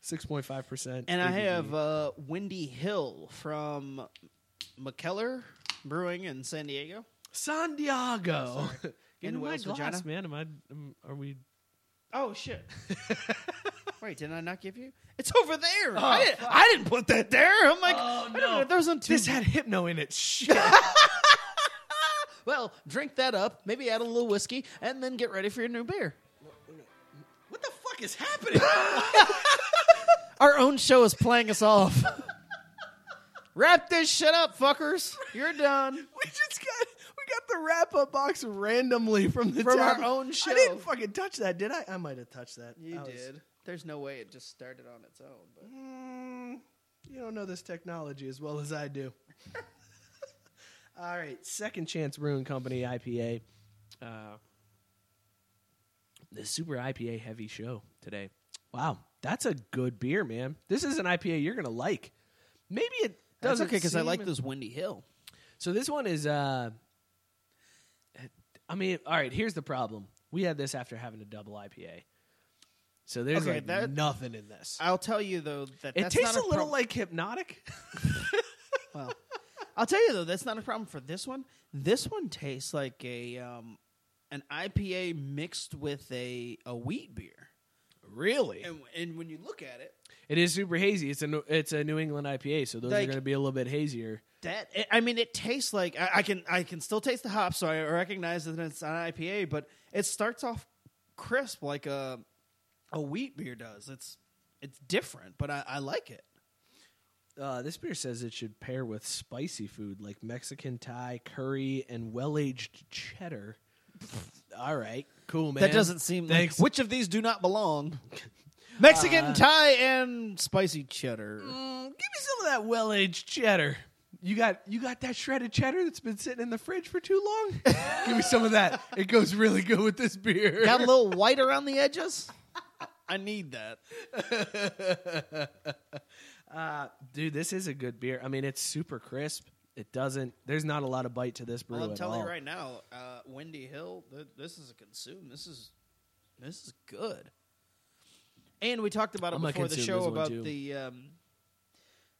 Speaker 4: six point five percent.
Speaker 3: And I have uh, Windy Hill from McKellar Brewing in San Diego.
Speaker 4: San Diego. Give
Speaker 3: And
Speaker 4: me my
Speaker 3: Wells
Speaker 4: glass,
Speaker 3: Vagina.
Speaker 4: man. Am I? am- are we?
Speaker 3: Oh shit! Wait, did I not give you? It's over there. I, didn't, I didn't put that there. I'm like, I don't know. There's on two.
Speaker 4: This had hypno in it. Shit.
Speaker 3: well, drink that up. Maybe add a little whiskey, and then get ready for your new beer.
Speaker 4: what the fuck is happening?
Speaker 3: Our own show is playing us off. Wrap this shit up, fuckers. You're done.
Speaker 4: We just got we got the wrap up box randomly from the
Speaker 3: From our
Speaker 4: tab.
Speaker 3: own
Speaker 4: I
Speaker 3: show.
Speaker 4: didn't fucking touch that, did I? I might have touched that.
Speaker 3: You
Speaker 4: I was-
Speaker 3: did. There's no way it just started on its own. But
Speaker 4: Mm,
Speaker 3: uh,
Speaker 4: you don't know this technology as well as I do. All right, Second Chance Brewing Company IPA. Uh, the super IPA heavy show today. Wow, that's a good beer, man. This is an IPA you're gonna like. Maybe it
Speaker 3: that's
Speaker 4: doesn't
Speaker 3: okay because I
Speaker 4: seem-
Speaker 3: like this Windy Hill.
Speaker 4: So this one is. uh I mean, all right. Here's the problem. We had this after having a double IPA. So there's
Speaker 3: Okay,
Speaker 4: like
Speaker 3: that-
Speaker 4: nothing in this.
Speaker 3: I'll tell you though that
Speaker 4: It
Speaker 3: that's
Speaker 4: tastes a,
Speaker 3: not a,
Speaker 4: little
Speaker 3: prob-
Speaker 4: like hypnotic.
Speaker 3: Well, I'll tell you though that's not a problem for this one. This one tastes like a um, an IPA mixed with a a wheat beer.
Speaker 4: Really?
Speaker 3: And and when you look at it,
Speaker 4: It is super hazy. It's a New- it's a New England IPA, so those are
Speaker 3: Like-
Speaker 4: going to be a little bit hazier.
Speaker 3: that I mean, it tastes like I, I can I can still taste the hops, so I recognize that it's an IPA, but it starts off crisp like a a wheat beer does. It's it's different, but I, I like it.
Speaker 4: Uh, this beer says it should pair with spicy food like Mexican Thai curry and well aged cheddar. All right, cool Oh, man.
Speaker 3: That doesn't seem
Speaker 4: Thanks.
Speaker 3: like which of these do not belong. Mexican, Thai, and spicy cheddar.
Speaker 4: Uh, Mm, give me some of that well aged cheddar. You got you got that shredded cheddar that's been sitting in the fridge for too long. give me some of that. It goes really good with this beer.
Speaker 3: Got a little white around the edges. I need that. Uh,
Speaker 4: Dude, this is a good beer. I mean, it's super crisp. It doesn't. There's not a lot of bite to this brew
Speaker 3: Well, I'm
Speaker 4: at
Speaker 3: telling
Speaker 4: all.
Speaker 3: you right now, uh, Wendy Hill. Th- this is a consume. This is this is good. And we talked about it
Speaker 4: I'm gonna
Speaker 3: before the
Speaker 4: consume
Speaker 3: show
Speaker 4: this one,
Speaker 3: about
Speaker 4: too.
Speaker 3: the um,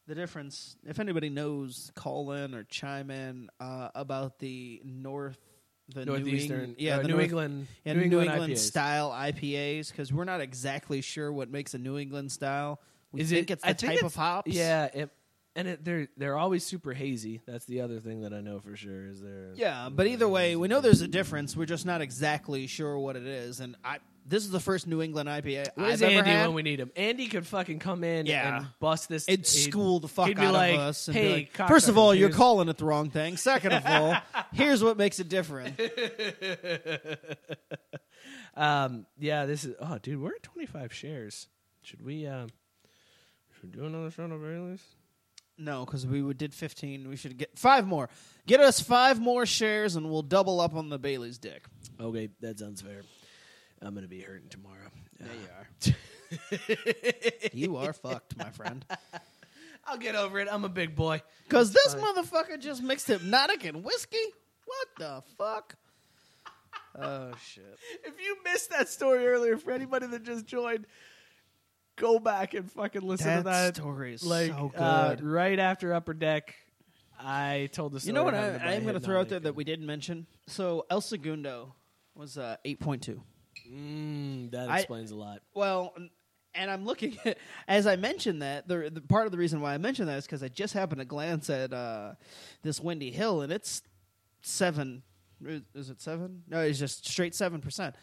Speaker 3: the difference. If anybody knows, call in or chime in uh, about the north, the
Speaker 4: Northeastern-
Speaker 3: New England, yeah,
Speaker 4: or
Speaker 3: the
Speaker 4: New
Speaker 3: North-
Speaker 4: England-
Speaker 3: yeah,
Speaker 4: New
Speaker 3: New England,
Speaker 4: England IPAs.
Speaker 3: style IPAs because we're not exactly sure what makes a New England style. We think it's the
Speaker 4: I
Speaker 3: type
Speaker 4: think
Speaker 3: of
Speaker 4: it's-
Speaker 3: hops.
Speaker 4: Yeah, it, and it, they're they're always super hazy. That's the other thing that I know for sure is they're
Speaker 3: Yeah, but either way, we know there's a difference. We're just not exactly sure what it is. And I this is the first New England IPA
Speaker 4: Where's
Speaker 3: I've ever
Speaker 4: Andy
Speaker 3: had.
Speaker 4: when we need him? Andy could fucking come in
Speaker 3: Yeah.
Speaker 4: and bust this.
Speaker 3: It'd
Speaker 4: he'd-
Speaker 3: school the fuck
Speaker 4: he'd
Speaker 3: out
Speaker 4: be like,
Speaker 3: of us. And be
Speaker 4: hey,
Speaker 3: like,
Speaker 4: cocksucker,
Speaker 3: first of all, you're
Speaker 4: here's-
Speaker 3: calling it the wrong thing. Second of all, here's what makes it different.
Speaker 4: Um, yeah, this is. Oh, dude, we're at 25 shares. Should we? Um, should we do another shot of Bailey's?
Speaker 3: No, because we would- did 15. We should get five more. Get us five more shares, and we'll double up on the Bailey's dick.
Speaker 4: Okay, that sounds fair. I'm gonna be hurting tomorrow. Uh, Yeah, you are.
Speaker 3: You are fucked, my friend.
Speaker 4: I'll get over it. I'm a big boy.
Speaker 3: Because this motherfucker just mixed hypnotic and whiskey? What the fuck? Oh, shit.
Speaker 4: If you missed that story earlier, for anybody that just joined, go back and fucking listen
Speaker 3: That,
Speaker 4: to that.
Speaker 3: story is
Speaker 4: Like
Speaker 3: so good.
Speaker 4: uh, right after Upper Deck, I told the story.
Speaker 3: you know what?
Speaker 4: of
Speaker 3: I,
Speaker 4: having to buy
Speaker 3: I am going to
Speaker 4: Hidden
Speaker 3: throw out
Speaker 4: Almanac.
Speaker 3: there that we didn't mention. So El Segundo was uh, eight point two.
Speaker 4: Mm, that
Speaker 3: I-
Speaker 4: explains a lot.
Speaker 3: Well, n- and I'm looking at, as I mentioned that the, the part of the reason why I mentioned that is because I just happened to glance at uh, this Windy Hill and it's seven. i- Is it seven? No, it's just straight seven percent.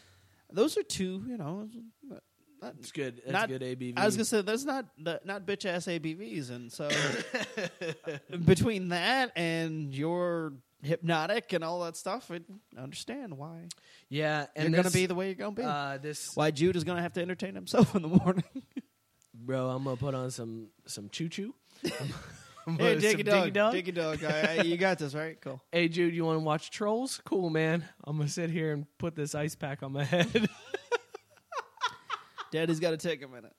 Speaker 3: Those are two. You know, not- not,
Speaker 4: It's good. That's
Speaker 3: not-
Speaker 4: good ABV.
Speaker 3: I was gonna say that's not the- not bitch ass ABVs, and so between that and your hypnotic and all that stuff, I understand why
Speaker 4: yeah, and
Speaker 3: you're gonna
Speaker 4: this-
Speaker 3: be the way you're gonna be.
Speaker 4: uh, this
Speaker 3: why Jude is gonna have to entertain himself in the morning.
Speaker 4: bro. I'm gonna put on some some choo choo.
Speaker 3: hey, diggy dog, diggy dog, I- I- you got this right? Cool.
Speaker 4: Hey Jude, you want to watch Trolls? Cool, man. I'm gonna sit here and put this ice pack on my head.
Speaker 3: Daddy's got to take a minute.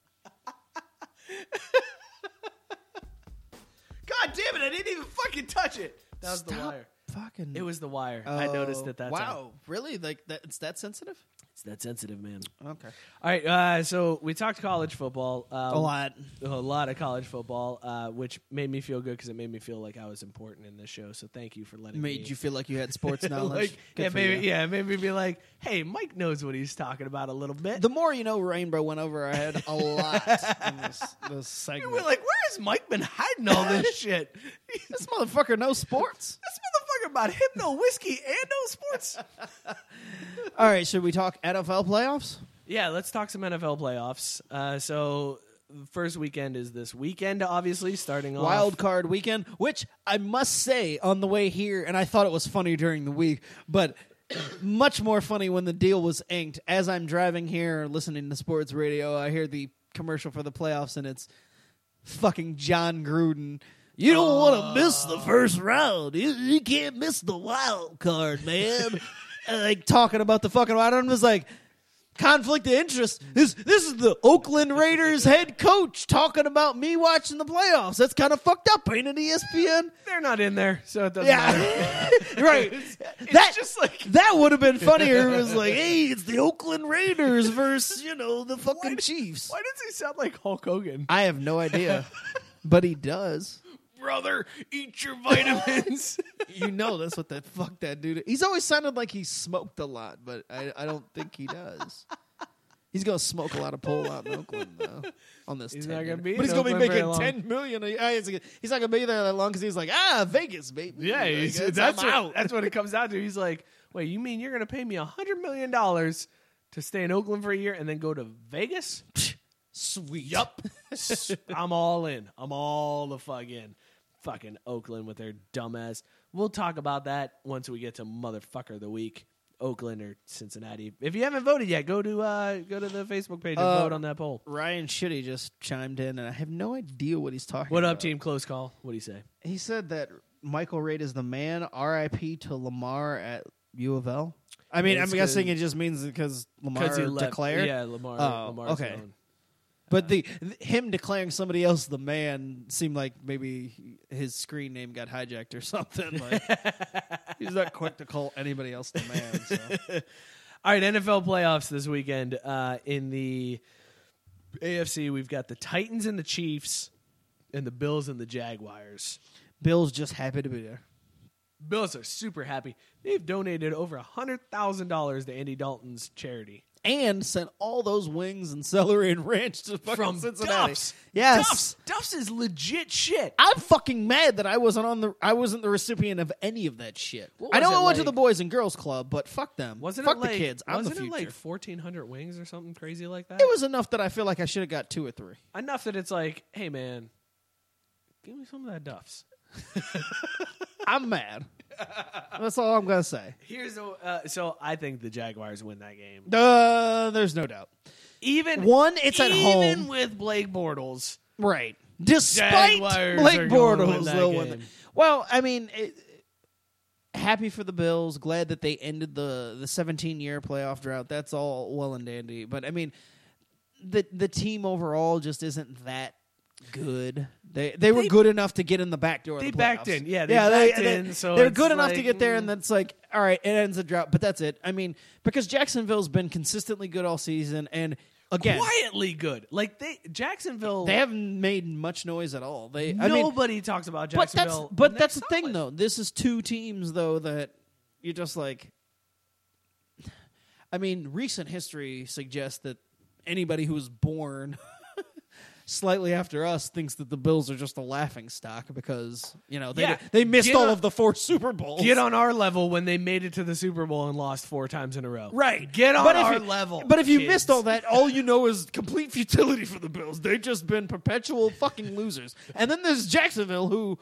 Speaker 4: God damn it! I didn't even fucking touch it. That was the
Speaker 3: Stop
Speaker 4: wire.
Speaker 3: Fucking.
Speaker 4: It was the wire. I noticed
Speaker 3: Oh,
Speaker 4: that. That's
Speaker 3: wow. Really? Like that? It's that sensitive?
Speaker 4: It's that sensitive, man.
Speaker 3: Okay.
Speaker 4: All right, uh, so we talked college football. Um,
Speaker 3: A lot.
Speaker 4: A lot of college football, uh, which made me feel good because it made me feel like I was important in this show. So thank you for letting me.
Speaker 3: Made you feel like you had sports knowledge.
Speaker 4: like,
Speaker 3: Good
Speaker 4: yeah,
Speaker 3: for
Speaker 4: maybe,
Speaker 3: you.
Speaker 4: yeah, it made me be like, hey, Mike knows what he's talking about a little bit.
Speaker 3: The more you know, Rainbow went over our head a lot in this, this
Speaker 4: We
Speaker 3: segment.
Speaker 4: we're like, where has Mike been hiding all this shit?
Speaker 3: this motherfucker knows sports.
Speaker 4: This motherfucker about him, no whiskey, and no sports.
Speaker 3: All right, should we talk NFL playoffs?
Speaker 4: yeah, let's talk some NFL playoffs. Uh, so the first weekend is this weekend, obviously, starting off.
Speaker 3: Wild card weekend, which I must say on the way here, and I thought it was funny during the week, but much more funny when the deal was inked. As I'm driving here, listening to sports radio, I hear the commercial for the playoffs, and it's fucking John Gruden. You don't want to miss the first round. You, you can't miss the wild card, man. And, like talking about the fucking wild card, I was like conflict of interest. This this is the Oakland Raiders head coach talking about me watching the playoffs. That's kind of fucked up, ain't it, E ESPN?
Speaker 4: They're not in there, so it doesn't matter.
Speaker 3: Yeah, right. that just like that would have been funnier. If it was like, hey, it's the Oakland Raiders versus you know the fucking Chiefs.
Speaker 4: Why does he sound like Hulk Hogan?
Speaker 3: I have no idea, but he does.
Speaker 4: Brother, eat your vitamins.
Speaker 3: You know that's what that fuck that dude. He's always sounded like he smoked a lot, but I, I don't think he does. He's gonna smoke a lot of pole out in Oakland though. On this,
Speaker 4: He's
Speaker 3: tenure.
Speaker 4: not gonna be
Speaker 3: but he's
Speaker 4: in
Speaker 3: gonna be
Speaker 4: Oakland very
Speaker 3: making
Speaker 4: long.
Speaker 3: ten million. A, uh, he's, he's not gonna be there that long because he's like, ah, Vegas, baby.
Speaker 4: yeah,
Speaker 3: Like,
Speaker 4: he's-
Speaker 3: that's,
Speaker 4: that's
Speaker 3: I'm
Speaker 4: what,
Speaker 3: out.
Speaker 4: that's what it comes down to. He's like, wait, you mean you're going to pay me a hundred million dollars to stay in Oakland for a year and then go to Vegas?
Speaker 3: Sweet. Yup.
Speaker 4: I'm all in. I'm all the fuck in. Fucking Oakland with their dumbass. We'll talk about that once we get to motherfucker of the week. Oakland or Cincinnati. If you haven't voted yet, go to uh, go to the Facebook page and
Speaker 3: Uh,
Speaker 4: vote on that poll.
Speaker 3: Ryan Shitty just chimed in, and I have no idea what he's talking.
Speaker 4: What
Speaker 3: about.
Speaker 4: up, team? Close call. What do you say?
Speaker 3: He said that Michael Reid is the man. R.I.P. to Lamar at U of L. I mean, I'm
Speaker 4: It's
Speaker 3: guessing
Speaker 4: good.
Speaker 3: it just means because Lamar
Speaker 4: Because he left.
Speaker 3: declared.
Speaker 4: Yeah, Lamar.
Speaker 3: Oh,
Speaker 4: Lamar's
Speaker 3: okay.
Speaker 4: gone.
Speaker 3: But the th- him declaring somebody else the man seemed like maybe his screen name got hijacked or something. Like, he's not quick to call anybody else the man. So.
Speaker 4: All right, NFL playoffs this weekend. Uh, in the AFC, we've got the Titans and the Chiefs, and the Bills and the Jaguars.
Speaker 3: Bill's just happy to be there.
Speaker 4: Bills are super happy. They've donated over hundred thousand dollars to Andy Dalton's charity.
Speaker 3: And sent all those wings and celery and ranch to fucking
Speaker 4: From
Speaker 3: Cincinnati.
Speaker 4: Duff's.
Speaker 3: Yes.
Speaker 4: Duff's, Duff's is legit shit.
Speaker 3: I'm fucking mad that I wasn't on the I wasn't the recipient of any of that shit.
Speaker 4: What
Speaker 3: I
Speaker 4: was
Speaker 3: know
Speaker 4: it
Speaker 3: I went to
Speaker 4: like-
Speaker 3: the Boys and Girls Club, but fuck them.
Speaker 4: Wasn't
Speaker 3: fuck
Speaker 4: it like
Speaker 3: the kids. I'm the
Speaker 4: wasn't
Speaker 3: future.
Speaker 4: it like fourteen hundred wings or something crazy like that?
Speaker 3: it was enough that I feel like I should have got two or three.
Speaker 4: enough that it's like, hey man, give me some of that Duff's.
Speaker 3: I'm mad. That's all I'm gonna say.
Speaker 4: Here's a, uh, so I think the Jaguars win that game.
Speaker 3: Uh, there's no doubt.
Speaker 4: Even
Speaker 3: One, it's at
Speaker 4: Even
Speaker 3: home.
Speaker 4: with Blake Bortles,
Speaker 3: Right. Despite
Speaker 4: Jaguars are
Speaker 3: Blake
Speaker 4: gonna win
Speaker 3: Bortles,
Speaker 4: that
Speaker 3: though. win
Speaker 4: game.
Speaker 3: the- Well, I mean, it, happy for the Bills. Glad that they ended the the 17 year playoff drought. That's all well and dandy. But I mean, the the team overall just isn't that good. They they were good enough to get in the back door. of
Speaker 4: they
Speaker 3: the
Speaker 4: backed
Speaker 3: playoffs.
Speaker 4: in. Yeah, they backed in, so
Speaker 3: they're
Speaker 4: it's
Speaker 3: good enough to
Speaker 4: like, mm.
Speaker 3: get there, and that's like all right. It ends the drought, but that's it. I mean, because Jacksonville's been consistently good all season, and again,
Speaker 4: quietly good. Like they Jacksonville,
Speaker 3: they haven't made much noise at all. They I mean,
Speaker 4: nobody talks about
Speaker 3: but that's
Speaker 4: Jacksonville.
Speaker 3: but
Speaker 4: and
Speaker 3: that's
Speaker 4: they're
Speaker 3: the thing
Speaker 4: solid.
Speaker 3: though. This is two teams though that you're just like. I mean, recent history suggests that anybody who was born slightly after us thinks that the Bills are just a laughing stock because you know they
Speaker 4: Yeah.
Speaker 3: they missed
Speaker 4: Get
Speaker 3: all
Speaker 4: on-
Speaker 3: of the four Super Bowls.
Speaker 4: Get on our level when they made it to the Super Bowl and lost four times in a row.
Speaker 3: Right.
Speaker 4: Get on
Speaker 3: But if
Speaker 4: our
Speaker 3: you-
Speaker 4: level.
Speaker 3: But if you
Speaker 4: kids.
Speaker 3: missed all that, all you know is complete futility for the Bills. They've just been perpetual fucking losers. And then there's Jacksonville, who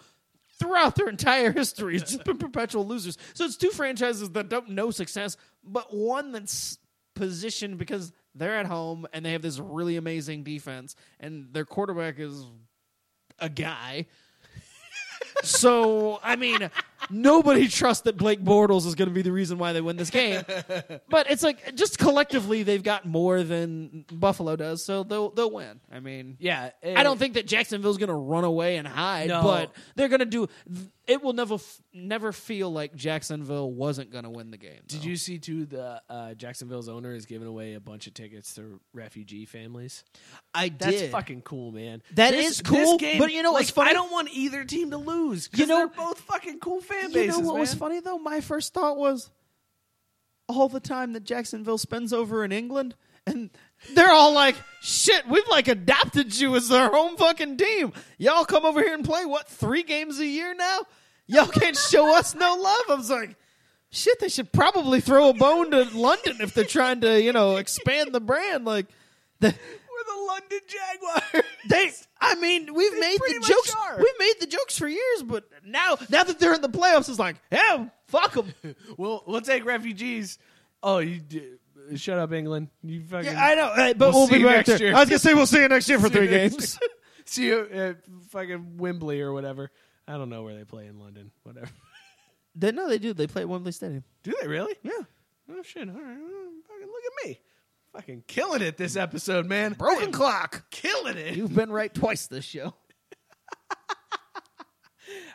Speaker 3: throughout their entire history has just been perpetual losers. So it's two franchises that don't know success, but one that's positioned because they're at home and they have this really amazing defense, and their quarterback is a guy. So I mean, nobody trusts that Blake Bortles is going to be the reason why they win this game. But it's like just collectively they've got more than Buffalo does, so they'll they'll win. I mean,
Speaker 4: yeah,
Speaker 3: I don't think that Jacksonville's going to run away and hide,
Speaker 4: No.
Speaker 3: but they're going to do. It will never f- never feel like Jacksonville wasn't going to win the game.
Speaker 4: Did
Speaker 3: though.
Speaker 4: you see too? The uh, Jacksonville's owner is giving away a bunch of tickets to refugee families.
Speaker 3: I
Speaker 4: That's
Speaker 3: did.
Speaker 4: fucking cool, man.
Speaker 3: That
Speaker 4: That is
Speaker 3: is cool, but you know what's
Speaker 4: like,
Speaker 3: funny?
Speaker 4: I don't want either team to lose. 'cause
Speaker 3: You know-
Speaker 4: they're both fucking cool fan
Speaker 3: you
Speaker 4: bases.
Speaker 3: know what was
Speaker 4: man.
Speaker 3: funny though? My first thought was all the time that Jacksonville spends over in England, and they're all like, "Shit, we've like adopted you as our home fucking team. Y'all come over here and play what three games a year now? Y'all can't show us no love." I was like. Shit, they should probably throw a bone to London if they're trying to, you know, expand the brand. Like, the,
Speaker 9: the London Jaguars.
Speaker 3: They, I mean, we've made
Speaker 9: pretty
Speaker 3: the
Speaker 9: much
Speaker 3: jokes.
Speaker 9: are.
Speaker 3: We've made the jokes for years, but now, now that they're in the playoffs, it's like, yeah, fuck them.
Speaker 4: we'll we'll take refugees. Oh, you d- shut up, England. You fucking
Speaker 3: Yeah, I know, uh, but we'll,
Speaker 4: see
Speaker 3: be
Speaker 4: you next
Speaker 3: back there.
Speaker 4: year.
Speaker 3: I was gonna say we'll see you next year for three
Speaker 4: you next
Speaker 3: games.
Speaker 4: see you at fucking Wembley or whatever. I don't know where they play in London. Whatever.
Speaker 3: They, no, they do. They play at Wembley Stadium.
Speaker 4: Do they really?
Speaker 3: Yeah,
Speaker 4: Oh shit! All right, Well, fucking look at me, fucking killing it this episode, man. I am
Speaker 3: clock.
Speaker 4: killing it.
Speaker 3: You've been right twice this show.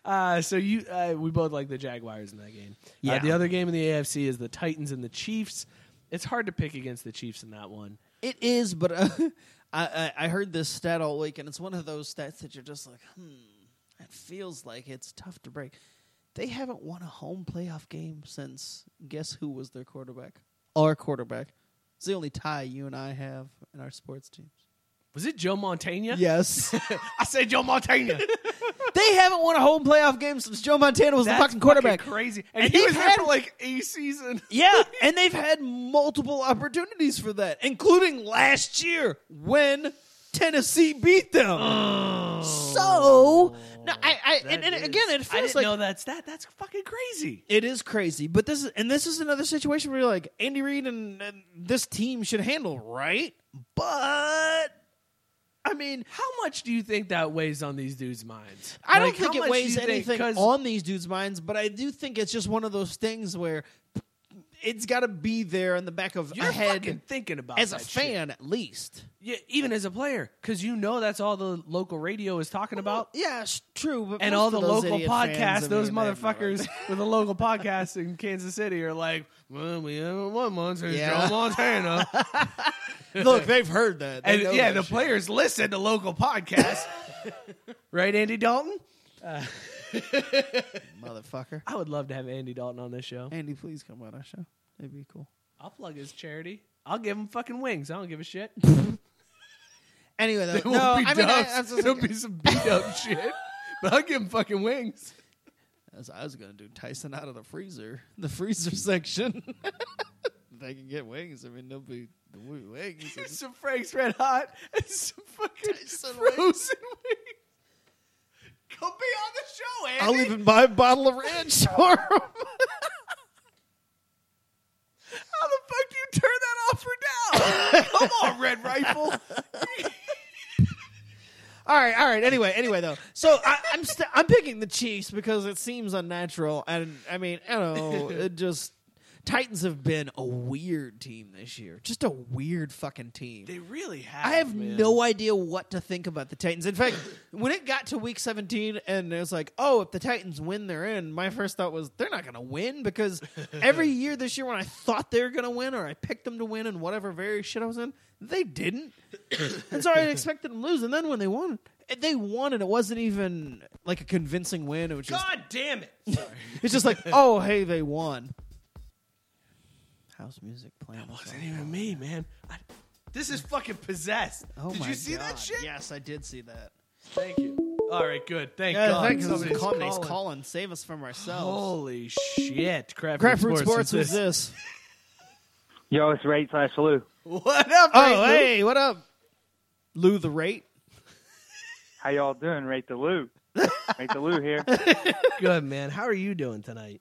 Speaker 4: Uh, so you, uh, we both like the Jaguars in that game. Yeah. the other game in the AFC is the Titans and the Chiefs. It's hard to pick against the Chiefs in that one.
Speaker 3: It is, but uh, I, I I heard this stat all week, and it's one of those stats that you're just like, hmm, it feels like it's tough to break. They haven't won a home playoff game since guess who was their quarterback? Our quarterback. It's the only tie you and I have in our sports teams.
Speaker 4: Was it Joe Montana?
Speaker 3: Yes,
Speaker 4: I said Joe Montana.
Speaker 3: they haven't won a home playoff game since Joe Montana was
Speaker 4: That's
Speaker 3: the fucking quarterback.
Speaker 4: fucking crazy, and,
Speaker 3: And
Speaker 4: he
Speaker 3: they've
Speaker 4: was
Speaker 3: had-
Speaker 4: there for like a season.
Speaker 3: Yeah, and they've had multiple opportunities for that, including last year when Tennessee beat them.
Speaker 4: Oh.
Speaker 3: so, no, I, I and, and again, it
Speaker 4: I
Speaker 3: feels
Speaker 4: didn't
Speaker 3: like
Speaker 4: know that's that. That's fucking crazy.
Speaker 3: it is crazy, but this is and this is another situation where you're like Andy Reid and, and this team should handle right, but I mean,
Speaker 4: How much do you think that weighs on these dudes' minds?
Speaker 3: I
Speaker 4: Like,
Speaker 3: don't
Speaker 4: how
Speaker 3: think
Speaker 4: much
Speaker 3: it
Speaker 4: do
Speaker 3: weighs
Speaker 4: you think-
Speaker 3: anything
Speaker 4: 'cause-
Speaker 3: on these dudes' minds, but I do think it's just one of those things where it's got to be there in the back of
Speaker 4: You're
Speaker 3: a head
Speaker 4: fucking thinking about
Speaker 3: as a
Speaker 4: that shit.
Speaker 3: fan at least.
Speaker 4: yeah, even as a player, because you know that's all the local radio is talking about,
Speaker 3: Yeah, it's true. But
Speaker 4: and
Speaker 3: most
Speaker 4: all
Speaker 3: of
Speaker 4: the
Speaker 3: those
Speaker 4: local
Speaker 3: idiot fans, I
Speaker 4: podcasts,
Speaker 3: mean,
Speaker 4: those
Speaker 3: they have no
Speaker 4: motherfuckers
Speaker 3: idea.
Speaker 4: with the local podcasts in Kansas City are like, well, we haven't won one since
Speaker 3: Yeah.
Speaker 4: Joe Montana,
Speaker 3: Look, they've heard that. They
Speaker 4: and
Speaker 3: know
Speaker 4: yeah,
Speaker 3: that
Speaker 4: the
Speaker 3: shit.
Speaker 4: players listen to local podcasts, right, Andy Dalton?
Speaker 3: motherfucker.
Speaker 4: I would love to have Andy Dalton on this show.
Speaker 3: Andy, please come on our show. That'd be cool.
Speaker 4: I'll plug his charity. I'll give him fucking wings. I don't give a shit.
Speaker 3: Anyway, though,
Speaker 4: It
Speaker 3: no,
Speaker 4: won't be
Speaker 3: I mean, I,
Speaker 4: dubs.
Speaker 3: I was just
Speaker 4: It'll
Speaker 3: like-
Speaker 4: be some beat up shit. But I'll give him fucking wings.
Speaker 3: I was- I was gonna do Tyson out of the freezer, the freezer section. they can get wings. I mean, they'll be, they'll be wings.
Speaker 4: Here's some Frank's Red Hot and some fucking
Speaker 3: Tyson
Speaker 4: frozen wings. Come be on the show, Andy.
Speaker 3: I'll even buy a bottle of ranch for 'em.
Speaker 4: How the fuck do you turn that off or down? Come on, Red Rifle.
Speaker 3: All right, all right. Anyway, anyway, though. So I, I'm st- I'm picking the Chiefs because it seems unnatural, and I mean, I don't know. It just Titans have been a weird team this year, just a weird fucking team.
Speaker 4: They really have.
Speaker 3: I have
Speaker 4: man.
Speaker 3: no idea what to think about the Titans. In fact, when it got to week 17 and it was like, oh, if the Titans win, they're in, my first thought was, they're not going to win because every year this year when I thought they were going to win or I picked them to win and whatever various shit I was in, they didn't. and so I expected them to lose. And then when they won, eh, they won and it wasn't even like a convincing win. It was just,
Speaker 4: God damn it. Sorry.
Speaker 3: it's just like, oh, hey, they won. House music playing.
Speaker 4: wasn't even me, man. I, this is fucking possessed.
Speaker 3: Oh
Speaker 4: Did
Speaker 3: my
Speaker 4: you see that
Speaker 3: God.
Speaker 4: shit?
Speaker 3: Yes, I did see that.
Speaker 4: Thank you. All right, good. Thank
Speaker 3: Yeah,
Speaker 4: God.
Speaker 3: thanks. Somebody's
Speaker 4: Somebody's
Speaker 3: calling.
Speaker 4: calling.
Speaker 3: Save us from ourselves.
Speaker 4: Holy shit. Crap,
Speaker 3: Crapfruit Sports was
Speaker 4: exists.
Speaker 3: this.
Speaker 10: Yo, it's Ray slash Lou.
Speaker 4: What up,
Speaker 3: Oh,
Speaker 4: Ray Lou?
Speaker 3: hey, what up? Lou the Rate.
Speaker 10: How y'all doing? Ray the Lou. Ray the Lou here.
Speaker 4: Good, man. How are you doing tonight?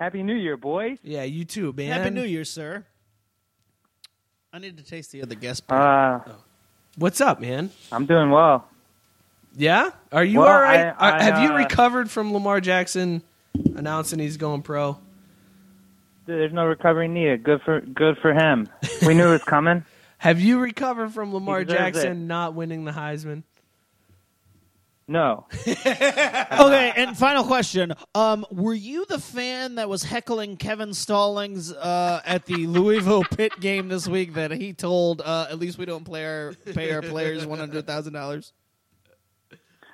Speaker 10: Happy New Year, boys.
Speaker 4: Yeah, you too, man.
Speaker 3: Happy New Year, sir. I need to taste the other guest.
Speaker 10: Uh,
Speaker 4: What's up, man?
Speaker 10: I'm doing well.
Speaker 4: Yeah? Are you
Speaker 10: Well,
Speaker 4: all right?
Speaker 10: I- I,
Speaker 4: Are- Have you
Speaker 10: uh,
Speaker 4: recovered from Lamar Jackson announcing he's going pro?
Speaker 10: Dude, there's no recovery needed. Good for good for him. We knew it was coming.
Speaker 4: Have you recovered from Lamar
Speaker 10: deserves
Speaker 4: Jackson
Speaker 10: it.
Speaker 4: not winning the Heisman?
Speaker 10: No.
Speaker 3: okay, and final question. Um, were you the fan that was heckling Kevin Stallings uh, at the Louisville Pit game this week that he told uh, at least we don't play our, pay our players one hundred thousand dollars?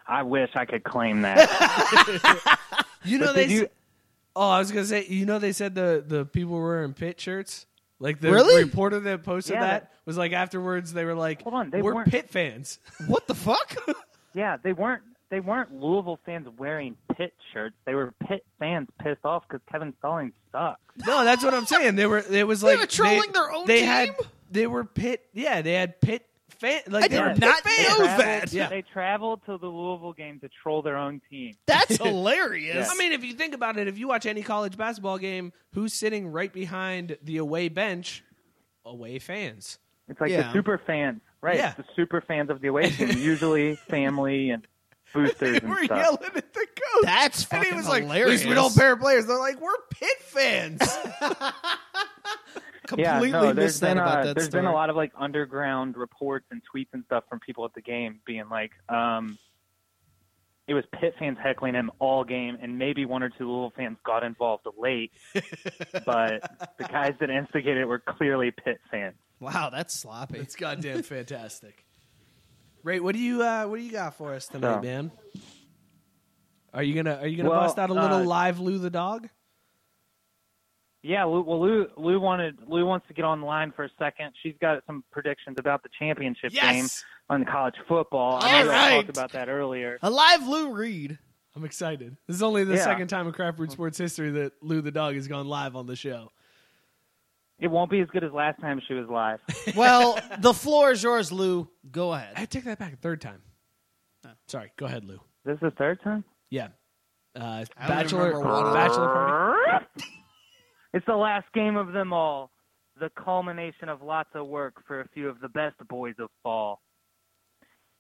Speaker 10: I wish I could claim that.
Speaker 4: You know
Speaker 10: But
Speaker 4: they
Speaker 10: did you-
Speaker 4: s- Oh, I was going to say you know they said the the people were wearing pit shirts? Like the
Speaker 3: Really?
Speaker 4: reporter that posted
Speaker 10: Yeah,
Speaker 4: that
Speaker 10: that-
Speaker 4: was like afterwards they were like
Speaker 10: Hold on, they
Speaker 4: we're
Speaker 10: weren't-
Speaker 4: pit fans.
Speaker 3: What the fuck?
Speaker 10: yeah, they weren't they weren't Louisville fans wearing pit shirts. They were pit fans pissed off because Kevin Stallings sucks.
Speaker 4: No, that's what I'm saying. They were. It was like
Speaker 3: were trolling
Speaker 4: they,
Speaker 3: their own
Speaker 4: they Had,
Speaker 3: team?
Speaker 4: they were pit. Yeah, they had pit fan. Like they
Speaker 3: did
Speaker 4: were
Speaker 3: not
Speaker 4: big
Speaker 3: know
Speaker 4: fans.
Speaker 3: that.
Speaker 4: Yeah.
Speaker 11: They traveled to the Louisville game to troll their own team.
Speaker 3: That's hilarious.
Speaker 4: I mean, if you think about it, if you watch any college basketball game, who's sitting right behind the away bench? Away fans.
Speaker 11: It's like
Speaker 3: Yeah.
Speaker 11: the super fans, right?
Speaker 4: Yeah.
Speaker 11: The super fans of the away team, usually family and boosters
Speaker 4: They
Speaker 11: and
Speaker 4: were
Speaker 11: stuff.
Speaker 4: yelling at the coach.
Speaker 3: That's
Speaker 4: and he
Speaker 3: fucking
Speaker 4: was like,
Speaker 3: hilarious.
Speaker 4: "At least we don't pair players." They're like, "We're pit fans."
Speaker 11: yeah,
Speaker 3: completely
Speaker 11: no, there's
Speaker 3: missed that
Speaker 11: been
Speaker 3: about
Speaker 11: uh,
Speaker 3: that
Speaker 11: there's
Speaker 3: story.
Speaker 11: been a lot of like underground reports and tweets and stuff from people at the game being like, um, it was Pitt fans heckling him all game, and maybe one or two Louisville fans got involved late, but the guys that instigated were clearly Pitt fans.
Speaker 3: wow, Oh, that's sloppy.
Speaker 4: it's goddamn fantastic. Ray, what do you uh, what do you got for us tonight,
Speaker 11: So-
Speaker 4: man? Are you gonna are you gonna
Speaker 11: Well,
Speaker 4: bust out a little
Speaker 11: uh,
Speaker 4: live Lou the dog?
Speaker 11: Yeah, Lou, well, Lou, Lou wanted Lou wants to get on the line for a second. She's got some predictions about the championship
Speaker 4: Yes!
Speaker 11: game on college football. I know you
Speaker 3: Alright!
Speaker 11: talked about that earlier.
Speaker 3: A live Lou Reed.
Speaker 4: I'm excited. This is only the
Speaker 11: Yeah.
Speaker 4: second time in Craft Root Sports history that Lou the dog has gone live on the show.
Speaker 11: It won't be as good as last time she was live.
Speaker 3: Well, the floor is yours, Lou. Go ahead.
Speaker 4: I take that back. Third time. Sorry. Go ahead, Lou.
Speaker 11: Oh. this is the third time.
Speaker 4: Yeah. Uh,
Speaker 3: I don't
Speaker 4: bachelor
Speaker 3: remember one of them.
Speaker 4: bachelor party.
Speaker 11: It's the last game of them all. The culmination of lots of work for a few of the best boys of fall.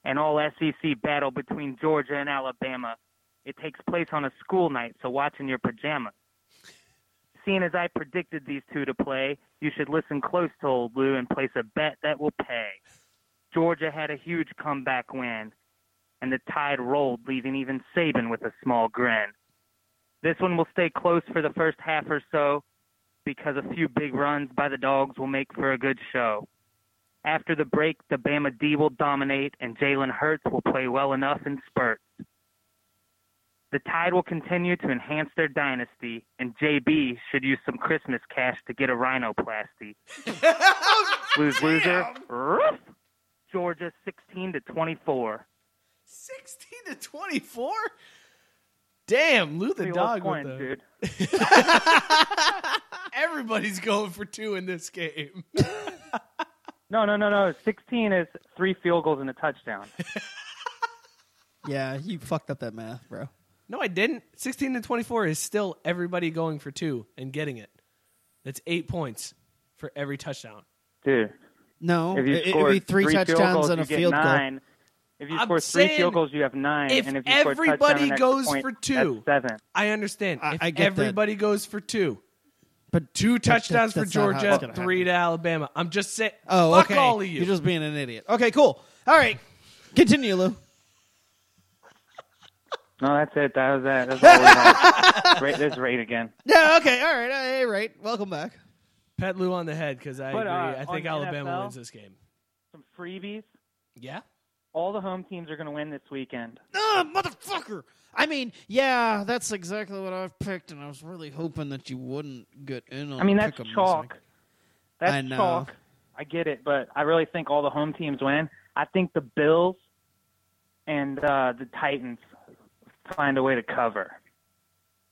Speaker 11: An all SEC battle between Georgia and Alabama. It takes place on a school night, so watch in your pajamas. Seeing as I predicted these two to play, you should listen close to old Lou and place a bet that will pay. Georgia had a huge comeback win, and the tide rolled, leaving even Saban with a small grin. This one will stay close for the first half or so because a few big runs by the Dogs will make for a good show. After the break, the Bama D will dominate and Jalen Hurts will play well enough in spurts. The Tide will continue to enhance their dynasty, and JB should use some Christmas cash to get a rhinoplasty. Lose loser. Roof. Georgia 16 to 24.
Speaker 4: 16 to 24? Damn, Lou the
Speaker 11: Three whole
Speaker 4: dog with
Speaker 11: points,
Speaker 4: the,
Speaker 11: dude.
Speaker 4: Everybody's going for two in this game.
Speaker 11: No, no, no, no. 16 is three field goals and a touchdown.
Speaker 3: Yeah, you fucked up that math, bro.
Speaker 4: no, I didn't. 16 to 24 is still everybody going for two and getting it. That's 8 points for every touchdown.
Speaker 11: Dude.
Speaker 3: No,
Speaker 11: If you
Speaker 3: it,
Speaker 11: score
Speaker 3: would be three,
Speaker 11: field
Speaker 3: touchdowns
Speaker 11: goals,
Speaker 3: and
Speaker 11: you
Speaker 3: a
Speaker 11: get
Speaker 3: field goal.
Speaker 11: nine. If you
Speaker 4: I'm
Speaker 11: score three
Speaker 4: saying
Speaker 11: field goals, you have nine.
Speaker 4: if
Speaker 11: and if you score a touchdown
Speaker 4: everybody
Speaker 11: and extra
Speaker 4: goes
Speaker 11: point,
Speaker 4: for two.
Speaker 11: that's seven.
Speaker 4: I understand.
Speaker 3: I-
Speaker 4: if
Speaker 3: I get that.
Speaker 4: everybody goes for two,
Speaker 3: But
Speaker 4: two touchdowns
Speaker 3: that's
Speaker 4: for
Speaker 3: not how it's
Speaker 4: Georgia,
Speaker 3: gonna
Speaker 4: three to Alabama. I'm just saying.
Speaker 3: Oh,
Speaker 4: fuck
Speaker 3: okay.
Speaker 4: all of you.
Speaker 3: You're just being an idiot. Oh, Okay, cool. All right, continue, Lou.
Speaker 11: No, that's it. That was that. That's all we had. Ra- there's rate again.
Speaker 3: Yeah, okay, all right, hey, right. Welcome back.
Speaker 4: Pet Lou on the head because I
Speaker 11: But,
Speaker 4: agree.
Speaker 11: uh,
Speaker 4: I think
Speaker 11: on
Speaker 4: Alabama
Speaker 11: NFL?
Speaker 4: wins this game.
Speaker 11: Some freebies.
Speaker 4: Yeah.
Speaker 11: All the home teams are going to win this weekend.
Speaker 3: Ah, motherfucker. I mean, yeah, that's exactly what I've picked, and I was really hoping that you wouldn't get in on.
Speaker 11: I mean, that's
Speaker 3: pick 'em this
Speaker 11: chalk.
Speaker 3: week.
Speaker 11: That's
Speaker 3: I know.
Speaker 11: chalk. I get it, but I really think all the home teams win. I think the Bills and uh, the Titans find a way to cover.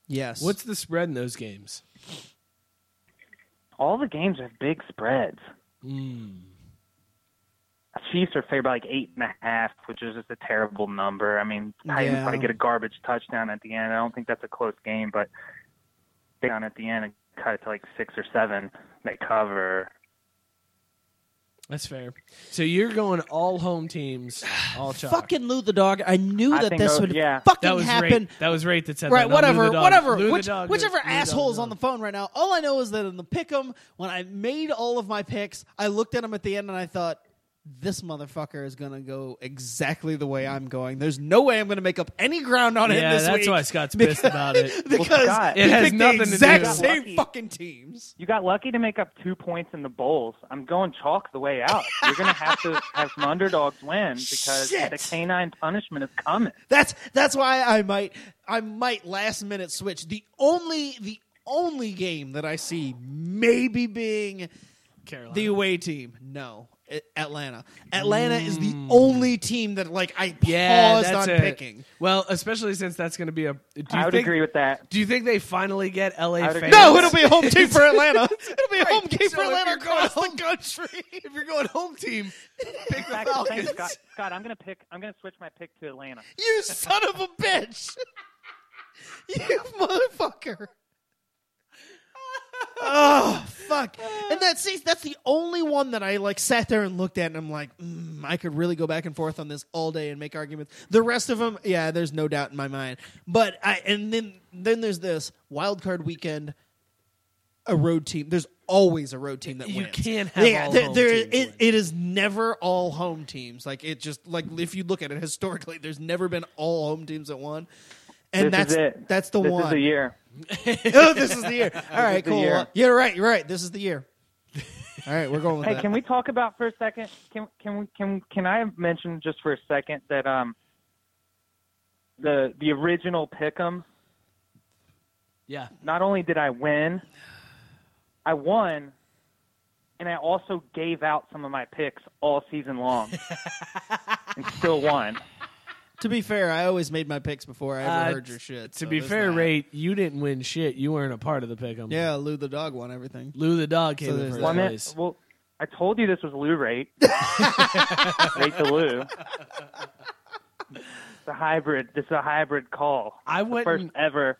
Speaker 3: Yes.
Speaker 4: What's the spread in those games?
Speaker 11: All the games have big spreads.
Speaker 3: Hmm.
Speaker 11: Chiefs are favored by like eight and a half, which is just a terrible number. I mean, Titans
Speaker 3: Yeah.
Speaker 11: probably get a garbage touchdown at the end. I don't think that's a close game, but they down at the end and cut it to like six or seven. They cover.
Speaker 4: That's fair. So you're going all home teams, all chalk.
Speaker 3: fucking Lou the dog? I knew
Speaker 11: I
Speaker 3: that
Speaker 11: think
Speaker 3: this
Speaker 11: those-
Speaker 3: would
Speaker 11: yeah.
Speaker 3: fucking
Speaker 4: that was
Speaker 3: happen.
Speaker 4: Rate. That was Rate that said
Speaker 3: Right,
Speaker 4: that. not Lou
Speaker 3: whatever,
Speaker 4: the dog.
Speaker 3: whatever.
Speaker 4: Lou the
Speaker 3: Which,
Speaker 4: dog.
Speaker 3: whichever
Speaker 4: Lou the
Speaker 3: asshole
Speaker 4: dog.
Speaker 3: is on the phone right now, all I know is that in the pick 'em, when I made all of my picks, I looked at him at the end and I thought, this motherfucker is going to go exactly the way I'm going. There's no way I'm going to make up any ground on him
Speaker 4: Yeah,
Speaker 3: this
Speaker 4: that's
Speaker 3: week.
Speaker 4: why Scott's pissed about it.
Speaker 3: because
Speaker 11: Scott-
Speaker 3: he
Speaker 4: It has
Speaker 3: picked
Speaker 4: nothing
Speaker 3: the
Speaker 4: to do
Speaker 3: exact
Speaker 4: with-
Speaker 3: same
Speaker 11: Lucky.
Speaker 3: fucking teams.
Speaker 11: You got lucky to make up two points in the bowls. I'm going chalk the way out. You're going to have to have some underdogs win because
Speaker 3: Shit.
Speaker 11: the canine punishment is coming.
Speaker 3: That's that's why I might I might last minute switch. The only the only game that I see maybe being
Speaker 4: Carolina.
Speaker 3: the away team. No, A- Atlanta. Atlanta is the only team that like I paused
Speaker 4: Mm. Yeah, that's
Speaker 3: on
Speaker 4: it.
Speaker 3: picking.
Speaker 4: Well, especially since that's going to be a. Do you
Speaker 11: I would
Speaker 4: think,
Speaker 11: agree with that.
Speaker 4: Do you think they finally get LA
Speaker 11: would
Speaker 4: fans?
Speaker 11: agree.
Speaker 3: No, it'll be a home team for Atlanta. It'll be a home game
Speaker 4: so
Speaker 3: for
Speaker 4: if
Speaker 3: Atlanta
Speaker 4: you're going
Speaker 3: across the country.
Speaker 4: If you're going home team, pick the
Speaker 11: Thanks, thanks,
Speaker 4: Falcons.
Speaker 11: Scott. Scott, I'm gonna pick. I'm gonna switch my pick to Atlanta.
Speaker 3: You son of a bitch. you motherfucker. oh fuck! And that's see, that's the only one that I like sat there and looked at, and I'm like, mm, I could really go back and forth on this all day and make arguments. The rest of them, yeah, there's no doubt in my mind. But I and then then there's this wild card weekend, a road team. There's always a road team that
Speaker 4: You
Speaker 3: wins.
Speaker 4: can't have all home teams
Speaker 3: it,
Speaker 4: win.
Speaker 3: it is never all home teams. Like it just like if you look at it historically, there's never been all home teams that won. And
Speaker 11: this
Speaker 3: that's
Speaker 11: is it.
Speaker 3: that's the
Speaker 11: this
Speaker 3: one.
Speaker 11: This is the year.
Speaker 3: oh, this is the year. All right,
Speaker 11: the
Speaker 3: cool.
Speaker 11: year.
Speaker 3: You're right. You're right. This is the year. All right, we're going with
Speaker 11: Hey,
Speaker 3: that.
Speaker 11: can we talk about for a second? Can can we can can I mention just for a second that um the the original pick'em?
Speaker 4: Yeah.
Speaker 11: Not only did I win, I won, and I also gave out some of my picks all season long, and still won.
Speaker 3: to be fair, I always made my picks before I ever
Speaker 4: Uh,
Speaker 3: heard your shit.
Speaker 4: To
Speaker 3: so
Speaker 4: be
Speaker 3: there's
Speaker 4: fair,
Speaker 3: that.
Speaker 4: Ray, you didn't win shit. You weren't a part of the pick'em.
Speaker 3: Yeah, Lou the dog won everything.
Speaker 4: Lou the dog came in
Speaker 3: there's
Speaker 4: first
Speaker 3: that.
Speaker 11: Well, I meant-
Speaker 4: place.
Speaker 11: well, I told you this was Lou rate. rate to Lou. It's a hybrid. This is a hybrid call.
Speaker 4: I
Speaker 11: The first
Speaker 4: wouldn't.
Speaker 11: ever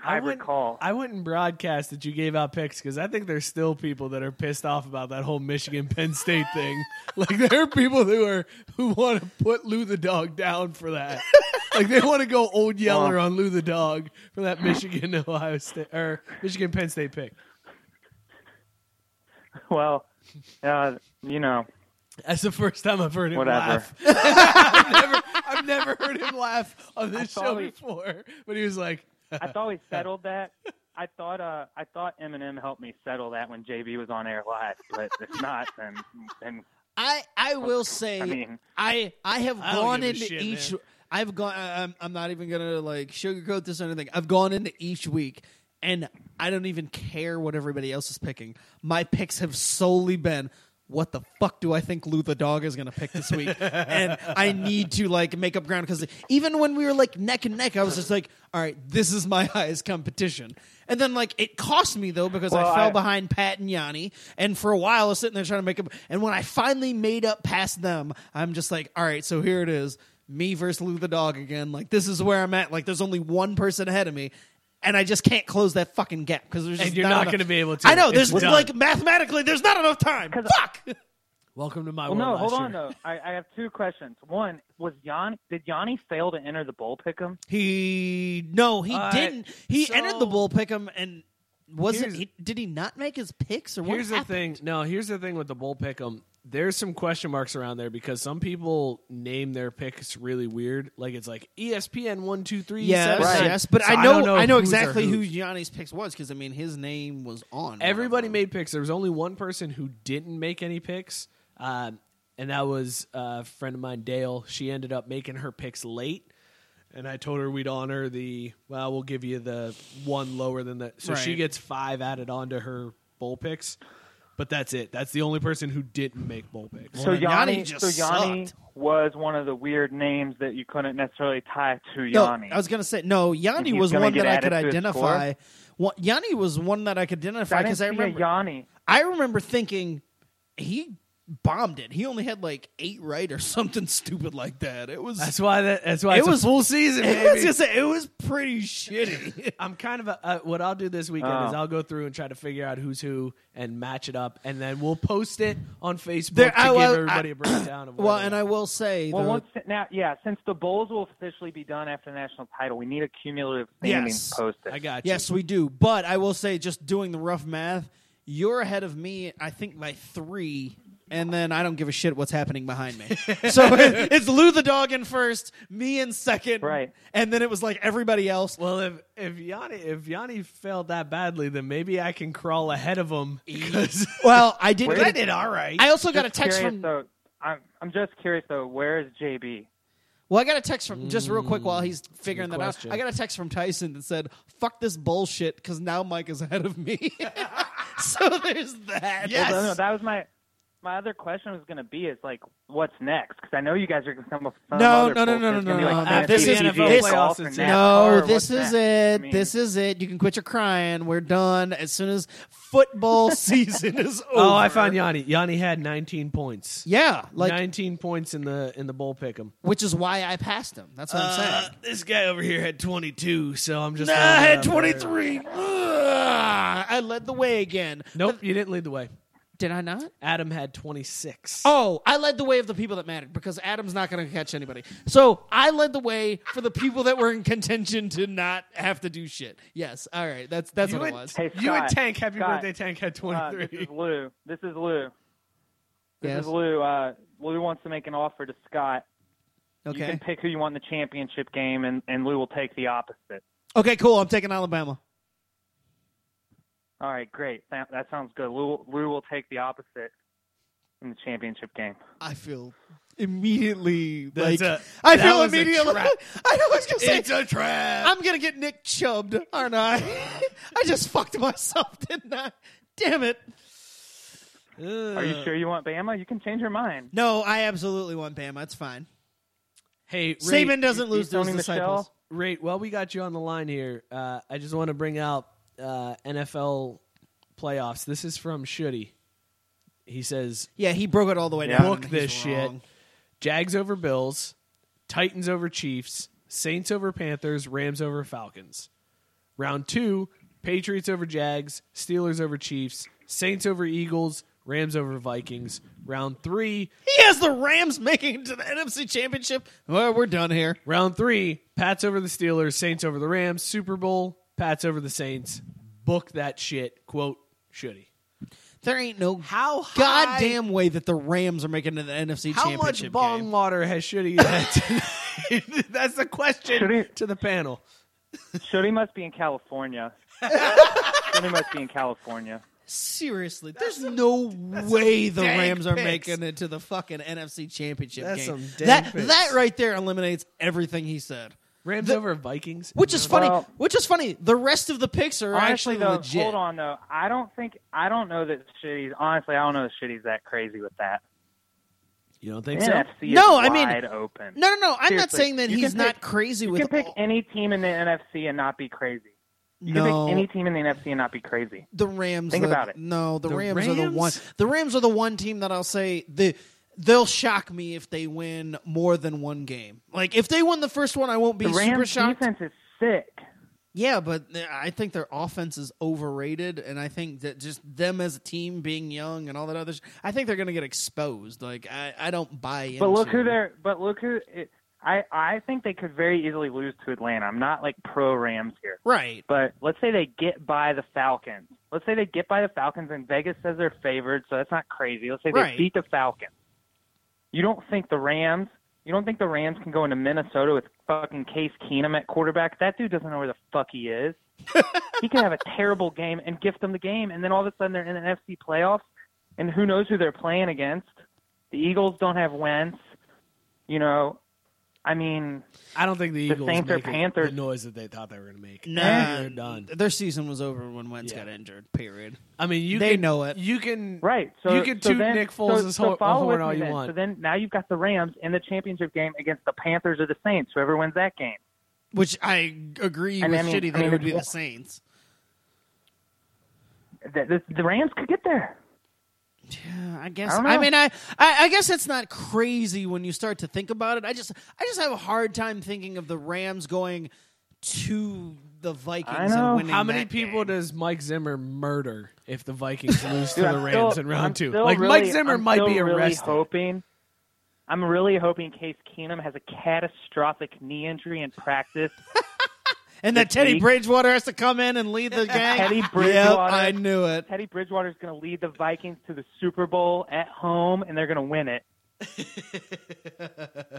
Speaker 4: I
Speaker 11: hybrid
Speaker 4: wouldn't
Speaker 11: call.
Speaker 4: I wouldn't broadcast that you gave out picks because I think there's still people that are pissed off about that whole Michigan Penn State thing. Like there are people who are who want to put Lou the dog down for that. Like they want to go old yeller on Lou the dog for that Michigan Ohio State or Michigan Penn State pick.
Speaker 11: Well, uh, you know,
Speaker 4: That's the first time I've heard him
Speaker 11: Whatever.
Speaker 4: laugh. I've, never, I've never heard him laugh on this
Speaker 11: I
Speaker 4: show
Speaker 11: thought he-
Speaker 4: before. But he was like, uh,
Speaker 11: I thought we settled that. I thought uh, I thought Eminem helped me settle that when JB was on air live, but if not, then then
Speaker 3: I I will say
Speaker 11: I mean,
Speaker 3: I I have
Speaker 4: I don't
Speaker 3: gone
Speaker 4: give a
Speaker 3: into
Speaker 4: shit,
Speaker 3: each.
Speaker 4: man.
Speaker 3: I've gone. I- I'm I'm not even gonna like sugarcoat this or anything. I've gone into each week, and I don't even care what everybody else is picking. My picks have solely been. What the fuck do I think Lou the dog is going to pick this week? and I need to like make up ground because even when we were like neck and neck, I was just like, all right, this is my highest competition. And then like it cost me though because I
Speaker 11: Well,
Speaker 3: fell
Speaker 11: I-
Speaker 3: behind behind Pat and Yanni, and for a while I was sitting there trying to make up. And when I finally made up past them, I'm just like, all right, so here it is, me versus Lou the dog again. Like this is where I'm at. Like there's only one person ahead of me. And I just can't close that fucking gap because there's just
Speaker 4: you're not
Speaker 3: enough-
Speaker 4: gonna be able to.
Speaker 3: I know
Speaker 4: It's
Speaker 3: there's
Speaker 4: done.
Speaker 3: like mathematically there's not enough time. Fuck.
Speaker 4: "Welcome to my
Speaker 11: well,
Speaker 4: world."
Speaker 11: no, hold
Speaker 4: last
Speaker 11: on
Speaker 4: year.
Speaker 11: though. I, I have two questions. One was Yanni. Did Yanni fail to enter the bowl pick'em?
Speaker 3: He no, he
Speaker 4: right,
Speaker 3: didn't. He
Speaker 4: so-
Speaker 3: entered the bull pick'em and wasn't.
Speaker 4: Here's-
Speaker 3: He, did he not make his picks or what?
Speaker 4: Here's the
Speaker 3: happened?
Speaker 4: thing. No, here's the thing with the bull pick'em. There's some question marks around there because some people name their picks really weird. Like it's like ESPN one two three.
Speaker 3: Yes,
Speaker 4: seven, nine.
Speaker 3: yes, but
Speaker 4: So
Speaker 3: I know, I
Speaker 4: don't
Speaker 3: know,
Speaker 4: whose are
Speaker 3: exactly who
Speaker 4: whose.
Speaker 3: Gianni's picks was because I mean his name was on. one
Speaker 4: Everybody
Speaker 3: of them.
Speaker 4: made picks. There was only one person who didn't make any picks, um, and that was a friend of mine, Dale. She ended up making her picks late, and I told her we'd honor the well, we'll give you the one lower than that. So she
Speaker 3: Right.
Speaker 4: gets five added on to her bowl picks, but that's it. That's the only person who didn't make bowl picks.
Speaker 11: So
Speaker 3: Well, Yanni
Speaker 11: Yanni,
Speaker 3: just
Speaker 11: so Yanni
Speaker 3: sucked.
Speaker 11: was one of the weird names that you couldn't necessarily tie to
Speaker 3: No,
Speaker 11: Yanni.
Speaker 3: I was gonna say no. Yanni
Speaker 11: he's
Speaker 3: was
Speaker 11: gonna
Speaker 3: one
Speaker 11: get
Speaker 3: that I
Speaker 11: added
Speaker 3: could
Speaker 11: to his
Speaker 3: identify. One, Yanni was one that I could identify
Speaker 11: I didn't
Speaker 3: because
Speaker 11: see
Speaker 3: I
Speaker 11: a
Speaker 3: remember.
Speaker 11: Yanni.
Speaker 3: I remember thinking he bombed it. He only had like eight right or something stupid like that. It was.
Speaker 4: That's why. That, that's why
Speaker 3: It
Speaker 4: it's
Speaker 3: was-
Speaker 4: a full season.
Speaker 3: I was
Speaker 4: baby.
Speaker 3: gonna say it was pretty shitty.
Speaker 4: I'm kind of a, uh, what I'll do this weekend
Speaker 11: Oh.
Speaker 4: is I'll go through and try to figure out who's who and match it up, and then we'll post it on Facebook
Speaker 3: There-
Speaker 4: to
Speaker 3: I-
Speaker 4: give
Speaker 3: well,
Speaker 4: everybody
Speaker 3: I-
Speaker 4: a breakdown. Of where
Speaker 3: well,
Speaker 4: they
Speaker 3: and
Speaker 4: are.
Speaker 3: I will say,
Speaker 11: Well,
Speaker 3: the-
Speaker 11: once now, yeah, since the bowls will officially be done after the national title, we need a cumulative standings
Speaker 3: Yes.
Speaker 11: posted.
Speaker 4: I got you.
Speaker 3: Yes, we do. But I will say, just doing the rough math, you're ahead of me, I think, by three. And then I don't give a shit what's happening behind me. so it- it's Lou the dog in first, me in second.
Speaker 11: Right.
Speaker 3: And then it was like everybody else.
Speaker 4: Well, if if Yanni if Yanni failed that badly, then maybe I can crawl ahead of him.
Speaker 3: E. Well, I did.
Speaker 11: Where
Speaker 3: Get
Speaker 11: did-
Speaker 3: a,
Speaker 4: all right.
Speaker 3: I also got a
Speaker 11: Just
Speaker 3: text
Speaker 11: curious,
Speaker 3: from.
Speaker 11: Though, I'm I'm just curious though. Where is JB?
Speaker 3: Well, I got a text from just real quick while he's figuring that
Speaker 4: question.
Speaker 3: out. I got a text from Tyson that said, "Fuck this bullshit," because now Mike is ahead of me. so there's that.
Speaker 11: Well, no, no, that was my my other question was going to be is like, what's next? Because I know you guys are going to come up with some
Speaker 3: No,
Speaker 11: Um, other
Speaker 3: no, no,
Speaker 11: bullshit.
Speaker 3: no, no,
Speaker 11: It's gonna be
Speaker 3: no,
Speaker 11: like "Oh,
Speaker 3: no, no.
Speaker 11: fantasy
Speaker 3: This is-
Speaker 11: TV,
Speaker 3: this-
Speaker 11: golf, and
Speaker 9: No,
Speaker 11: NASCAR,
Speaker 3: No,
Speaker 11: or
Speaker 3: this
Speaker 11: what's
Speaker 3: is
Speaker 11: next?
Speaker 3: it.
Speaker 11: I mean,
Speaker 3: this is it. You can quit your crying. We're done as soon as football season is over.
Speaker 4: Oh, I found Yanni. Yanni had 19 points.
Speaker 3: Yeah, like
Speaker 4: 19 points in the in the bowl pick'em.
Speaker 3: which is why I passed him. That's what
Speaker 11: Uh,
Speaker 3: I'm saying.
Speaker 4: this guy over here had 22, so I'm just.
Speaker 3: Nah, I
Speaker 4: throwing it
Speaker 3: had
Speaker 4: out there.
Speaker 3: 23. Ugh, I led the way again.
Speaker 4: Nope, you didn't lead the way.
Speaker 3: Did I not?
Speaker 4: Adam had 26.
Speaker 3: Oh, I led the way of the people that mattered because Adam's not going to catch anybody. So I led the way for the people that were in contention to not have to do shit. Yes. All right. That's that's
Speaker 4: you
Speaker 3: what
Speaker 4: and,
Speaker 3: it was.
Speaker 11: Hey,
Speaker 4: you
Speaker 11: Scott,
Speaker 4: and Tank, happy
Speaker 11: Scott,
Speaker 4: birthday, Tank had
Speaker 11: Uh, this
Speaker 4: 23.
Speaker 11: is Lou. This is Lou. This
Speaker 3: Yes.
Speaker 11: is Lou. Uh, Lou wants to make an offer to Scott. You
Speaker 3: Okay.
Speaker 11: can pick who you want in the championship game, and, and Lou will take the opposite.
Speaker 3: Okay. Cool. I'm taking Alabama.
Speaker 11: All right, great. That, that sounds good. Lou, Lou will take the opposite in the championship game.
Speaker 3: I feel immediately
Speaker 4: That's
Speaker 3: like
Speaker 4: a-
Speaker 3: I
Speaker 4: that
Speaker 3: feel
Speaker 4: was a
Speaker 3: immediately.
Speaker 4: trap.
Speaker 3: I know, I was gonna say
Speaker 4: a trap.
Speaker 3: I'm gonna get Nick chubbed, aren't I? I just fucked myself, didn't I? Damn it!
Speaker 11: Are you sure you want Bama? You can change your mind.
Speaker 3: No, I absolutely want Bama. It's fine.
Speaker 4: Hey, Ray,
Speaker 3: Saban doesn't lose to his
Speaker 11: Sony
Speaker 3: disciples.
Speaker 11: Michelle?
Speaker 4: Ray, while we got you on the line here, uh, I just want to bring out uh, NFL playoffs. This is from Shuddy. He says
Speaker 3: Yeah, he broke it all the way down.
Speaker 4: book
Speaker 3: and he's
Speaker 4: this shit.
Speaker 3: wrong.
Speaker 4: Jags over Bills, Titans over Chiefs, Saints over Panthers, Rams over Falcons. Round two, Patriots over Jags, Steelers over Chiefs, Saints over Eagles, Rams over Vikings. Round three,
Speaker 3: He has the Rams making it to the NFC Championship. Well, we're done here.
Speaker 4: round three, Pats over the Steelers, Saints over the Rams, Super Bowl, Pats over the Saints. Book that shit. Quote Shuddy.
Speaker 3: There ain't no
Speaker 4: How high-
Speaker 3: goddamn way that the Rams are making it to the NFC
Speaker 4: How
Speaker 3: Championship
Speaker 4: much bong
Speaker 3: game.
Speaker 4: water has Shuddy had tonight? That's the question
Speaker 11: Should he-
Speaker 4: to the panel.
Speaker 11: Shody must be in California. Shody must be in California.
Speaker 3: Seriously, there's no way the
Speaker 4: dank
Speaker 3: Rams are
Speaker 4: picks.
Speaker 3: making it to the fucking NFC Championship
Speaker 4: That's
Speaker 3: game.
Speaker 4: some dank
Speaker 3: That
Speaker 4: picks.
Speaker 3: that right there eliminates everything he said.
Speaker 4: Rams
Speaker 3: The-
Speaker 4: over Vikings.
Speaker 3: Which is funny.
Speaker 11: Well-
Speaker 3: which is funny. The rest of the picks are
Speaker 11: Honestly,
Speaker 3: actually
Speaker 11: though,
Speaker 3: legit.
Speaker 11: hold on though. I don't think I don't know that Shody's. Honestly, I don't know that Shody's that crazy with that.
Speaker 4: You don't think so?
Speaker 11: NFC
Speaker 3: No,
Speaker 11: is
Speaker 3: I mean-
Speaker 11: wide open.
Speaker 3: No, no, no. I'm not
Speaker 11: Seriously,
Speaker 3: saying that
Speaker 11: you
Speaker 3: he's
Speaker 11: can
Speaker 3: not
Speaker 11: pick-
Speaker 3: crazy
Speaker 11: You
Speaker 3: with.
Speaker 11: can pick
Speaker 3: all-
Speaker 11: any team in the NFC and not be crazy. You
Speaker 3: No.
Speaker 11: can pick any team in the NFC and not be crazy.
Speaker 3: the Rams.
Speaker 11: Think
Speaker 3: are-
Speaker 11: about it.
Speaker 3: No, the,
Speaker 4: The
Speaker 3: Rams, are the
Speaker 4: Rams?
Speaker 3: one. The Rams are the one team that I'll say the they'll shock me if they win more than one game. Like if they win the first one, I won't be
Speaker 11: The
Speaker 3: super
Speaker 11: Rams
Speaker 3: shocked.
Speaker 11: defense is sick.
Speaker 3: Yeah, but I think their offense is overrated, and I think that just them as a team being young and all that other, sh- I think they're going to get exposed. Like I, I don't buy into.
Speaker 11: But look who they're. But look who. It, I I think they could very easily lose to Atlanta. I'm not like pro Rams here,
Speaker 3: right.
Speaker 11: but let's say they get by the Falcons. Let's say they get by the Falcons, and Vegas says they're favored, so that's not crazy. Let's say
Speaker 3: Right.
Speaker 11: they beat the Falcons. You don't think the Rams? You don't think the Rams can go into Minnesota with fucking Case Keenum at quarterback? That dude doesn't know where the fuck he is. he could have a terrible game and gift them the game, and then all of a sudden they're in an FC playoffs, and who knows who they're playing against? The Eagles don't have Wentz. You know, I mean,
Speaker 4: I don't think the
Speaker 11: The
Speaker 4: Eagles
Speaker 11: Saints or
Speaker 4: make it
Speaker 11: Panthers-
Speaker 4: the noise that they thought they were going to make.
Speaker 3: Nah,
Speaker 4: they're done.
Speaker 3: Their season was over when Wentz
Speaker 4: Yeah.
Speaker 3: got injured. Period.
Speaker 4: I mean, you
Speaker 3: They
Speaker 4: can,
Speaker 3: know it.
Speaker 4: You can
Speaker 11: right? So
Speaker 4: you can
Speaker 11: so
Speaker 4: toot
Speaker 11: then,
Speaker 4: Nick Foles'
Speaker 11: so,
Speaker 4: his
Speaker 11: so
Speaker 4: ho-
Speaker 11: follow
Speaker 4: horn
Speaker 11: with
Speaker 4: all
Speaker 11: me
Speaker 4: you
Speaker 11: then.
Speaker 4: want.
Speaker 11: So then now you've got the Rams in the championship game against the Panthers or the Saints, whoever wins that game.
Speaker 3: Which I agree
Speaker 11: And
Speaker 3: with
Speaker 11: I mean-
Speaker 3: Shitty
Speaker 11: I
Speaker 3: that
Speaker 11: mean,
Speaker 3: it would be
Speaker 11: it's-
Speaker 3: the Saints.
Speaker 11: The, the, the Rams could get there.
Speaker 3: Yeah, I guess.
Speaker 11: I don't
Speaker 3: I,
Speaker 11: know.
Speaker 3: mean, I, I, I guess it's not crazy when you start to think about it. I just, I just have a hard time thinking of the Rams going to the Vikings and
Speaker 11: know.
Speaker 3: winning.
Speaker 4: How many
Speaker 3: that
Speaker 4: people
Speaker 3: game.
Speaker 4: does Mike Zimmer murder if the Vikings lose to
Speaker 11: Dude,
Speaker 4: the
Speaker 11: I'm
Speaker 4: Rams
Speaker 11: still-
Speaker 4: in round
Speaker 11: I'm
Speaker 4: two?
Speaker 11: still
Speaker 4: Like
Speaker 11: really-
Speaker 4: Mike Zimmer
Speaker 11: I'm
Speaker 4: might
Speaker 11: still
Speaker 4: be
Speaker 11: really
Speaker 4: arrested.
Speaker 11: hoping. I'm really hoping Case Keenum has a catastrophic knee injury in practice.
Speaker 3: And that
Speaker 11: this
Speaker 3: Teddy
Speaker 11: week.
Speaker 3: Bridgewater has to come in and lead the gang.
Speaker 11: Teddy
Speaker 3: Yep,
Speaker 11: Bridgewater.
Speaker 3: I knew it.
Speaker 11: Teddy Bridgewater is going to lead the Vikings to the Super Bowl at home, and they're going to win it.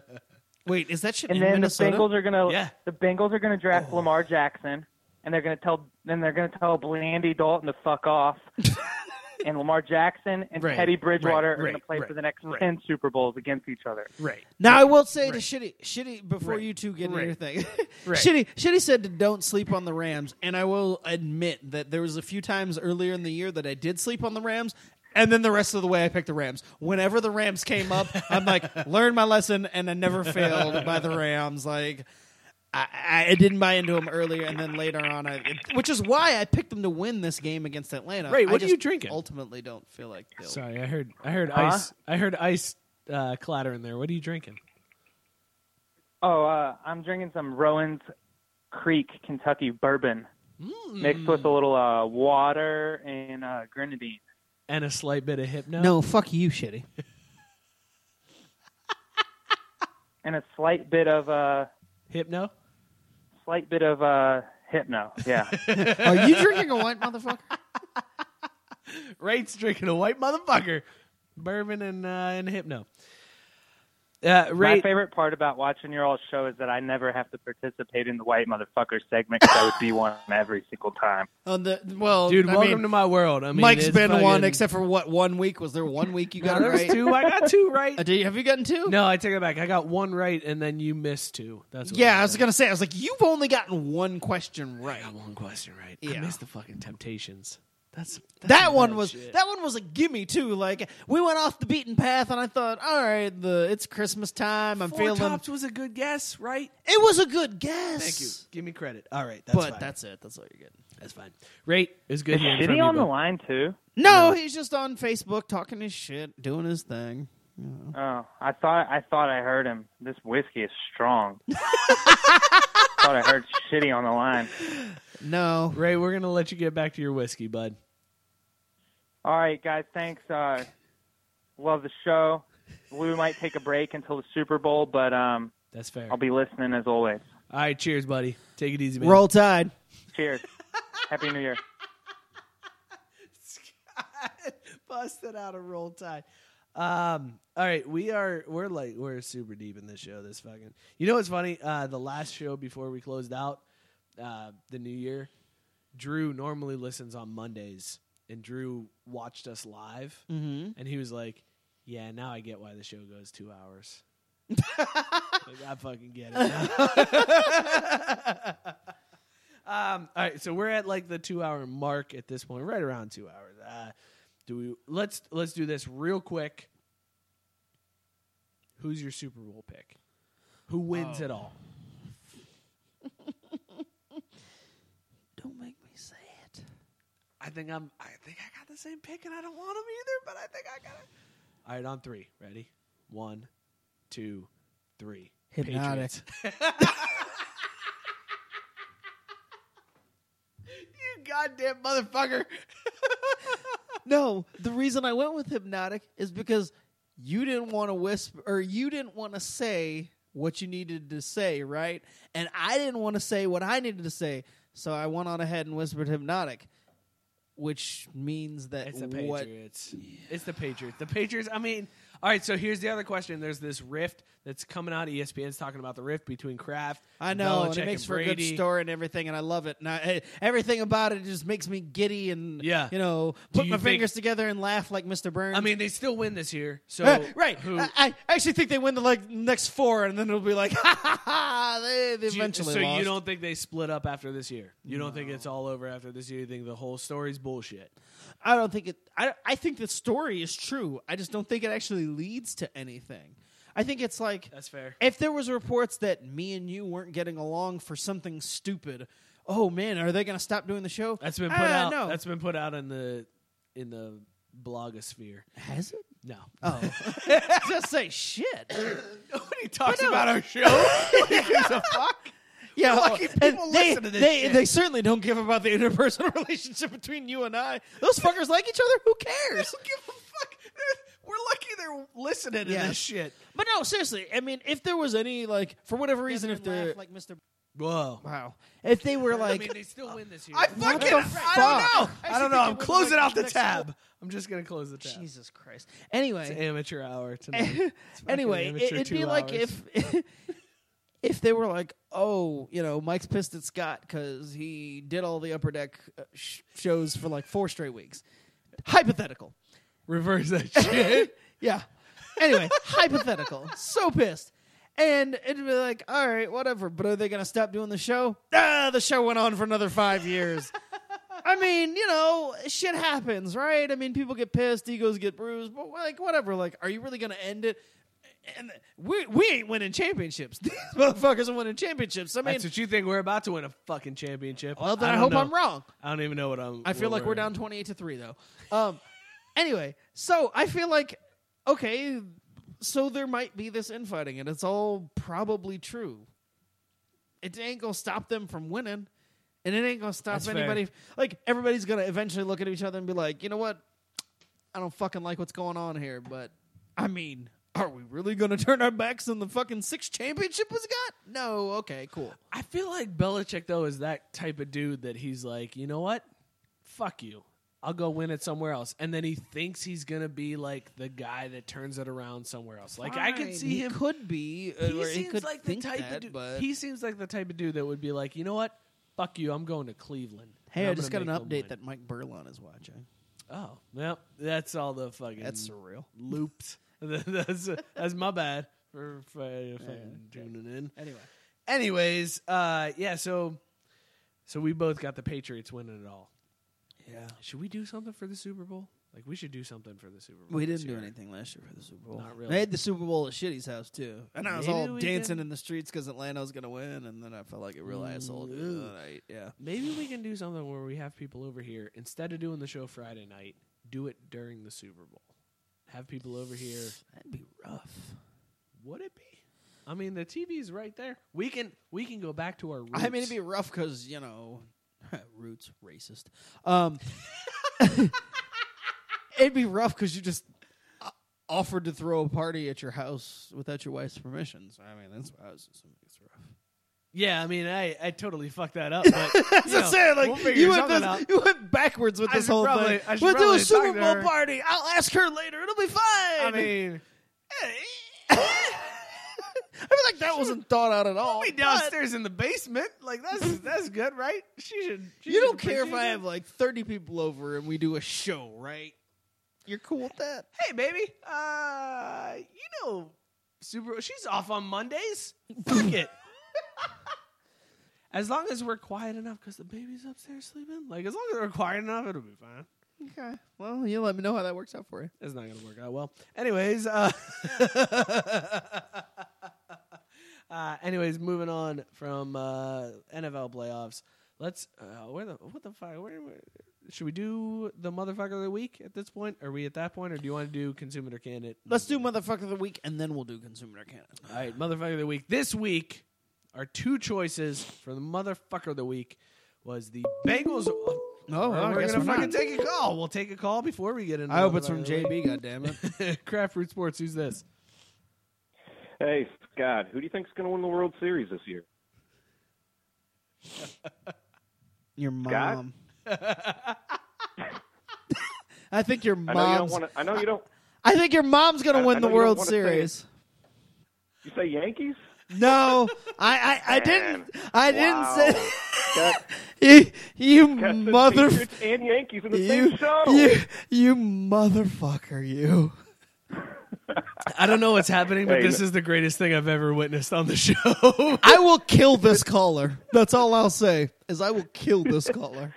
Speaker 3: Wait, is that shit
Speaker 11: And
Speaker 3: in
Speaker 11: then
Speaker 3: Minnesota? Oh.
Speaker 11: the Bengals are going to
Speaker 4: Yeah.
Speaker 11: the Bengals are going to draft Lamar Jackson, and they're going to tell then they're going to tell Blandy Dalton to fuck off. and Lamar Jackson and
Speaker 3: Right,
Speaker 11: Teddy Bridgewater
Speaker 4: right,
Speaker 11: are going to
Speaker 4: right,
Speaker 11: play
Speaker 4: right,
Speaker 11: for the next
Speaker 4: right.
Speaker 11: ten Super Bowls against each other.
Speaker 4: right.
Speaker 3: now I will say to Shitty, Shitty, before you two get into your thing, Shitty, Shitty said to don't sleep on the Rams, and I will admit that there was a few times earlier in the year that I did sleep on the Rams, And then the rest of the way, I picked the Rams. Whenever the Rams came up, I'm like, learn my lesson, and I never failed by the Rams. Like, I, I- I didn't buy into them earlier, and then later on, I, it- which is why I picked them to win this game against Atlanta.
Speaker 4: Ray,
Speaker 3: I
Speaker 4: what are
Speaker 3: just
Speaker 4: you drinking?
Speaker 3: Ultimately, don't feel like they'll-
Speaker 4: Sorry, I heard I heard ice I heard ice uh, clattering there. What are you drinking?
Speaker 11: Oh, uh, I'm drinking some Rowan's Creek, Kentucky bourbon
Speaker 3: Mm.
Speaker 11: mixed with a little uh, water and uh, grenadine.
Speaker 4: And a slight bit of hypno.
Speaker 3: No, fuck you, shitty.
Speaker 11: and a slight bit of uh,
Speaker 4: hypno.
Speaker 11: slight bit of uh, hypno. Yeah,
Speaker 3: Are you drinking a white motherfucker?
Speaker 4: Ray's drinking a white motherfucker, bourbon and uh, and hypno. Uh,
Speaker 11: my
Speaker 4: Ray,
Speaker 11: favorite part about watching your all show is that I never have to participate in the white motherfucker segment 'cause I would be one every single time.
Speaker 3: On Oh, the well,
Speaker 4: dude,
Speaker 3: I
Speaker 4: welcome
Speaker 3: mean,
Speaker 4: to my world. I mean,
Speaker 3: Mike's
Speaker 4: it's
Speaker 3: been one,
Speaker 4: fucking-
Speaker 3: except for what one week was there? One week you
Speaker 4: No,
Speaker 3: got it
Speaker 4: there was
Speaker 3: right.
Speaker 4: two. I got two right.
Speaker 3: Uh, did- have you gotten two?
Speaker 4: No, I take it back. I got one right, and then you missed two. That's what
Speaker 3: Yeah, I was
Speaker 4: happened.
Speaker 3: gonna say. I was like, you've only gotten one question right.
Speaker 4: I got one question right. I
Speaker 3: Yeah.
Speaker 4: missed the fucking Temptations. That's, that's
Speaker 3: That
Speaker 4: some
Speaker 3: one
Speaker 4: bad
Speaker 3: was
Speaker 4: shit.
Speaker 3: that one was a gimme too. Like we went off the beaten path, and I thought, all right, the it's Christmas time. I'm
Speaker 4: Four
Speaker 3: feeling
Speaker 4: Tops was a good guess, right?
Speaker 3: it was a good guess.
Speaker 4: Thank you. Give me credit. All right, that's
Speaker 3: but
Speaker 4: fine.
Speaker 3: that's it. That's all you're getting.
Speaker 4: that's fine. Rate is good.
Speaker 11: Is
Speaker 4: here in
Speaker 11: Shitty
Speaker 4: front of
Speaker 11: on
Speaker 4: you,
Speaker 11: the
Speaker 4: bud.
Speaker 11: line too?
Speaker 3: No, he's just on Facebook talking his shit, doing his thing.
Speaker 11: Oh, I thought I thought I heard him. This whiskey is strong. thought I heard Shitty on the line.
Speaker 3: No,
Speaker 4: Ray, we're gonna let you get back to your whiskey, bud.
Speaker 11: All right, guys. Thanks. Uh, love the show. We might take a break until the Super Bowl, but um,
Speaker 4: That's fair.
Speaker 11: I'll be listening as always.
Speaker 4: All right, cheers, buddy. Take it easy, man.
Speaker 3: roll tide.
Speaker 11: Cheers. Happy New Year.
Speaker 4: Busted out a roll tide. Um, all right, we are we're like we're super deep in this show. This fucking you know what's funny? Uh, the last show before we closed out uh, the new year, Drew normally listens on Mondays, and Drew watched us live, and he was like, "Yeah, now I get why the show goes two hours." like, I fucking get it. now. um, all right, so we're at like the two hour mark at this point, right around two hours. Uh, do we let's let's do this real quick. Who's your Super Bowl pick? Who wins it all?
Speaker 3: Don't make me say it.
Speaker 4: I think I'm. I think I got the same pick, and I don't want him either. But I think I got it. All right, on three. Ready? One, two, three.
Speaker 3: Hypnotic.
Speaker 4: Patriots. you goddamn motherfucker!
Speaker 3: No, the reason I went with hypnotic is because you didn't want to whisper or you didn't want to say what you needed to say, right? And I didn't want to say what I needed to say, so I went on ahead and whispered hypnotic, which means that
Speaker 4: It's the
Speaker 3: what
Speaker 4: Patriots. It's the Patriots. The Patriots. I mean, all right. So here's the other question. There's this rift that's coming out. E ESPN's talking about the rift between Kraft.
Speaker 3: I know, and
Speaker 4: Belichick
Speaker 3: it makes for a
Speaker 4: Brady.
Speaker 3: good story and everything, and I love it. And I, eh, everything about it just makes me giddy, and
Speaker 4: Yeah.
Speaker 3: you know,
Speaker 4: Do
Speaker 3: put
Speaker 4: you
Speaker 3: my
Speaker 4: think-
Speaker 3: fingers together and laugh like Mr. Burns.
Speaker 4: I mean, they still win this year. So
Speaker 3: Uh, right.
Speaker 4: Who,
Speaker 3: I, I actually think they win the like next four, and then it'll be like, ha ha ha. They, they
Speaker 4: Do you-
Speaker 3: eventually
Speaker 4: so
Speaker 3: lost.
Speaker 4: you don't think they split up after this year? You don't think it's all over after this year? You think the whole story's bullshit?
Speaker 3: I don't think it. I I think the story is true. I just don't think it actually leads to anything. I think it's like
Speaker 4: That's fair.
Speaker 3: if there was reports that me and you weren't getting along for something stupid. Oh man, are they going to stop doing the show?
Speaker 4: That's been put
Speaker 3: Ah,
Speaker 4: out.
Speaker 3: No,
Speaker 4: That's been put out in the in the blogosphere.
Speaker 3: has it?
Speaker 4: No,
Speaker 3: Oh, just say shit.
Speaker 4: nobody talks about our show. Nobody gives a fuck.
Speaker 3: Yeah, well,
Speaker 4: Fucking
Speaker 3: and
Speaker 4: people
Speaker 3: they,
Speaker 4: listen to this
Speaker 3: They,
Speaker 4: shit.
Speaker 3: they certainly don't give about the interpersonal relationship between you and I. Those fuckers like each other. Who
Speaker 4: They
Speaker 3: cares?
Speaker 4: don't give a fuck. We're lucky they're listening to
Speaker 3: Yeah.
Speaker 4: this shit.
Speaker 3: But no, seriously. I mean, if there was any like, for whatever reason, if they're like Mr.
Speaker 4: Whoa.
Speaker 3: Wow, if they were like,
Speaker 4: I mean, they still win this year.
Speaker 3: I fucking-
Speaker 4: I don't
Speaker 3: Right.
Speaker 4: know.
Speaker 3: Fuck.
Speaker 4: I don't know. I'm closing out the tab. I'm just gonna close the tab.
Speaker 3: Jesus Christ.
Speaker 4: It's
Speaker 3: Anyway,
Speaker 4: amateur hour tonight. It's fucking
Speaker 3: anyway,
Speaker 4: amateur
Speaker 3: it, would be
Speaker 4: two
Speaker 3: like
Speaker 4: hours.
Speaker 3: if if they were like, oh, you know, Mike's pissed at Scott because he did all the upper deck uh, sh- shows for like four straight weeks. Hypothetical.
Speaker 4: reverse that shit.
Speaker 3: Yeah. Anyway, hypothetical. So pissed. And it'd be like, all right, whatever. But are they going to stop doing the show? Ah, the show went on for another five years. I mean, you know, shit happens, right? I mean, people get pissed, egos get bruised, but like whatever. Like, are you really gonna end it? And we we ain't winning championships. These motherfuckers are winning championships. I mean,
Speaker 4: That's what you think. We're about to win a fucking championship.
Speaker 3: well, then I,
Speaker 4: don't
Speaker 3: hope
Speaker 4: know.
Speaker 3: I'm wrong.
Speaker 4: I don't even know what I'm.
Speaker 3: I feel
Speaker 4: what
Speaker 3: like we're down 28 to 3 though. Um anyway, so I feel like okay, so there might be this infighting and it's all probably true. It ain't going to stop them from winning and it ain't going to stop
Speaker 12: That's fair.
Speaker 3: anybody like everybody's going to eventually look at each other and be like, "You know what? I don't fucking like what's going on here, but I mean, are we really going to turn our backs on the fucking six championship we got? No, okay, cool.
Speaker 4: I feel like Belichick though is that type of dude that he's like, you know what? Fuck you. I'll go win it somewhere else. And then he thinks he's gonna be like the guy that turns it around somewhere else. Like I
Speaker 3: Fine,
Speaker 4: could see
Speaker 3: he
Speaker 4: him.
Speaker 3: could be. uh,
Speaker 4: he
Speaker 3: or
Speaker 4: seems
Speaker 3: could
Speaker 4: like the
Speaker 3: think
Speaker 4: type
Speaker 3: that,
Speaker 4: of dude.
Speaker 3: but-
Speaker 4: He seems like the type of dude that would be like, you know what? Fuck you. I'm going to Cleveland.
Speaker 3: Hey,
Speaker 4: and
Speaker 3: I
Speaker 4: I'm
Speaker 3: just got
Speaker 4: gonna
Speaker 3: an
Speaker 4: make
Speaker 3: update
Speaker 4: them
Speaker 3: that Mike Burlon is watching.
Speaker 4: win." Oh, well, that's all the fucking.
Speaker 3: That's surreal.
Speaker 4: loops. that's, that's my bad for, for fucking tuning in.
Speaker 3: Anyway,
Speaker 4: Anyways, uh, yeah, so so we both got the Patriots winning it all. Yeah. Should we do something for the Super Bowl? Like we should do something for the Super Bowl.
Speaker 3: we
Speaker 4: this
Speaker 3: didn't do
Speaker 4: year.
Speaker 3: anything last year for the Super Bowl.
Speaker 4: Not really.
Speaker 3: They had the Super Bowl at Shitty's house too, and I was
Speaker 4: Maybe
Speaker 3: all
Speaker 4: we
Speaker 3: dancing
Speaker 4: did.
Speaker 3: in the streets because Atlanta was gonna win, and then I felt like a real asshole. dude,
Speaker 4: Ooh.
Speaker 3: that night. Yeah,
Speaker 4: Maybe we can do something where we have people over here instead of doing the show Friday night, do it during the Super Bowl. Have people over here.
Speaker 3: that'd be rough.
Speaker 4: Would it be? I mean, the TV's right there. We can we can go back to our roots.
Speaker 3: I mean, it'd be rough because you know, roots racist. Um, it'd be rough because you just o- offered to throw a party at your house without your wife's permission. So I mean, that's why I was assuming it's rough.
Speaker 4: yeah. I mean, I, I totally fucked that up. But, you know, we'll figure
Speaker 3: you, went
Speaker 4: something
Speaker 3: this-
Speaker 4: out.
Speaker 3: you went backwards with
Speaker 4: I
Speaker 3: this
Speaker 4: should
Speaker 3: whole
Speaker 4: probably- I
Speaker 3: thing.
Speaker 4: should
Speaker 3: We'll do a
Speaker 4: probably
Speaker 3: Super
Speaker 4: talk to
Speaker 3: Bowl
Speaker 4: her.
Speaker 3: party. I'll ask her later. It'll be fine.
Speaker 4: I mean,
Speaker 3: I feel like that wasn't thought out at all.
Speaker 4: be
Speaker 3: but
Speaker 4: downstairs in the basement. Like that's that's good, right? She should. she
Speaker 3: You
Speaker 4: should
Speaker 3: don't care if
Speaker 4: appreciate
Speaker 3: I
Speaker 4: it.
Speaker 3: have like thirty people over and we do a show, right? You're cool with that.
Speaker 4: Hey, baby. Uh, you know, Super. She's off on Mondays. Fuck it. As long as we're quiet enough, because the baby's upstairs sleeping. Like as long as we're quiet enough, it'll be fine.
Speaker 3: Okay. Well, you let me know how that works out for you.
Speaker 4: It's not gonna work out well. Anyways, uh, uh anyways, moving on from uh NFL playoffs. Let's uh where the what the fuck where, where should we do the motherfucker of the week at this point? Are we at that point or do you want to do consumer or candidate?
Speaker 3: Let's do motherfucker of the week and then we'll do consumer canon.
Speaker 4: All right, motherfucker of the week. This week, our two choices for the motherfucker of the week was the Bengals. Oh,
Speaker 3: well, I
Speaker 4: we're
Speaker 3: guess
Speaker 4: gonna
Speaker 3: we're
Speaker 4: fucking
Speaker 3: not.
Speaker 4: take a call. We'll take a call before we get into.
Speaker 3: I hope it's
Speaker 4: motherfucker
Speaker 3: from
Speaker 4: of the week.
Speaker 3: JB. Goddamn it!
Speaker 4: Craft Root Sports. Who's this?
Speaker 13: Hey, Scott, who do you think's going to win the World Series this year?
Speaker 3: Your
Speaker 13: Scott?
Speaker 3: mom. I think your
Speaker 13: I know you don't
Speaker 3: mom's.
Speaker 13: want to. I know you don't.
Speaker 3: I think your mom's gonna
Speaker 13: I-
Speaker 3: win
Speaker 13: I know
Speaker 3: the
Speaker 13: you don't
Speaker 3: World
Speaker 13: wanna say it.
Speaker 3: Series.
Speaker 13: You say Yankees?
Speaker 3: No, I, I, I didn't. I
Speaker 13: Wow.
Speaker 3: didn't say
Speaker 13: Got-
Speaker 3: you, you
Speaker 13: got the
Speaker 3: mother.
Speaker 13: Patriots and Yankees in the
Speaker 3: You,
Speaker 13: same show.
Speaker 3: you, you motherfucker, you.
Speaker 4: I don't know what's happening, but
Speaker 13: Hey,
Speaker 4: this
Speaker 13: no-
Speaker 4: is the greatest thing I've ever witnessed on the show.
Speaker 3: I will kill this caller. That's all I'll say. Is I will kill this caller.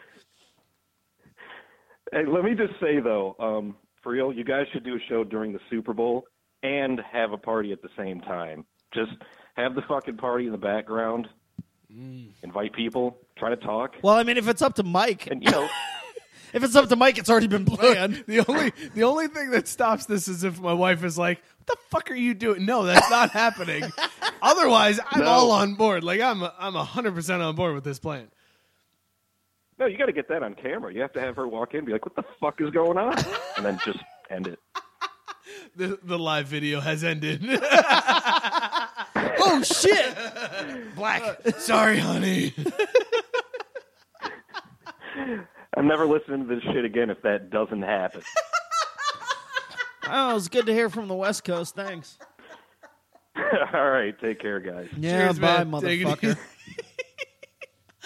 Speaker 13: Hey, let me just say though, um, for real, you guys should do a show during the Super Bowl and have a party at the same time. Just have the fucking party in the background. Invite people. Try to talk.
Speaker 3: Well, I mean, if it's up to Mike,
Speaker 13: And you know,
Speaker 3: if it's up to Mike, it's already been planned.
Speaker 4: the only the only thing that stops this is if my wife is like, "What the fuck are you doing?" No, that's not happening. Otherwise, I'm
Speaker 13: No.
Speaker 4: all on board. Like I'm I'm hundred percent on board with this plan.
Speaker 13: no, you got to get that on camera. You have to have her walk in, and be like, "What the fuck is going on?" and then just end it.
Speaker 4: The, the live video has ended.
Speaker 3: Oh shit!
Speaker 4: Uh, Sorry, honey.
Speaker 13: I'm never listening to this shit again if that doesn't happen.
Speaker 3: Oh, it's good to hear from the West Coast. Thanks.
Speaker 13: All right, take care, guys.
Speaker 3: Yeah,
Speaker 4: Cheers,
Speaker 3: bye,
Speaker 4: man. Take it
Speaker 3: motherfucker.
Speaker 4: easy.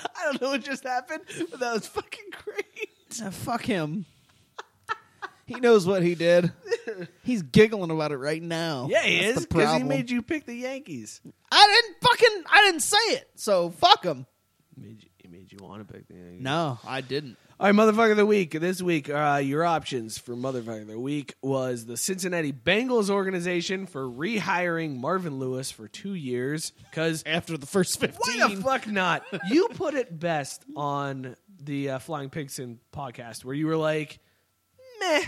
Speaker 4: I don't know what just happened, but that was fucking great.
Speaker 3: Uh, fuck him. He knows what he did. He's giggling about it right now.
Speaker 4: Yeah, he
Speaker 3: That's
Speaker 4: is
Speaker 3: the
Speaker 4: because he
Speaker 3: problem.
Speaker 4: made you pick the Yankees.
Speaker 3: I didn't fucking. I didn't say it. So fuck him.
Speaker 4: Made you, he made Did you want to pick the Yankees?
Speaker 3: No, I didn't.
Speaker 4: All right, motherfucker of the week. This week, uh, your options for motherfucker of the week was the Cincinnati Bengals organization for rehiring Marvin Lewis for two years because
Speaker 3: After the first fifteen,
Speaker 4: why the fuck not? you put it best on the uh, Flying Pigson podcast where you were like, meh.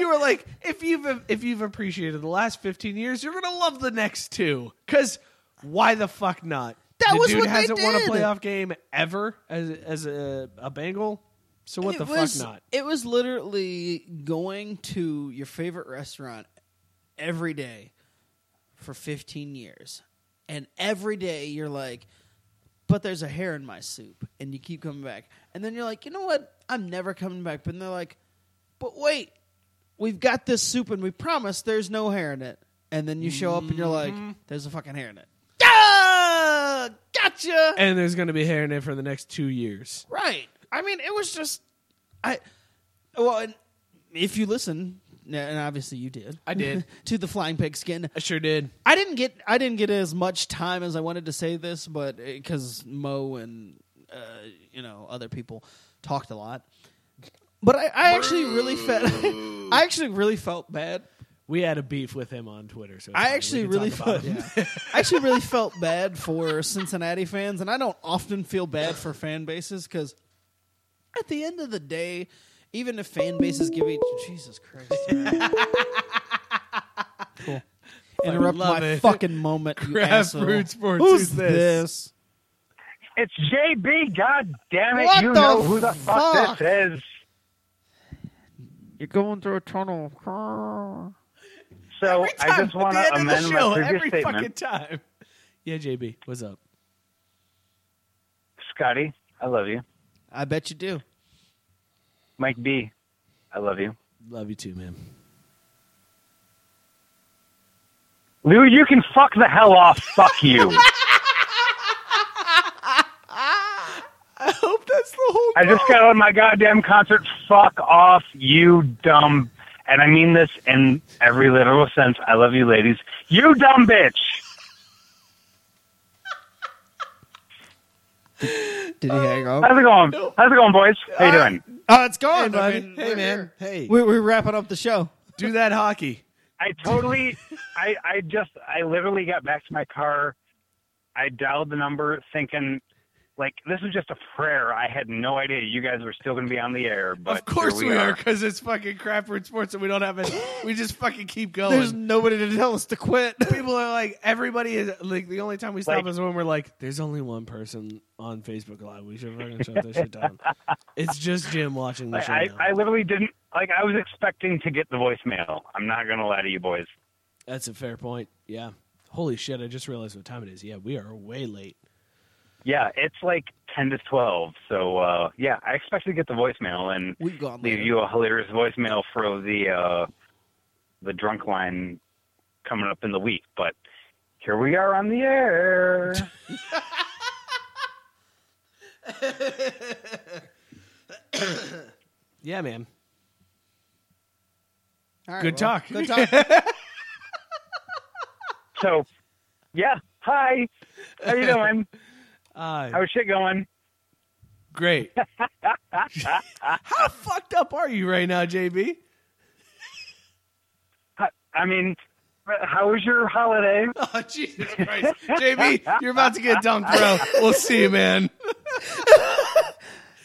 Speaker 4: you were like, if you've if you've appreciated the last fifteen years, you're gonna love the next two. Cause why the fuck not?
Speaker 3: That
Speaker 4: the
Speaker 3: was
Speaker 4: dude
Speaker 3: what they
Speaker 4: hasn't won a
Speaker 3: did.
Speaker 4: playoff game ever as as a, a Bengal. So what
Speaker 3: it
Speaker 4: the
Speaker 3: was,
Speaker 4: fuck not?
Speaker 3: It was literally going to your favorite restaurant every day for 15 years. And every day you're like, but there's a hair in my soup. And you keep coming back. And then you're like, you know what? I'm never coming back. But then they're like, but wait, we've got this soup and we promise there's no hair in it. And then you show up and you're like,
Speaker 4: Mm-hmm.
Speaker 3: there's a fucking hair in it. Ah, gotcha.
Speaker 4: And there's gonna be hair in it for the next two years.
Speaker 3: Right. I mean, it was just I. Well, and if you listen, and obviously you did,
Speaker 4: I did.
Speaker 3: to the flying pigskin.
Speaker 4: I sure did.
Speaker 3: I didn't get I didn't get as much time as I wanted to say this, but because Mo and uh, you know other people talked a lot, but I, I actually really felt I actually really felt bad
Speaker 4: We had a beef with him on Twitter. So it's fine.
Speaker 3: I
Speaker 4: We
Speaker 3: actually
Speaker 4: can
Speaker 3: really
Speaker 4: talk about
Speaker 3: felt
Speaker 4: it.
Speaker 3: I actually really felt bad for Cincinnati fans, and I don't often feel bad for fan bases because at the end of the day, even if fan bases give each Jesus Christ, cool, interrupt
Speaker 4: love
Speaker 3: my
Speaker 4: it.
Speaker 3: fucking moment, you
Speaker 4: Craft
Speaker 3: asshole.
Speaker 4: Root Sports,
Speaker 3: Who's
Speaker 4: who's this?
Speaker 6: It's JB. God damn it!
Speaker 3: What
Speaker 6: you
Speaker 3: the
Speaker 6: know who the
Speaker 3: fuck?
Speaker 6: fuck this is.
Speaker 3: You're going through a tunnel.
Speaker 6: So
Speaker 4: Every
Speaker 6: I
Speaker 4: time,
Speaker 6: just want
Speaker 4: at
Speaker 6: to
Speaker 4: the end
Speaker 6: amend
Speaker 4: of the
Speaker 6: my
Speaker 4: show,
Speaker 6: previous
Speaker 4: every
Speaker 6: statement,
Speaker 4: fucking time. Yeah, JB, what's up?
Speaker 6: Scotty. I love you,
Speaker 3: I bet you do.
Speaker 6: Mike B. I love you,
Speaker 4: Love you too, man.
Speaker 6: Lou. You can fuck the hell off. Fuck you.
Speaker 4: I hope that's the whole.
Speaker 6: I just got on my goddamn concert. Fuck off, you dumb. And I mean this in every literal sense. I love you, ladies. You dumb bitch.
Speaker 3: Did he hang up?
Speaker 6: How's it going? How's it going, boys? How you doing?
Speaker 3: Oh, it's gone.
Speaker 4: Hey, buddy.
Speaker 3: I mean,
Speaker 4: Hey,
Speaker 3: we're
Speaker 4: man.
Speaker 3: here.
Speaker 4: Hey.
Speaker 3: we, we're wrapping up the show.
Speaker 4: Do that hockey.
Speaker 6: I totally, I, I just, I literally got back to my car. I dialed the number thinking, like, this is just a prayer. I had no idea you guys were still going to be on the air. But
Speaker 4: of course
Speaker 6: here
Speaker 4: we are, because it's fucking Craftwood Sports, and we don't have it. we just fucking keep going.
Speaker 3: There's nobody to tell us to quit.
Speaker 4: People are like, everybody is like. The only time we stop
Speaker 6: Like-
Speaker 4: is when we're like, "There's only one person on Facebook Live. We should fucking shut this shit down." It's just Jim watching the
Speaker 6: Like,
Speaker 4: show.
Speaker 6: I,
Speaker 4: now.
Speaker 6: I literally didn't, like, I was expecting to get the voicemail. I'm not going to lie to you, boys.
Speaker 4: That's a fair point. Yeah. Holy shit! I just realized what time it is. Yeah, we are way late.
Speaker 6: Yeah, it's like ten to twelve. So uh, yeah, I expect to get the voicemail and
Speaker 3: We've gone
Speaker 6: leave
Speaker 3: later.
Speaker 6: you a hilarious voicemail for the uh, the drunk line coming up in the week. But here we are on the air.
Speaker 4: Yeah, man.
Speaker 3: All right,
Speaker 4: Good
Speaker 3: well,
Speaker 4: talk.
Speaker 3: Good talk.
Speaker 6: so yeah, hi, how you doing?
Speaker 4: Uh,
Speaker 6: How's shit going?
Speaker 4: Great. How fucked up are you right now, JB?
Speaker 6: Hi- I mean, how was your holiday?
Speaker 4: Oh, Jesus Christ. JB, you're about to get dunked, bro. We'll see you, man.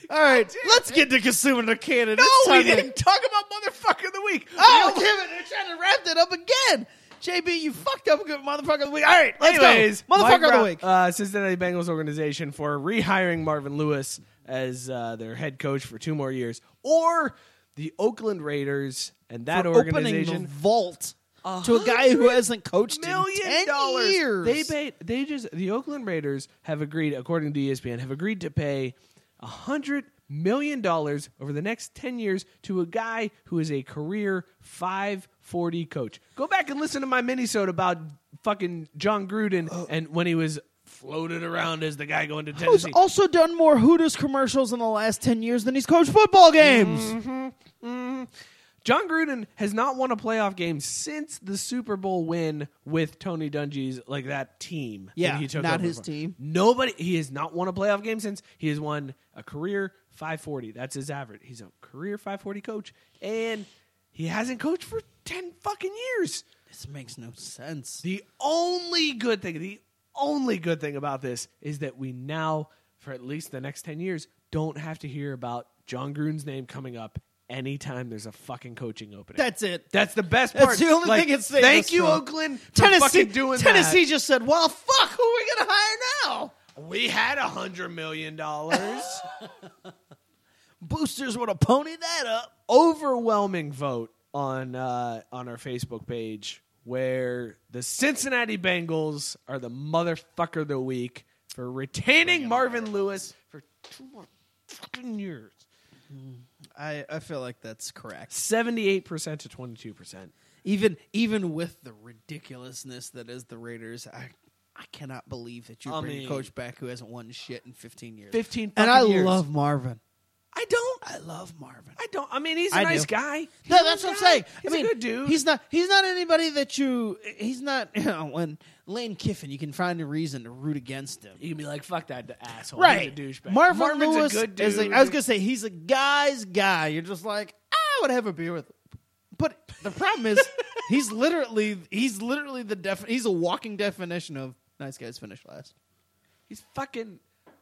Speaker 3: All right, let's get to consuming the canon. it's
Speaker 4: No,
Speaker 3: time
Speaker 4: we
Speaker 3: to-
Speaker 4: didn't talk about motherfucker of the week.
Speaker 3: Oh, damn it! They're trying to wrap that up again. JB, you fucked up, good motherfucker of the week. All right, let's
Speaker 4: Anyways,
Speaker 3: go,
Speaker 4: Mike
Speaker 3: motherfucker of
Speaker 4: Brown-
Speaker 3: the week.
Speaker 4: Uh, Cincinnati Bengals organization for rehiring Marvin Lewis as uh, their head coach for two more years, or the Oakland Raiders and that
Speaker 3: For opening
Speaker 4: organization
Speaker 3: the vault to a guy who hasn't coached in
Speaker 4: million
Speaker 3: 10
Speaker 4: dollars.
Speaker 3: years.
Speaker 4: They paid. They just the Oakland Raiders have agreed, according to E ESPN, have agreed to pay a hundred million dollars over the next ten years to a guy who is a career five forty coach. Go back and listen to my minisode about fucking John Gruden
Speaker 3: Oh.
Speaker 4: and when he was floated around as the guy going to
Speaker 3: Who's
Speaker 4: Tennessee.
Speaker 3: also done
Speaker 4: Mm-hmm.
Speaker 3: more Hooters commercials in the last 10 years than he's coached football games.
Speaker 4: John Gruden has not won a playoff game since the Super Bowl win with Tony Dungy's like that team. that
Speaker 3: Yeah,
Speaker 4: he took
Speaker 3: not
Speaker 4: over
Speaker 3: his
Speaker 4: from.
Speaker 3: team.
Speaker 4: Nobody. He has not won a playoff game since. He has won a career 540. That's his average. He's a career 540 coach, and he hasn't coached for ten fucking years.
Speaker 3: This makes no sense.
Speaker 4: The only good thing, the only good thing about this is that we now, for at least the next 10 years, don't have to hear about John Gruden's name coming up anytime there's a fucking coaching opening.
Speaker 3: That's it.
Speaker 4: That's the best part.
Speaker 3: That's the only
Speaker 4: Like,
Speaker 3: thing it's saved
Speaker 4: Thank
Speaker 3: us
Speaker 4: you,
Speaker 3: from.
Speaker 4: Oakland, for
Speaker 3: Tennessee
Speaker 4: fucking doing
Speaker 3: Tennessee just said, "Well, fuck, who are we going to hire now?"
Speaker 4: that. We had a hundred million dollars.
Speaker 3: Boosters would have ponied that up.
Speaker 4: Overwhelming vote on uh, on our Facebook page where the Cincinnati Bengals are the motherfucker of the week for retaining Marvin Lewis for two more fucking years. Mm-hmm.
Speaker 3: I, I feel like that's correct.
Speaker 4: 78% to 22%.
Speaker 3: Even even with the ridiculousness that is the Raiders, I I cannot believe that you
Speaker 4: I
Speaker 3: bring
Speaker 4: mean-
Speaker 3: a coach back who hasn't won shit in 15 years.
Speaker 4: 15
Speaker 3: and
Speaker 4: fucking
Speaker 3: I
Speaker 4: years.
Speaker 3: love Marvin.
Speaker 4: I don't
Speaker 3: I love Marvin.
Speaker 4: I don't I mean he's a
Speaker 3: I
Speaker 4: nice
Speaker 3: do.
Speaker 4: guy. He's
Speaker 3: No,
Speaker 4: a
Speaker 3: that's what
Speaker 4: nice
Speaker 3: I'm saying.
Speaker 4: guy. He's
Speaker 3: I mean,
Speaker 4: a good dude.
Speaker 3: He's not. He's not anybody that you. He's not. You know, when Lane Kiffin, you can find a reason to root against him.
Speaker 4: you can be like fuck that asshole.
Speaker 3: Right,
Speaker 4: He's a douchebag.
Speaker 3: Marvin
Speaker 4: Marvin's
Speaker 3: Lewis
Speaker 4: a good dude.
Speaker 3: is. Like, I was gonna say he's a guy's guy. You're just like I would have a beer with. him. But the problem is he's literally he's literally the def. He's a walking definition of nice guys finish last.
Speaker 4: he's fucking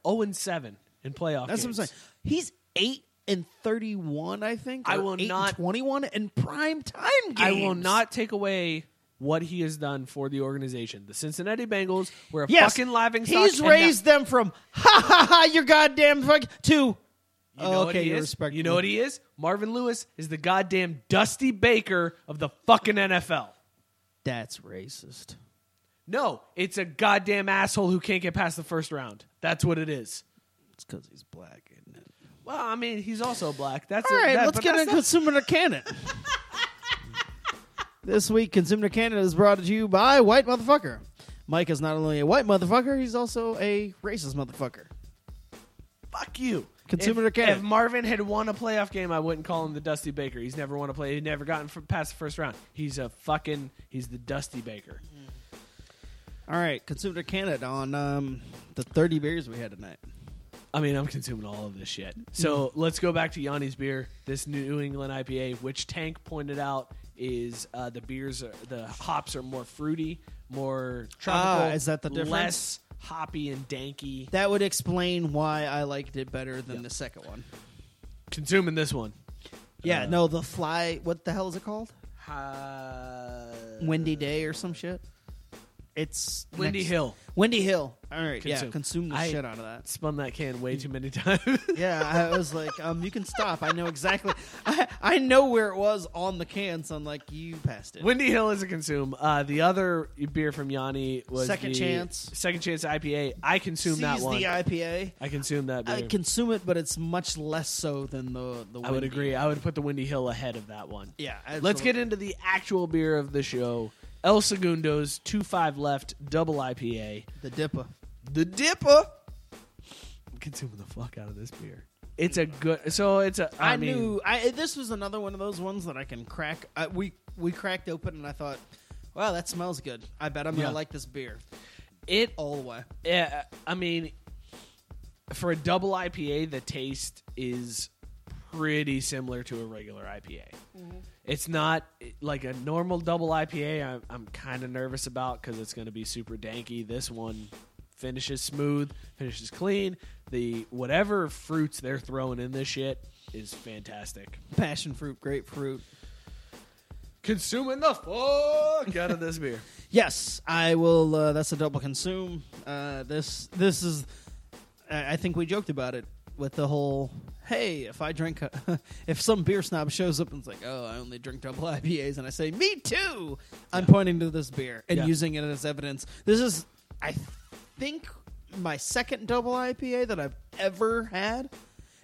Speaker 4: 0 and 7 in playoff
Speaker 3: That's
Speaker 4: games.
Speaker 3: what I'm saying. He's eight and thirty one. I think
Speaker 4: I
Speaker 3: or
Speaker 4: will
Speaker 3: eight
Speaker 4: not-
Speaker 3: twenty one in prime time games.
Speaker 4: I will not take away what he has done for the organization. The Cincinnati Bengals were a
Speaker 3: Yes,
Speaker 4: fucking living stock.
Speaker 3: He's
Speaker 4: and
Speaker 3: raised them from ha ha ha. You're goddamn fuck to.
Speaker 4: now- you know
Speaker 3: okay,
Speaker 4: what he
Speaker 3: you're
Speaker 4: is?
Speaker 3: respectable.
Speaker 4: You know what he is? Marvin Lewis is the goddamn Dusty Baker of the fucking NFL.
Speaker 3: That's racist.
Speaker 4: No, it's a goddamn asshole who can't get past the first round. That's what it is.
Speaker 3: It's because he's black, isn't it?
Speaker 4: Well, I mean, he's also black. That's
Speaker 3: All
Speaker 4: a-
Speaker 3: right,
Speaker 4: that-
Speaker 3: let's
Speaker 4: but
Speaker 3: get
Speaker 4: that's
Speaker 3: into
Speaker 4: not-
Speaker 3: Consumer Canon. this week, Consumer Canon is brought to you by White Motherfucker. Mike is not only a white motherfucker, he's also a racist motherfucker.
Speaker 4: fuck you.
Speaker 3: Consumer
Speaker 4: if,
Speaker 3: Cannon.
Speaker 4: if Marvin had won a playoff game, I wouldn't call him the Dusty Baker. He's never won a play. He's never gotten fr- past the first round. He's a fucking. He's the Dusty Baker.
Speaker 3: All right, Consumer Canon on um, the 30 beers we had tonight.
Speaker 4: I mean, I'm consuming all of this shit. So let's go back to Yanni's beer, this New England IPA, which Tank pointed out is uh, the beers, are, the hops are more fruity, more tropical.
Speaker 3: Ah, is that the difference?
Speaker 4: Less hoppy and danky.
Speaker 3: That would explain why I liked it better than the second one.
Speaker 4: Consuming this one.
Speaker 3: Yeah, no, the fly. What the hell is it called?
Speaker 4: Uh,
Speaker 3: Windy Day or some shit. It's
Speaker 4: Windy
Speaker 3: next-
Speaker 4: Hill.
Speaker 3: Windy Hill. All right, yeah,
Speaker 4: Consume.
Speaker 3: consume the
Speaker 4: I-
Speaker 3: shit out of that.
Speaker 4: Spun that can way too many times.
Speaker 3: Yeah, I was like, um, you can stop. I know exactly. I, I know where it was on the can, so I'm like, you passed it.
Speaker 4: Windy Hill is a consume. Uh, the other beer from Yanni was
Speaker 3: Second
Speaker 4: the
Speaker 3: Chance.
Speaker 4: Second Chance IPA. I consume
Speaker 3: Seize
Speaker 4: that one.
Speaker 3: the IPA.
Speaker 4: I consume that beer.
Speaker 3: I consume it, but it's much less so than the the.
Speaker 4: I would
Speaker 3: Windy.
Speaker 4: agree. I would put the Windy Hill ahead of that one.
Speaker 3: Yeah,
Speaker 4: Let's
Speaker 3: absolutely.
Speaker 4: get into the actual beer of the show. El Segundo's 2-5 left double IPA.
Speaker 3: the Dipper.
Speaker 4: The Dipper. I'm consuming the fuck out of this beer. It's a good so it's a I
Speaker 3: I,
Speaker 4: mean,
Speaker 3: knew I this was another one of those ones that I can crack. I, we we cracked open and I thought, wow, that smells good. I bet I'm
Speaker 4: Yeah.
Speaker 3: gonna like this beer
Speaker 4: it
Speaker 3: all the way.
Speaker 4: Yeah, I mean, for a double IPA, the taste is pretty similar to a regular IPA. It's not like a normal double IPA. I'm, I'm kind of nervous about because it's going to be super danky. This one finishes smooth, finishes clean. The whatever fruits they're throwing in this shit is fantastic.
Speaker 3: Passion fruit, grapefruit.
Speaker 4: Consuming the fuck out of this beer.
Speaker 3: Yes, I will. Uh, that's a double consume. Uh, this this is. I I think we joked about it with the whole. Hey, if I drink, a, if some beer snob shows up and is like, "Oh, I only drink double IPAs," and I say, "Me too," I'm pointing to this beer and
Speaker 4: Yeah.
Speaker 3: using it as evidence. This is, I think, my second double IPA that I've ever had,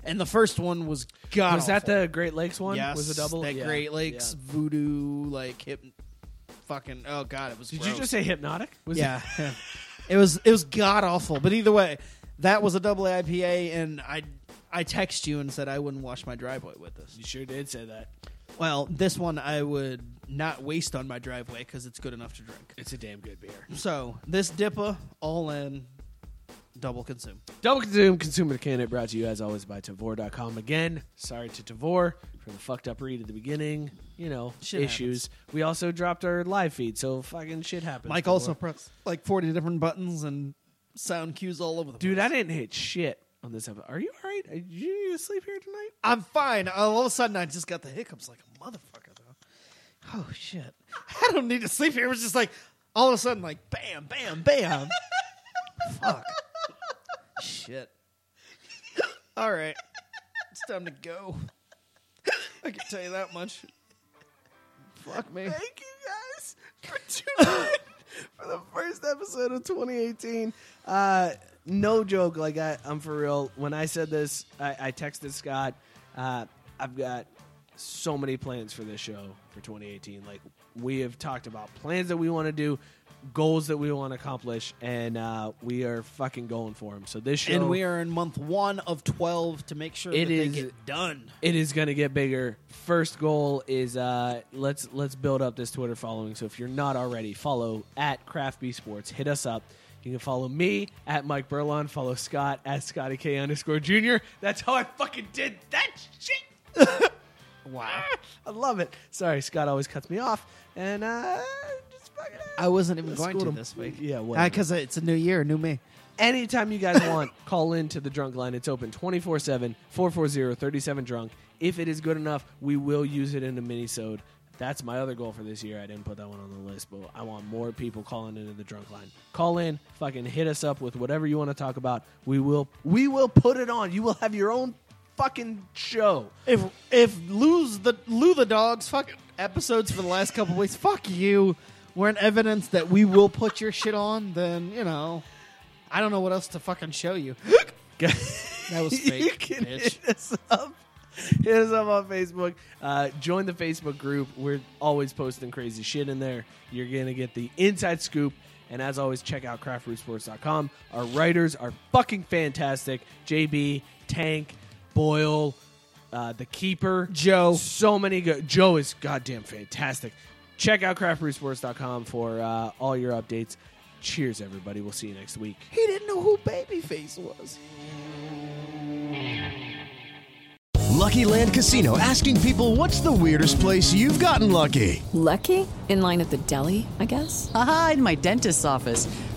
Speaker 3: and the first one was god.
Speaker 4: Was that the Great Lakes one?
Speaker 3: yes?
Speaker 4: was a double
Speaker 3: that
Speaker 4: Yeah,
Speaker 3: Great Lakes
Speaker 4: yeah.
Speaker 3: voodoo like hip, fucking oh god, it was.
Speaker 4: Did
Speaker 3: gross.
Speaker 4: you just say hypnotic? Was it-
Speaker 3: Yeah, yeah. it was it was god awful. But either way, that was a double IPA, and I I text you and said I wouldn't wash my driveway with this.
Speaker 4: You sure did say that.
Speaker 3: Well, this one I would not waste on my driveway because it's good enough to drink.
Speaker 9: It's a damn good beer.
Speaker 3: So this Dippa, all in, double consume.
Speaker 4: Double Consume Consumer Candidate brought to you as always by Tavor.com. Again, sorry to Tavor for the fucked up read at the beginning. You know,
Speaker 3: Shit
Speaker 4: issues. We also dropped our live feed, so fucking shit happens.
Speaker 3: Mike
Speaker 4: Tavor.
Speaker 3: also pressed like forty different buttons and sound cues all over the
Speaker 4: Dude,
Speaker 3: place.
Speaker 4: I didn't hit shit on this episode. Are you alright? Did you sleep here tonight?
Speaker 3: I'm fine. Uh, All of a sudden, I just got the hiccups like a motherfucker. Though. Oh shit! I don't need to sleep here. It was just like all of a sudden, like bam, bam, bam. Fuck. Shit. All right, it's time to go. I can tell you that much. Fuck me.
Speaker 4: Thank you guys for tuning in for the first episode of 2018. Uh, no joke, like I, I'm for real. When I said this, I, I texted Scott. Uh, I've got so many plans for this show for 2018. Like we have talked about plans that we want to do, goals that we want to accomplish, and uh, we are fucking going for them. So this show,
Speaker 3: And we are in month one of twelve to make sure
Speaker 4: It
Speaker 3: that
Speaker 4: is-
Speaker 3: they get done.
Speaker 4: it is going to get bigger. First goal is uh, let's let's build up this Twitter following. So if you're not already, follow at Craft Bee Sports. Hit us up. You can follow me at Mike Burlon. Follow Scott at Scotty K underscore Junior. That's how I fucking did that shit. wow, I love it. Sorry, Scott always cuts me off, and uh, just fucking.
Speaker 3: I wasn't even
Speaker 4: Let's
Speaker 3: going
Speaker 4: go
Speaker 3: to
Speaker 4: to-
Speaker 3: this week.
Speaker 4: Yeah, whatever.
Speaker 3: because Uh, Ah, it's a new year, new me.
Speaker 4: Anytime you guys want, call in to the drunk line. It's open 24 7 440 37 drunk. If it is good enough, we will use it in a mini sode. That's my other goal for this year. I didn't put that one on the list, but I want more people calling into the drunk line. Call in, fucking hit us up with whatever you want to talk about. We will we will put it on. You will have your own fucking show.
Speaker 3: If if lose the Lou the dogs fuck episodes for the last couple weeks, fuck you. We're in evidence that we will put your shit on. Then you know, I don't know what else to fucking show you. That was
Speaker 4: you
Speaker 3: fake,
Speaker 4: can
Speaker 3: bitch.
Speaker 4: hit us up. Hit us up on Facebook. Uh, join the Facebook group. We're always posting crazy shit in there. You're gonna get the inside scoop. And as always, check out craftbrewsports.com. Our writers are fucking fantastic. JB, Tank, Boyle, uh, the Keeper,
Speaker 3: Joe.
Speaker 4: So many good. Joe is goddamn fantastic. Check out craftbrewsports.com for uh, all your updates. Cheers, everybody. We'll see you next week.
Speaker 3: He didn't know who Babyface was.
Speaker 14: Lucky Land Casino asking people what's the weirdest place you've gotten lucky?
Speaker 15: Lucky? In line at the deli, I guess?
Speaker 16: Aha, in my dentist's office.